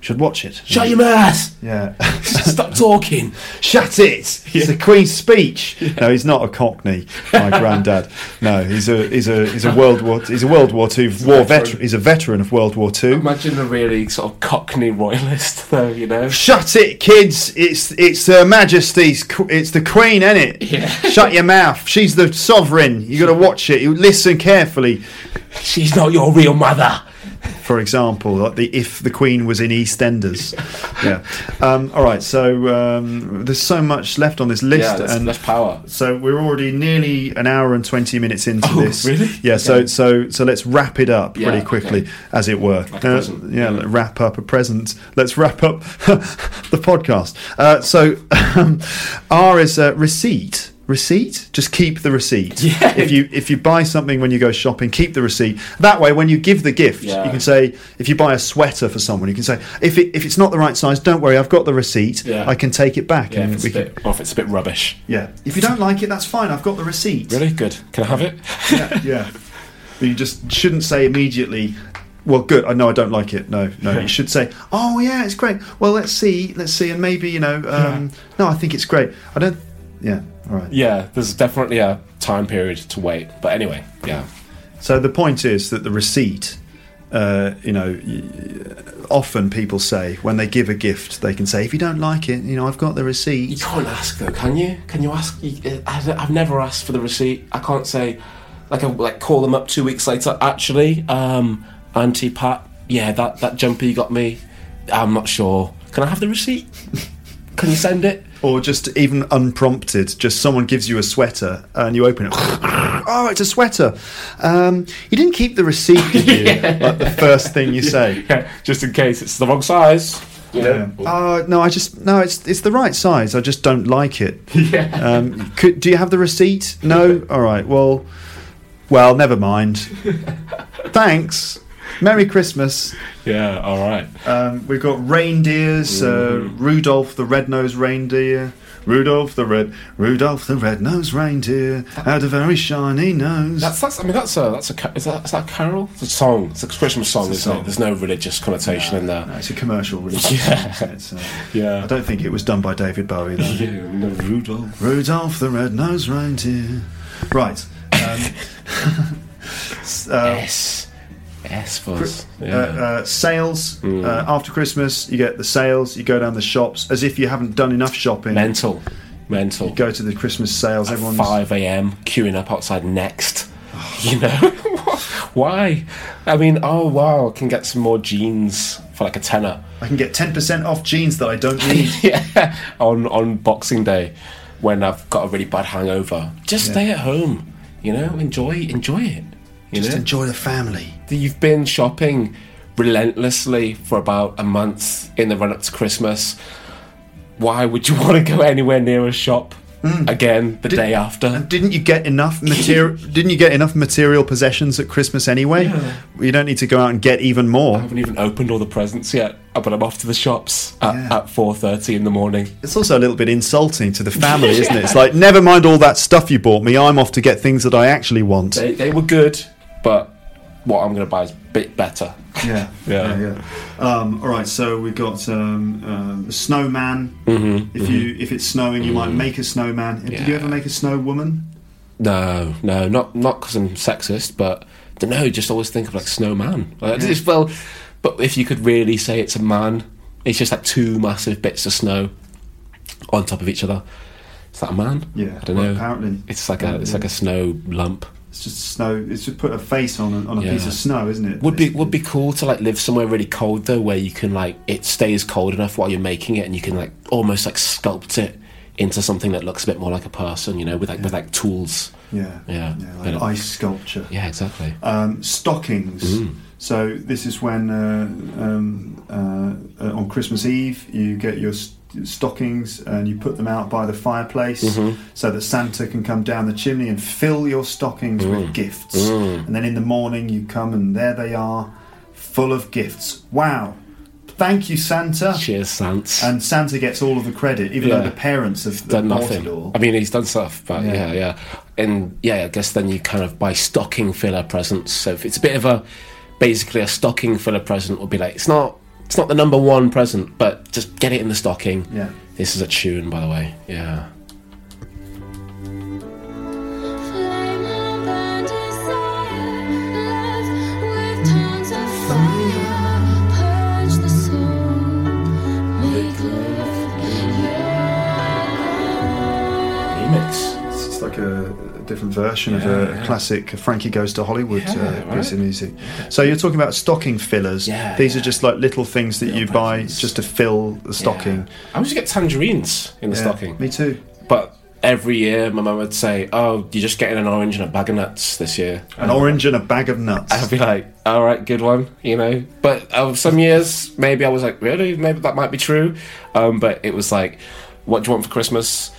Speaker 1: should watch it.
Speaker 2: Shut your ass!
Speaker 1: Yeah.
Speaker 2: Stop talking.
Speaker 1: Shut it! It's the Queen's speech. No, he's not a Cockney, my granddad. No, he's a he's a he's a World War he's a World War Two war veteran. He's a veteran of World War Two.
Speaker 2: Imagine a really sort of cockney royalist, though. You know,
Speaker 1: Shut it, kids! It's it's Her Majesty's. qu- It's the Queen, is it? Shut your mouth. She's the sovereign. You got to watch it. You listen carefully.
Speaker 2: she's not your real mother.
Speaker 1: For example, like the if the Queen was in EastEnders. yeah. Um, all right. So um, there's so much left on this
Speaker 2: Yeah,
Speaker 1: list,
Speaker 2: that's,
Speaker 1: and
Speaker 2: that's power.
Speaker 1: so we're already nearly an hour and twenty minutes into
Speaker 2: Oh,
Speaker 1: this.
Speaker 2: really?
Speaker 1: Yeah. So so so let's wrap it up
Speaker 2: Yeah,
Speaker 1: pretty quickly,
Speaker 2: okay.
Speaker 1: as it were. Uh,
Speaker 2: Like a present.
Speaker 1: yeah. let- Wrap up a present. Let's wrap up the podcast. Uh, so um, R is uh, receipt. Receipt. Just keep the receipt.
Speaker 2: Yeah.
Speaker 1: If you if you buy something when you go shopping, keep the receipt. That way, when you give the gift,
Speaker 2: Yeah.
Speaker 1: you can say if you buy a sweater for someone, you can say if it, if it's not the right size, don't worry, I've got the receipt.
Speaker 2: Yeah.
Speaker 1: I can take it back.
Speaker 2: Yeah,
Speaker 1: and
Speaker 2: if it's,
Speaker 1: we
Speaker 2: a
Speaker 1: can-
Speaker 2: bit, or if it's a bit rubbish.
Speaker 1: yeah. If you don't like it, that's fine. I've got the receipt.
Speaker 2: Really good. Can I have it?
Speaker 1: Yeah. yeah. But you just shouldn't say immediately. Well, good. I know I don't like it. No, no. You should say, "Oh, yeah, it's great." Well, let's see, let's see, and maybe you know. Um, No, I think it's great. I don't. Yeah. All right.
Speaker 2: yeah, there's definitely a time period to wait. But anyway, yeah,
Speaker 1: So the point is that the receipt, uh, you know, y- often people say when they give a gift, they can say, if you don't like it, you know, I've got the
Speaker 2: you
Speaker 1: receipt.
Speaker 2: can't ask though, can you? Can you ask? you- uh, I- I've never asked for the receipt. I can't say, like, I like call them up two weeks later. Actually, um, Auntie Pat, yeah, that that jumper you got me, I'm not sure. Can I have the receipt? can you send it?
Speaker 1: Or just even unprompted, just someone gives you a sweater and you open it. oh, it's a sweater. Um, you didn't keep the receipt, did you? Like the first thing you say.
Speaker 2: Yeah, just in case it's the wrong size. You know.
Speaker 1: Oh no! I just no. It's it's the right size. I just don't like it. Um, could, do you have the receipt? No. All right. Well, well, never mind. Thanks. Merry Christmas.
Speaker 2: Yeah. All right.
Speaker 1: Um, we've got reindeers.
Speaker 2: Mm.
Speaker 1: Uh, Rudolph the red-nosed reindeer. Rudolph the red. Rudolph the red-nosed reindeer had a very shiny nose.
Speaker 2: That's, that's I mean that's a that's a ca- is that, is that a carol? It's a song. It's a Christmas song, isn't
Speaker 1: song.
Speaker 2: it? There's no religious connotation in there.
Speaker 1: No, it's a commercial, really. Yeah. It's, uh,
Speaker 2: Yeah.
Speaker 1: I don't think it was done by David Bowie. Though.
Speaker 2: Yeah, no, Rudolph.
Speaker 1: Rudolph the Red-Nosed Reindeer. Right. Um, s- uh,
Speaker 2: S. S Um, for us.
Speaker 1: uh,
Speaker 2: Yeah. Mm.
Speaker 1: uh, sales uh, after Christmas, you get the sales. You go down the shops as if you haven't done enough shopping.
Speaker 2: mental. Mental.
Speaker 1: Go to the Christmas sales. Everyone's
Speaker 2: 5 a.m. queuing up outside next.
Speaker 1: Oh.
Speaker 2: You know? Why? I mean, oh wow, I can get some more jeans for like a tenner.
Speaker 1: I can get ten percent off jeans that I don't need.
Speaker 2: yeah. On on Boxing Day when I've got a really bad hangover. Just stay at home. You know, enjoy enjoy it. You
Speaker 1: Just
Speaker 2: know?
Speaker 1: enjoy the family.
Speaker 2: you've been shopping relentlessly for about a month in the run up to Christmas. Why would you want to go anywhere near a shop again the day after?
Speaker 1: And didn't you get enough material? didn't you get enough material possessions at Christmas anyway? You don't need to go out and get even more.
Speaker 2: I haven't even opened all the presents yet, uh, but I'm off to the shops at,
Speaker 1: Yeah.
Speaker 2: at 4:30 in the morning.
Speaker 1: It's also a little bit insulting to the family, isn't it? It's like, never mind all that stuff you bought me, I'm off to get things that I actually want.
Speaker 2: They, they were good, but what I'm going to buy is a bit better.
Speaker 1: Yeah,
Speaker 2: Yeah.
Speaker 1: yeah. Um, all right, so we've got um, um, a snowman. if you if it's snowing, you might make a snowman. Did you
Speaker 2: Mm-hmm. Yeah.
Speaker 1: ever make a snow woman?
Speaker 2: No, no, not not because I'm sexist, but don't know. Just always think of like snowman. Like, it's- well, but if you could really say it's a man, it's just like two massive bits of snow on top of each other. Is that a man?
Speaker 1: Yeah,
Speaker 2: I don't
Speaker 1: well,
Speaker 2: know.
Speaker 1: apparently.
Speaker 2: it's like a it's
Speaker 1: Yeah.
Speaker 2: like a snow lump.
Speaker 1: It's just snow. It's just put a face on a, on a
Speaker 2: Yeah.
Speaker 1: piece of snow, isn't it?
Speaker 2: Would be
Speaker 1: It's-
Speaker 2: would be cool to like live somewhere really cold though, where you can like it stays cold enough while you're making it, and you can like almost like sculpt it into something that looks a bit more like a person, you know, with like with like tools.
Speaker 1: Yeah,
Speaker 2: Yeah.
Speaker 1: like
Speaker 2: Yeah.
Speaker 1: ice sculpture.
Speaker 2: Yeah, exactly.
Speaker 1: um, stockings.
Speaker 2: Mm.
Speaker 1: So this is when uh, um, uh, uh, on Christmas Eve you get your st- stockings and you put them out by the fireplace
Speaker 2: Mm-hmm.
Speaker 1: so that Santa can come down the chimney
Speaker 2: Mm.
Speaker 1: and fill your stockings with gifts. And then in the morning you come and there they are, full of gifts. Wow. Thank you, Santa.
Speaker 2: Cheers, Sants.
Speaker 1: And Santa gets all of the credit, even though
Speaker 2: Yeah.
Speaker 1: the parents have
Speaker 2: done
Speaker 1: bought
Speaker 2: nothing.
Speaker 1: it all.
Speaker 2: I mean, he's done stuff, but
Speaker 1: Yeah.
Speaker 2: yeah. yeah, and yeah. I guess then you kind of buy stocking filler presents. So if it's a bit of a, basically a stocking filler present would be like it's not it's not the number one present, but just get it in the stocking.
Speaker 1: Yeah.
Speaker 2: This is a tune, by the way. Yeah. Remix.
Speaker 1: It's just like a, a different version of a classic Frankie Goes to Hollywood uh, piece of music. So you're talking about stocking fillers.
Speaker 2: Yeah,
Speaker 1: These
Speaker 2: yeah.
Speaker 1: are just like little things that you buy
Speaker 2: presents.
Speaker 1: just to fill the stocking.
Speaker 2: Yeah. I used to get tangerines in the
Speaker 1: Yeah,
Speaker 2: stocking.
Speaker 1: Me too.
Speaker 2: But every year, my mum would say, "Oh, you're just getting an orange and a bag of nuts this year."
Speaker 1: An orange and a bag of nuts.
Speaker 2: I'd be like, all right, good one, you know. But um, some years, maybe I was like, really? Maybe that might be true. Um, but it was like, what do you want for Christmas?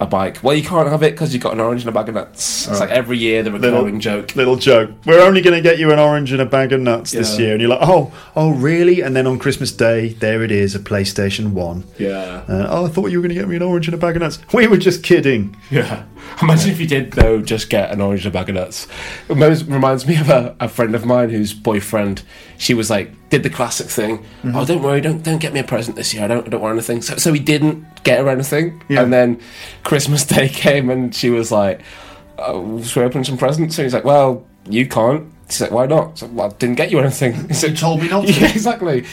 Speaker 2: A bike. Well, you can't have it because you got an orange and a bag of nuts. It's like every year the recurring joke.
Speaker 1: Little joke. We're only going to get you an orange and a bag of nuts this
Speaker 2: Yeah.
Speaker 1: year, and you're like, oh, oh, really? And then on Christmas Day, there it is, a PlayStation One.
Speaker 2: Yeah.
Speaker 1: Uh, oh, I thought you were going to get me an orange and a bag of nuts. We were just kidding.
Speaker 2: Yeah. Imagine if you did, though, just get an orange and a bag of nuts. It reminds, reminds me of a, a friend of mine whose boyfriend, she was like, did the classic thing.
Speaker 1: Mm-hmm.
Speaker 2: Oh, don't worry, don't don't get me a present this year. I don't, I don't want anything. So, so he didn't get her anything.
Speaker 1: Yeah.
Speaker 2: And then Christmas Day came and she was like, oh, should we open some presents? And he's like, well, you can't. She's like, why not? So, well, I didn't get you anything. So,
Speaker 1: You told me not to.
Speaker 2: Yeah, exactly.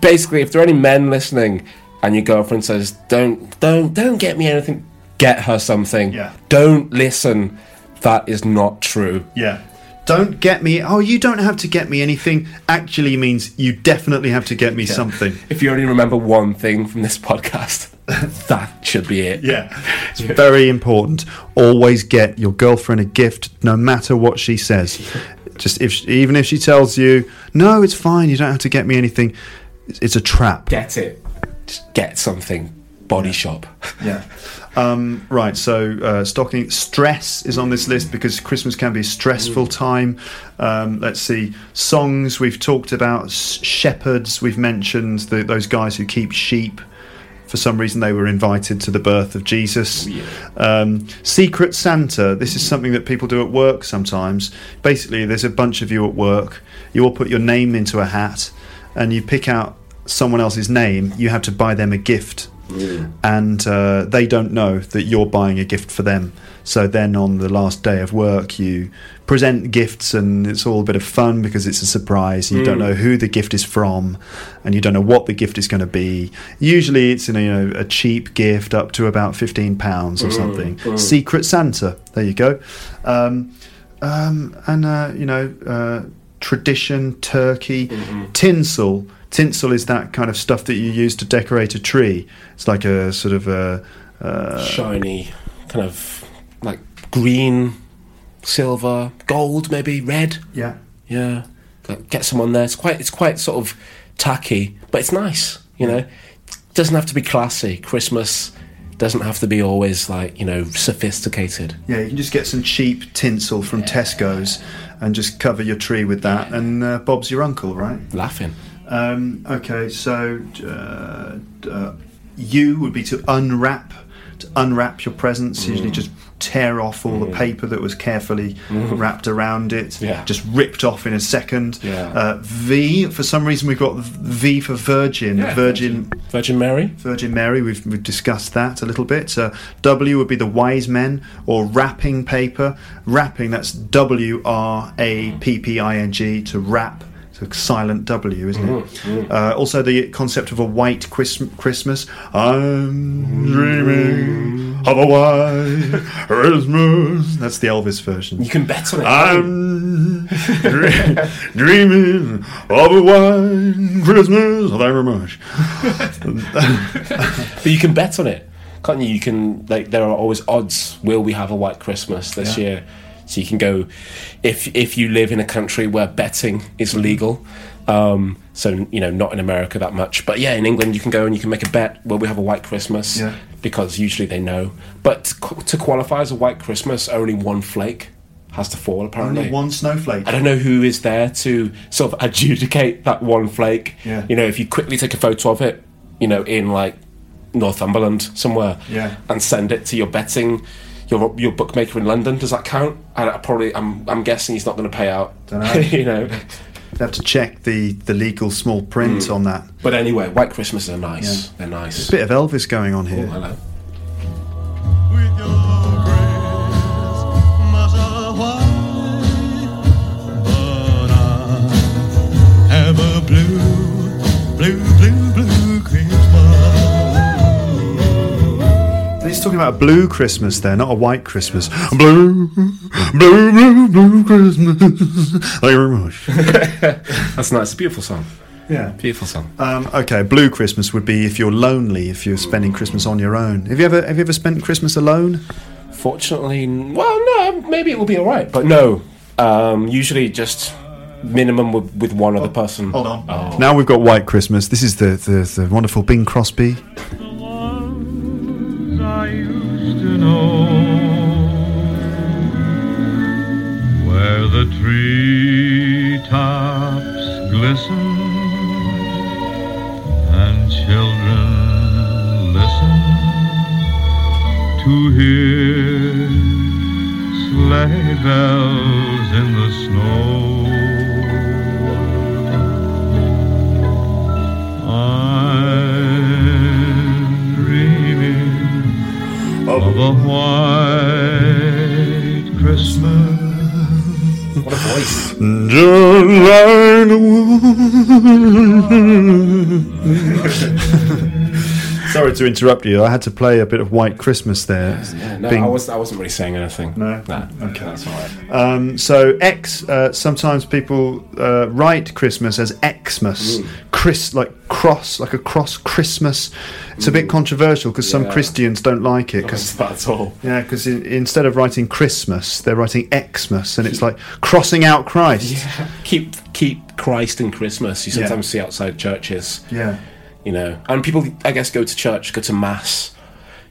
Speaker 2: Basically, if there are any men listening and your girlfriend says, "Don't, don't, don't get me anything," get her something.
Speaker 1: Yeah.
Speaker 2: Don't listen. That is not true.
Speaker 1: Yeah. Don't get me. Oh, you don't have to get me anything. Actually, means you definitely have to get me something.
Speaker 2: If you only remember one thing from this podcast, that should be it.
Speaker 1: Yeah. It's very important. Always get your girlfriend a gift, no matter what she says. Just if she, even if she tells you, no, it's fine. You don't have to get me anything. It's it's a trap.
Speaker 2: Get it. Just get something. Body shop.
Speaker 1: Yeah. Um, right. So uh, stocking stress is on this list because Christmas can be a stressful time. Um, let's see. Songs we've talked about. s- Shepherds we've mentioned. The, those guys who keep sheep. For some reason, they were invited to the birth of Jesus. Um, Secret Santa. This is something that people do at work sometimes. Basically, there's a bunch of you at work. You all put your name into a hat, and you pick out someone else's name. You have to buy them a gift and uh, they don't know that you're buying a gift for them. So then on the last day of work, you present gifts, and it's all a bit of fun because it's a surprise. And you don't know who the gift is from, and you don't know what the gift is going to be. Usually, it's in a, you know, a cheap gift up to about fifteen pounds or something. Secret Santa. There you go. Um, um, and uh, you know uh, tradition turkey tinsel tinsel is that kind of stuff that you use to decorate a tree it's like a sort of a uh,
Speaker 2: Shiny, kind of like green, silver, gold, maybe red.
Speaker 1: yeah
Speaker 2: Yeah, Like, get someone there. It's quite it's quite sort of tacky, but it's nice. You know, doesn't have to be classy. Christmas doesn't have to be always like you know sophisticated.
Speaker 1: yeah you can just get some cheap tinsel from tesco's and just cover your tree with that and uh, bob's your uncle right
Speaker 2: Laughing.
Speaker 1: Um, okay, so uh, uh, you would be to unwrap to unwrap your presents. Usually,
Speaker 2: Mm.
Speaker 1: just tear off all the paper that was carefully wrapped around it.
Speaker 2: Mm. Yeah.
Speaker 1: just ripped off in a second.
Speaker 2: Yeah.
Speaker 1: Uh, v for some reason we've got V for Virgin. Virgin.
Speaker 2: Virgin Mary.
Speaker 1: Virgin Mary, we've, we've discussed that a little bit. Uh, w would be the wise men or wrapping paper. Wrapping, that's W R A P P I N G, to wrap. So silent W, isn't it? Uh, also, the concept of a white Christ- Christmas. I'm dreaming of a white Christmas. That's the Elvis version.
Speaker 2: You can bet on it.
Speaker 1: Um, I'm dream- dreaming of a white Christmas. Oh, thank you very much.
Speaker 2: but you can bet on it, can't you? You can like there are always odds. Will we have a white Christmas this year? So you can go if if you live in a country where betting is legal. Um, so you know, not in America that much, but yeah, in England you can go and you can make a bet. Will we have a white Christmas?
Speaker 1: Yeah.
Speaker 2: Because usually they know. But to, qu- to qualify as a white Christmas, only one flake has to fall. Apparently,
Speaker 1: Only one snowflake.
Speaker 2: I don't know who is there to sort of adjudicate that one flake.
Speaker 1: Yeah.
Speaker 2: You know, if you quickly take a photo of it, you know, in like Northumberland somewhere,
Speaker 1: Yeah.
Speaker 2: and send it to your betting, your your bookmaker in London, does that count? I, I probably, I'm I'm guessing he's not going to pay out.
Speaker 1: Dunno.
Speaker 2: you know.
Speaker 1: You'd have to check the, the legal small print on that.
Speaker 2: But anyway, White Christmas are nice. They're nice.
Speaker 1: Bit of Elvis going on here.
Speaker 2: Hello.
Speaker 3: With your grace, must I white, but I have a blue, blue, blue, blue Christmas.
Speaker 1: He's talking about a blue Christmas there, not a white Christmas. Blue, blue, blue, blue Christmas. Thank you very much.
Speaker 2: That's nice. It's a beautiful song.
Speaker 1: Yeah.
Speaker 2: Beautiful song.
Speaker 1: Um, okay, blue Christmas would be if you're lonely, if you're spending Christmas on your own. Have you ever have you ever spent Christmas alone?
Speaker 2: Fortunately, n- well, no, maybe it will be all right. But no, um, usually just minimum with, with one other person.
Speaker 1: Oh, Hold on. Now we've got White Christmas. This is the, the, the wonderful Bing Crosby.
Speaker 3: I used to know where the treetops glisten and children listen to hear sleigh bells in the snow. I'm dreaming of a white Christmas.
Speaker 2: What a voice.
Speaker 1: Sorry to interrupt you. I had to play a bit of White Christmas there.
Speaker 2: No,
Speaker 1: Bing-
Speaker 2: I, was, I wasn't really saying anything.
Speaker 1: No?
Speaker 2: Nah,
Speaker 1: Okay.
Speaker 2: That's all right.
Speaker 1: Um, so X. Uh, sometimes people uh, write Christmas as Xmas,
Speaker 2: Mm.
Speaker 1: Chris like cross, like a cross Christmas. It's a bit controversial because some
Speaker 2: Mm. Yeah.
Speaker 1: Christians don't like it because.
Speaker 2: Because that's all.
Speaker 1: Yeah, because instead of writing Christmas, they're writing Xmas, and it's like crossing out Christ.
Speaker 2: Keep keep Christ in Christmas. You
Speaker 1: Yeah.
Speaker 2: sometimes see outside churches.
Speaker 1: Yeah.
Speaker 2: You know, and people, I guess, go to church, go to mass.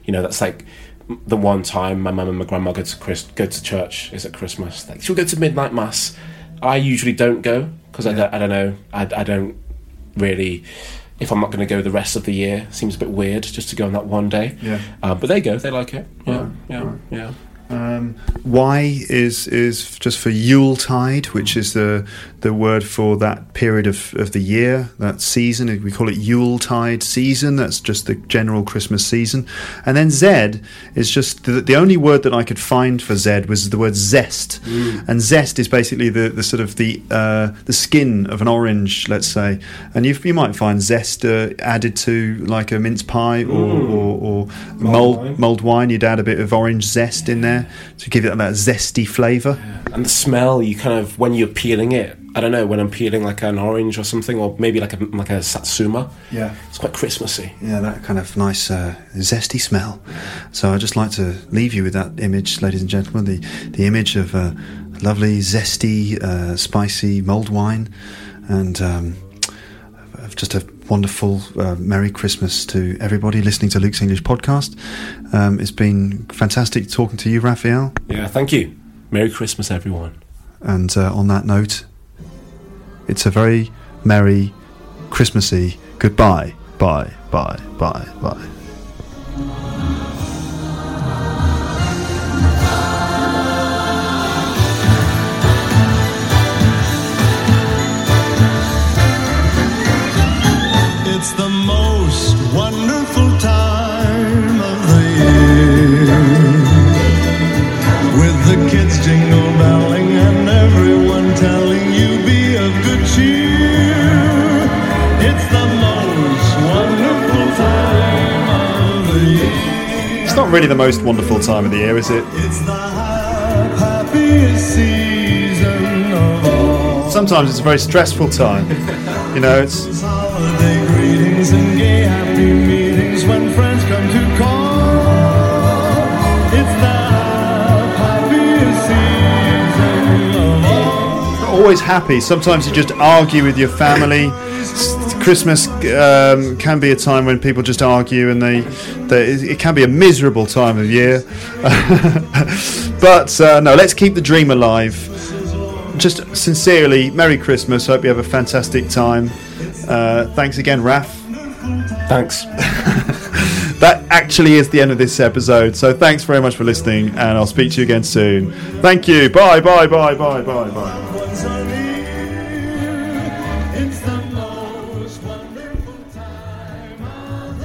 Speaker 2: You know, that's like the one time my mum and my grandma go to Chris, go to church is at Christmas. Like she'll go to midnight mass. I usually don't go because I, don't, I don't know. I, I don't really. If I'm not going to go the rest of the year, seems a bit weird just to go on that one day.
Speaker 1: Yeah.
Speaker 2: Uh, but they go. They like it. Yeah. yeah. Yeah.
Speaker 1: Um, y is is just for Yule tide, which is the the word for that period of, of the year, that season. We call it Yule tide season. That's just the general Christmas season. And then Z is just the, the only word that I could find for Z was the word zest, and zest is basically the, the sort of the uh, the skin of an orange, let's say. And you you might find zest uh, added to like a mince pie or or, or mold
Speaker 2: wine.
Speaker 1: mulled wine, you'd add a bit of orange zest in there to give it that zesty flavour.
Speaker 2: And the smell, you kind of when you're peeling it. I don't know when I'm peeling like an orange or something, or maybe like a like a satsuma.
Speaker 1: Yeah.
Speaker 2: it's quite Christmassy.
Speaker 1: Yeah, that kind of nice uh, zesty smell. So I'd just like to leave you with that image, ladies and gentlemen, the, the image of uh, lovely, zesty, uh, spicy mulled wine and um, of just a wonderful uh, Merry Christmas to everybody listening to Luke's English podcast. Um, it's been fantastic talking to you, Raphael.
Speaker 2: Yeah, thank you. Merry Christmas, everyone.
Speaker 1: And uh, on that note, it's a very merry, Christmassy goodbye. Bye, bye, bye, bye.
Speaker 3: It's the most wonderful time of the year. With the kids jingle belling and everyone telling you be of good cheer. It's the most wonderful time of the year.
Speaker 1: It's not really the most wonderful time of the year, is it?
Speaker 3: It's the happiest season of all.
Speaker 1: Sometimes it's a very stressful time. You know, it's
Speaker 3: Holiday greetings and gay happy meetings when friends come to call. It's the happiest season of all.
Speaker 1: not always happy. Sometimes you just argue with your family. S- Christmas um, can be a time when people just argue, and they, they it can be a miserable time of year. but uh, no, let's keep the dream alive. Just sincerely, Merry Christmas. Hope you have a fantastic time. Uh, thanks again, Raf.
Speaker 2: Thanks.
Speaker 1: That actually is the end of this episode. So thanks very much for listening, and I'll speak to you again soon. Thank you. Bye, bye, bye, bye, bye, bye.
Speaker 3: Once a year, it's the most wonderful time of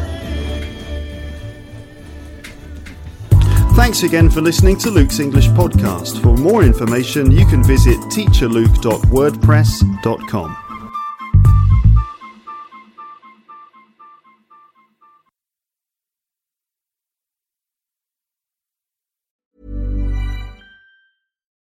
Speaker 3: the
Speaker 1: Thanks again for listening to Luke's English podcast. For more information, you can visit teacherluke.wordpress.com.